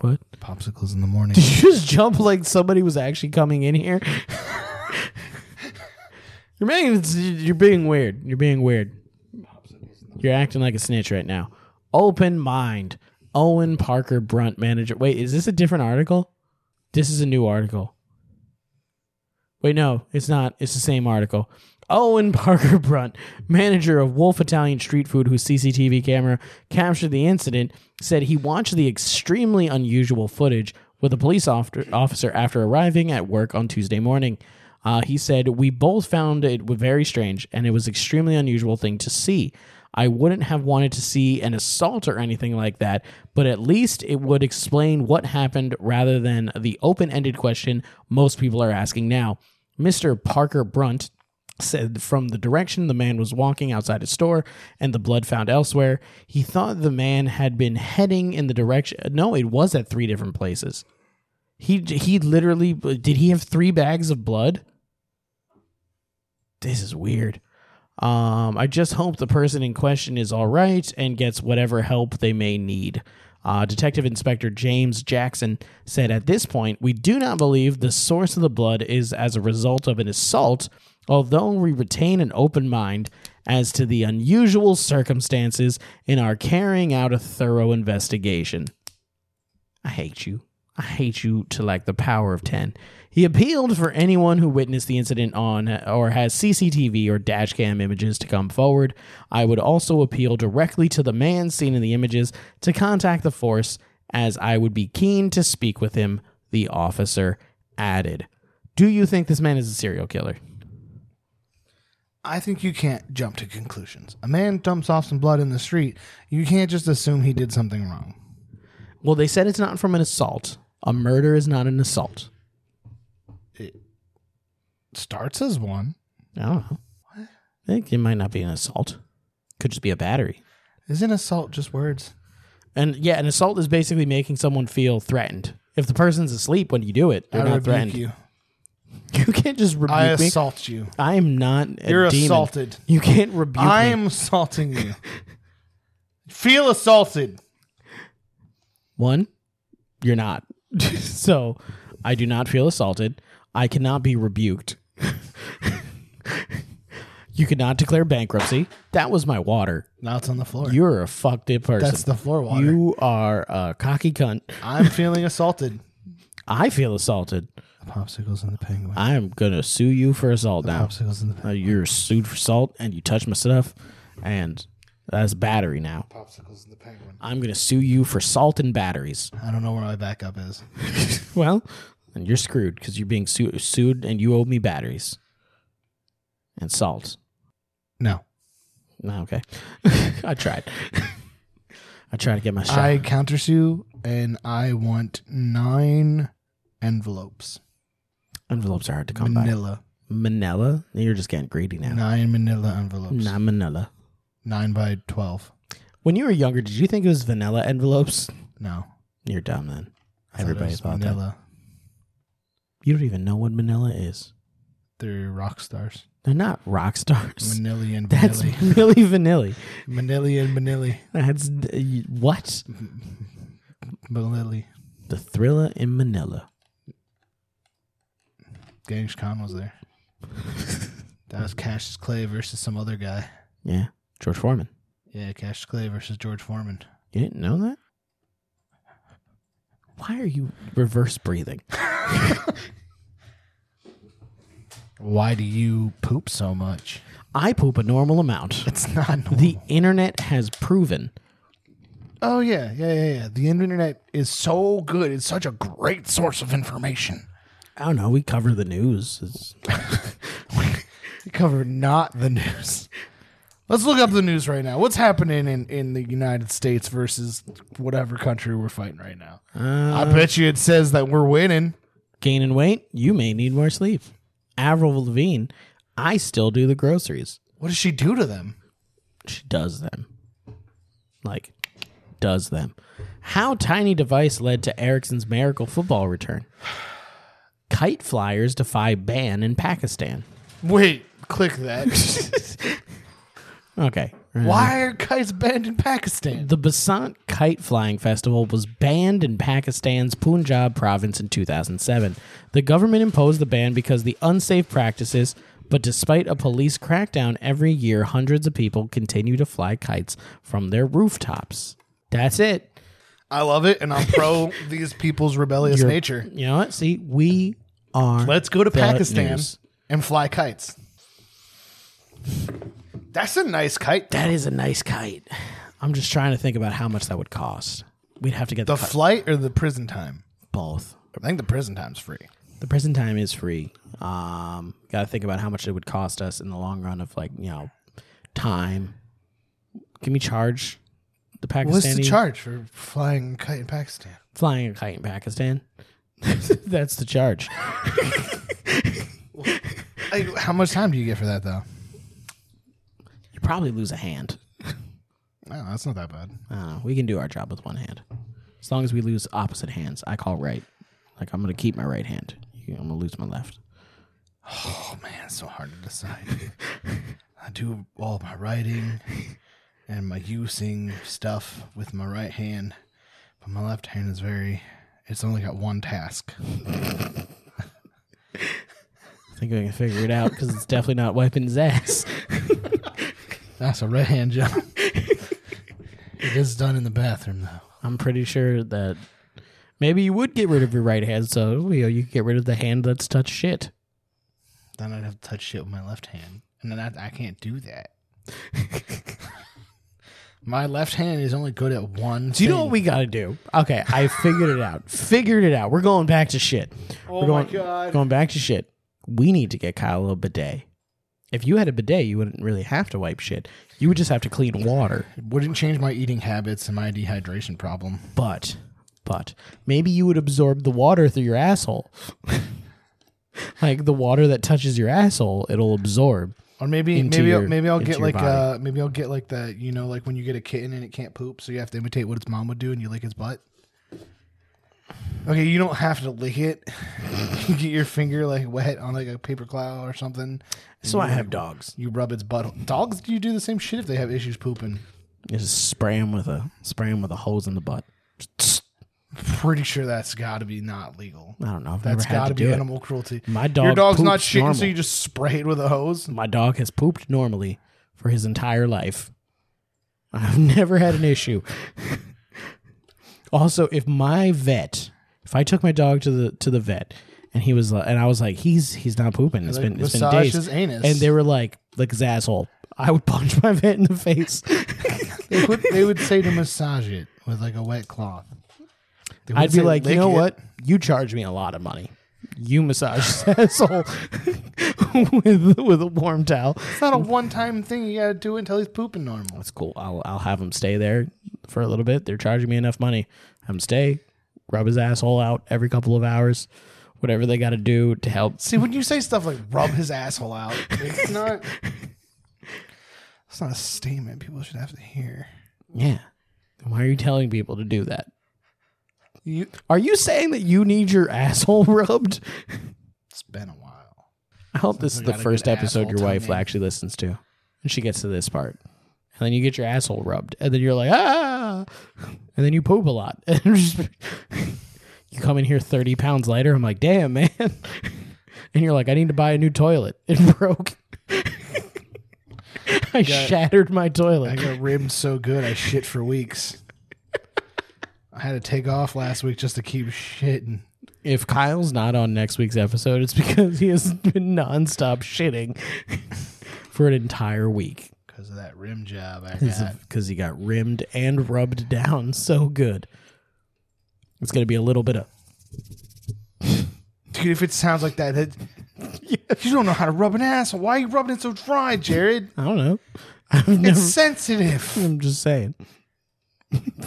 Speaker 2: What?
Speaker 3: popsicles in the morning.
Speaker 2: Did you just jump like somebody was actually coming in here? you're making you're being weird. You're being weird. You're acting like a snitch right now. Open mind. Owen Parker Brunt manager. Wait, is this a different article? This is a new article. Wait, no, it's not. It's the same article. Owen Parker Brunt, manager of Wolf Italian Street Food, whose CCTV camera captured the incident, said he watched the extremely unusual footage with a police officer- officer after arriving at work on Tuesday morning.
Speaker 1: Uh, he said, We both found it very strange, and it was extremely unusual thing to see. I wouldn't have wanted to see an assault or anything like that, but at least it would explain what happened rather than the open ended question most people are asking now. Mr. Parker Brunt said from the direction the man was walking outside his store and the blood found elsewhere, he thought the man had been heading in the direction. No, it was at three different places. He he literally did he have three bags of blood? This is weird. Um, I just hope the person in question is all right and gets whatever help they may need. Uh, Detective Inspector James Jackson said at this point, we do not believe the source of the blood is as a result of an assault, although we retain an open mind as to the unusual circumstances in our carrying out a thorough investigation. I hate you. I hate you to like the power of 10. He appealed for anyone who witnessed the incident on or has CCTV or dash cam images to come forward. I would also appeal directly to the man seen in the images to contact the force, as I would be keen to speak with him, the officer added. Do you think this man is a serial killer?
Speaker 3: I think you can't jump to conclusions. A man dumps off some blood in the street. You can't just assume he did something wrong.
Speaker 1: Well, they said it's not from an assault. A murder is not an assault.
Speaker 3: Starts as one.
Speaker 1: I don't know. I think it might not be an assault. Could just be a battery.
Speaker 3: Isn't assault just words?
Speaker 1: And yeah, an assault is basically making someone feel threatened. If the person's asleep when you do it, they're
Speaker 3: I
Speaker 1: not
Speaker 3: rebuke
Speaker 1: threatened. You.
Speaker 3: you.
Speaker 1: can't just rebuke
Speaker 3: I
Speaker 1: me.
Speaker 3: assault you.
Speaker 1: I am not a
Speaker 3: You're
Speaker 1: demon.
Speaker 3: assaulted.
Speaker 1: You can't rebuke
Speaker 3: I
Speaker 1: me.
Speaker 3: am assaulting you. Feel assaulted.
Speaker 1: One, you're not. so I do not feel assaulted. I cannot be rebuked. you cannot declare bankruptcy. That was my water.
Speaker 3: Now it's on the floor.
Speaker 1: You're a fucked up person.
Speaker 3: That's the floor water.
Speaker 1: you are a cocky cunt.
Speaker 3: I'm feeling assaulted.
Speaker 1: I feel assaulted.
Speaker 3: The popsicles and the penguin.
Speaker 1: I am gonna sue you for assault now.
Speaker 3: popsicles and the
Speaker 1: Uh, you're sued for assault and you touch my stuff, and that's battery now.
Speaker 3: popsicles and the penguin.
Speaker 1: I'm gonna sue you for salt and batteries.
Speaker 3: I don't know where my backup is.
Speaker 1: Well, and you're screwed because you're being su- sued and you owe me batteries and salt.
Speaker 3: No.
Speaker 1: No, okay. I tried. I tried to get my shot.
Speaker 3: I countersue and I want nine envelopes.
Speaker 1: Envelopes are hard to come by.
Speaker 3: Manila.
Speaker 1: Manila? You're just getting greedy now.
Speaker 3: Nine manila envelopes.
Speaker 1: Not Manila.
Speaker 3: Nine by 12.
Speaker 1: When you were younger, did you think it was vanilla envelopes?
Speaker 3: No.
Speaker 1: You're dumb then.
Speaker 3: I thought it
Speaker 1: Everybody
Speaker 3: was
Speaker 1: thought that.
Speaker 3: manila.
Speaker 1: You don't even know what Manila is.
Speaker 3: They're rock stars.
Speaker 1: They're not rock stars.
Speaker 3: Manili and
Speaker 1: That's
Speaker 3: Vanilli.
Speaker 1: Milli Vanilli.
Speaker 3: Manili and Manili.
Speaker 1: That's d- what
Speaker 3: Manili.
Speaker 1: the thriller in Manila.
Speaker 3: Gangs Khan was there. that was Cassius Clay versus some other guy.
Speaker 1: Yeah, George Foreman.
Speaker 3: Yeah, Cassius Clay versus George Foreman.
Speaker 1: You didn't know that? Why are you reverse breathing?
Speaker 3: Why do you poop so much?
Speaker 1: I poop a normal amount.
Speaker 3: It's not normal.
Speaker 1: The internet has proven.
Speaker 3: oh yeah, yeah, yeah, yeah. The internet is so good. It's such a great source of information.
Speaker 1: I don't know. We cover the news. It's-
Speaker 3: We cover not the news. Let's look up the news right now. What's happening in, in the United States versus whatever country we're fighting right now? I bet you it says that we're winning.
Speaker 1: gaining weight, you may need more sleep. Avril Lavigne, I still do the groceries.
Speaker 3: What does she do to them?
Speaker 1: She does them. Like, does them. How tiny device led to Ericsson's miracle football return? Kite flyers defy ban in Pakistan.
Speaker 3: Wait, click that.
Speaker 1: Okay.
Speaker 3: Why are kites banned in Pakistan?
Speaker 1: The Basant Kite Flying Festival was banned in Pakistan's Punjab province in 2007. The government imposed the ban because the unsafe practices, but despite a police crackdown every year, hundreds of people continue to fly kites from their rooftops. That's it.
Speaker 3: I love it, and I'm pro these people's rebellious
Speaker 1: You're-
Speaker 3: nature.
Speaker 1: You know what? See, we are.
Speaker 3: Let's go to
Speaker 1: the
Speaker 3: Pakistan
Speaker 1: news.
Speaker 3: and fly kites. That's a nice kite.
Speaker 1: That is a nice kite. I'm just trying to think about how much that would cost. We'd have to get the,
Speaker 3: The
Speaker 1: kite-
Speaker 3: flight or the prison time?
Speaker 1: both.
Speaker 3: I think the prison time's free.
Speaker 1: the prison time is free. Um, got to think about how much it would cost us in the long run of like you know, time. Can we charge the Pakistani
Speaker 3: What's the charge for flying a kite in Pakistan?
Speaker 1: flying a kite in Pakistan? That's the charge.
Speaker 3: Like, how much time do you get for that though?
Speaker 1: You probably lose a hand.
Speaker 3: No, that's not that bad.
Speaker 1: I don't know. We can do our job with one hand, as long as we lose opposite hands. I call right. Like I'm gonna keep my right hand. You- I'm gonna lose my left.
Speaker 3: Oh man, it's so hard to decide. I do all my writing and my using stuff with my right hand, but my left hand is very. It's only got one task.
Speaker 1: I think we can figure it out because it's definitely not wiping his ass.
Speaker 3: That's a right hand job. it is done in the bathroom though.
Speaker 1: I'm pretty sure that maybe you would get rid of your right hand, so you know you could get rid of the hand that's touched shit.
Speaker 3: Then I'd have to touch shit with my left hand, and then I, I can't do that. my left hand is only good at one.
Speaker 1: Do you know what we gotta do? Okay, I figured it out. Figured it out. We're going back to shit. Oh We're going, my god. Going back to shit. We need to get Kyle a bidet. If you had a bidet, you wouldn't really have to wipe shit. You would just have to clean water.
Speaker 3: wouldn't change my eating habits and my dehydration problem.
Speaker 1: But, but maybe you would absorb the water through your asshole. like the water that touches your asshole, it'll absorb.
Speaker 3: Or maybe
Speaker 1: into
Speaker 3: maybe I'll,
Speaker 1: your-
Speaker 3: maybe I'll
Speaker 1: into
Speaker 3: get
Speaker 1: your
Speaker 3: like
Speaker 1: body.
Speaker 3: uh maybe I'll get like the you know like when you get a kitten and it can't poop, so you have to imitate what its mom would do, and you lick its butt. Okay, you don't have to lick it. you get your finger like wet on like a paper cloud or something.
Speaker 1: So I have dogs.
Speaker 3: You rub its butt. Dogs, do you do the same shit if they have issues pooping?
Speaker 1: You just spray him with a spray him with a hose in the butt.
Speaker 3: Pretty sure that's got to be not legal.
Speaker 1: I don't know. I've
Speaker 3: That's
Speaker 1: never had
Speaker 3: got to
Speaker 1: to do
Speaker 3: be
Speaker 1: it.
Speaker 3: animal cruelty.
Speaker 1: My dog
Speaker 3: Your dog's
Speaker 1: poops
Speaker 3: not shitting,
Speaker 1: normal.
Speaker 3: so you just spray it with a hose.
Speaker 1: My dog has pooped normally for his entire life. I've never had an issue. also, if my vet, if I took my dog to the to the vet and he was li- and I was like, he's he's not pooping. It's
Speaker 3: Like,
Speaker 1: been it's been
Speaker 3: massage
Speaker 1: days.
Speaker 3: his anus.
Speaker 1: And they were like, like his asshole. I would punch my vet in the face.
Speaker 3: They would, they would say to massage it with like a wet cloth. They would
Speaker 1: I'd be
Speaker 3: say,
Speaker 1: like, you
Speaker 3: "Lick
Speaker 1: know
Speaker 3: it."
Speaker 1: what? You charge me a lot of money. You massage his asshole with with a warm towel.
Speaker 3: It's not a one-time thing you got to do until he's pooping normal.
Speaker 1: That's cool. I'll I'll have him stay there for a little bit. They're charging me enough money. Have him stay, rub his asshole out every couple of hours, whatever they got to do to help.
Speaker 3: See, when you say stuff like "rub his asshole out," it's not. It's not a statement people should have to hear.
Speaker 1: Yeah. Why are you telling people to do that?
Speaker 3: You,
Speaker 1: Are you saying that you need your asshole rubbed?
Speaker 3: it's been a while.
Speaker 1: I hope this is
Speaker 3: Sounds
Speaker 1: the
Speaker 3: like I got a
Speaker 1: first
Speaker 3: good
Speaker 1: episode your
Speaker 3: asshole
Speaker 1: wife
Speaker 3: tummy.
Speaker 1: actually listens to, and she gets to this part, and then you get your asshole rubbed, and then you're like ah, and then you poop a lot, and just- you come in here thirty pounds lighter. I'm like, damn man, and you're like, I need to buy a new toilet. It broke. I shattered my
Speaker 3: I
Speaker 1: toilet.
Speaker 3: got ribbed so good I shit for weeks. I had to take off last week just to keep shitting.
Speaker 1: If Kyle's not on next week's episode, it's because he has been nonstop shitting for an entire week.
Speaker 3: Because of that rim job I got.
Speaker 1: because he got rimmed and rubbed down so good. It's gonna be a little bit of
Speaker 3: Dude, if it sounds like that, it, you don't know how to rub an asshole. Why are you rubbing it so dry, Jared?
Speaker 1: I don't know. I've never,
Speaker 3: It's sensitive.
Speaker 1: I'm just saying.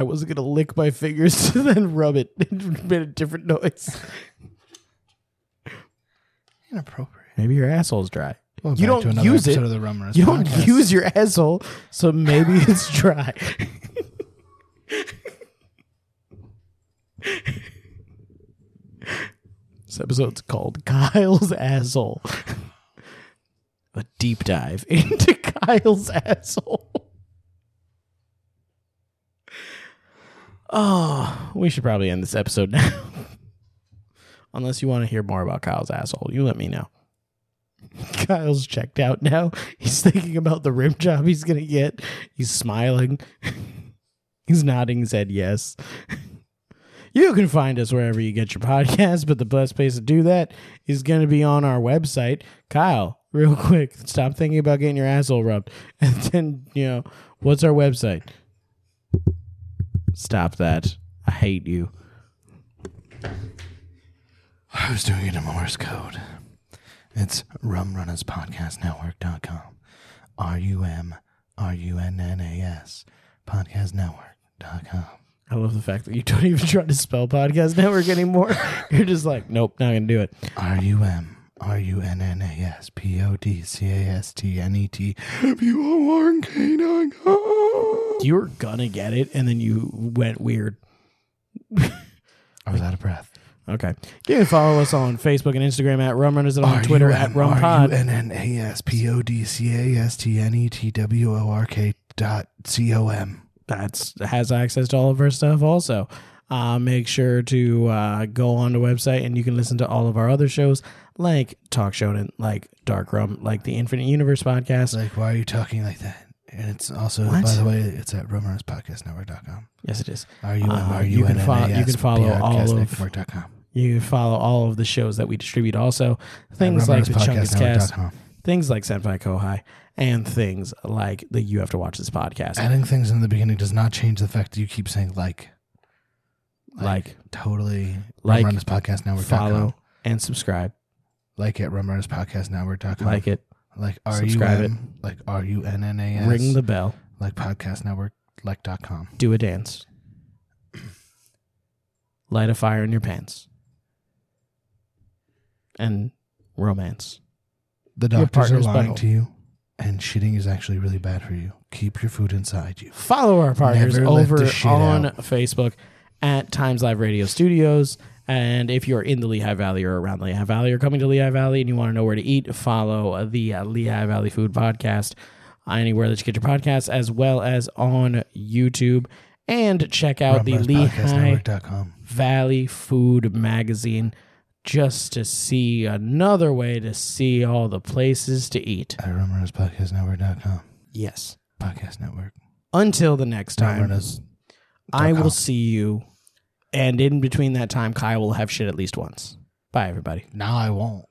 Speaker 1: I wasn't gonna lick my fingers to then rub it. It made a different noise.
Speaker 3: Inappropriate.
Speaker 1: Maybe your asshole's dry.
Speaker 3: Well,
Speaker 1: You
Speaker 3: back
Speaker 1: don't
Speaker 3: to another
Speaker 1: use it.
Speaker 3: episode Of the Rum Runners
Speaker 1: You don't
Speaker 3: podcast.
Speaker 1: use your asshole, so maybe it's dry. this episode's called Kyle's Asshole. A deep dive into Kyle's asshole. Oh, we should probably end this episode now. Unless you want to hear more about Kyle's asshole, you let me know. Kyle's checked out now. He's thinking about the rim job he's gonna get. He's smiling. he's nodding his head yes. You can find us wherever you get your podcast, but the best place to do that is going to be on our website. Kyle, real quick, stop thinking about getting your asshole rubbed. And then, you know, what's our website? Stop that. I hate you.
Speaker 3: I was doing it in Morse code. It's rumrunnerspodcastnetwork.com. R U M R U N N A S podcastnetwork.com.
Speaker 1: I love the fact that you don't even try to spell podcast network anymore. You're just like, nope, not gonna do it.
Speaker 3: R U M R U N N A S P O D C A S T N E T P O R K dot com.
Speaker 1: You were gonna get it, and then you went weird.
Speaker 3: I was out of breath.
Speaker 1: Okay. You can follow us on Facebook and Instagram at Rum Runners and on Twitter at Rum Pod.
Speaker 3: R U N N A S P O D C A S T N E T W O R K dot C O M.
Speaker 1: That's has access to all of our stuff also. Uh, make sure to uh, go on the website and you can listen to all of our other shows like Talk Shonen, like Dark Rum, like the Infinite Universe podcast.
Speaker 3: It's like, why are you talking like that? And it's also,
Speaker 1: What?
Speaker 3: by the way, it's at rumrunnerspodcastnetwork.com.
Speaker 1: yes, it is.
Speaker 3: Are you?
Speaker 1: Uh,
Speaker 3: are
Speaker 1: you
Speaker 3: you?
Speaker 1: can fo- you can follow
Speaker 3: E
Speaker 1: all of-
Speaker 3: network.com.
Speaker 1: You can follow all of the shows that we distribute also. Things like the Chungus Cast, things like Senpai Kohai, and things like the You Have to Watch This podcast.
Speaker 3: Adding things in the beginning does not change the fact that you keep saying like,
Speaker 1: like,
Speaker 3: totally.
Speaker 1: Like,
Speaker 3: Rumrunners podcast network.
Speaker 1: follow, and subscribe.
Speaker 3: Like at rumrunners podcast network.com.
Speaker 1: Like it.
Speaker 3: like r u
Speaker 1: subscribe it.
Speaker 3: m like r u n n a s
Speaker 1: Ring the bell.
Speaker 3: like podcast network like dot com.
Speaker 1: Do a dance. Light a fire in your pants. And romance.
Speaker 3: The doctors are
Speaker 1: Your partner's
Speaker 3: lying
Speaker 1: butthole.
Speaker 3: to you, and shitting is actually really bad for you. Keep your food inside you.
Speaker 1: Follow our partners
Speaker 3: Never let
Speaker 1: over
Speaker 3: the shit
Speaker 1: on
Speaker 3: out.
Speaker 1: Facebook at Times Live Radio Studios. And if you're in the Lehigh Valley or around Lehigh Valley or coming to Lehigh Valley and you want to know where to eat, follow the uh, Lehigh Valley Food Podcast anywhere that you get your podcasts, as well as on YouTube. And check out the Lehigh
Speaker 3: Rumrunnerspodcastnetwork.com.
Speaker 1: Valley Food Magazine just to see another way to see all the places to eat.
Speaker 3: At rumrunnerspodcastnetwork.com.
Speaker 1: Yes.
Speaker 3: Podcast network.
Speaker 1: Until the next time,
Speaker 3: Rumrunners.
Speaker 1: I
Speaker 3: com.
Speaker 1: will see you. And in between that time, Kyle will have shit at least once. Bye, everybody.
Speaker 3: Now I won't.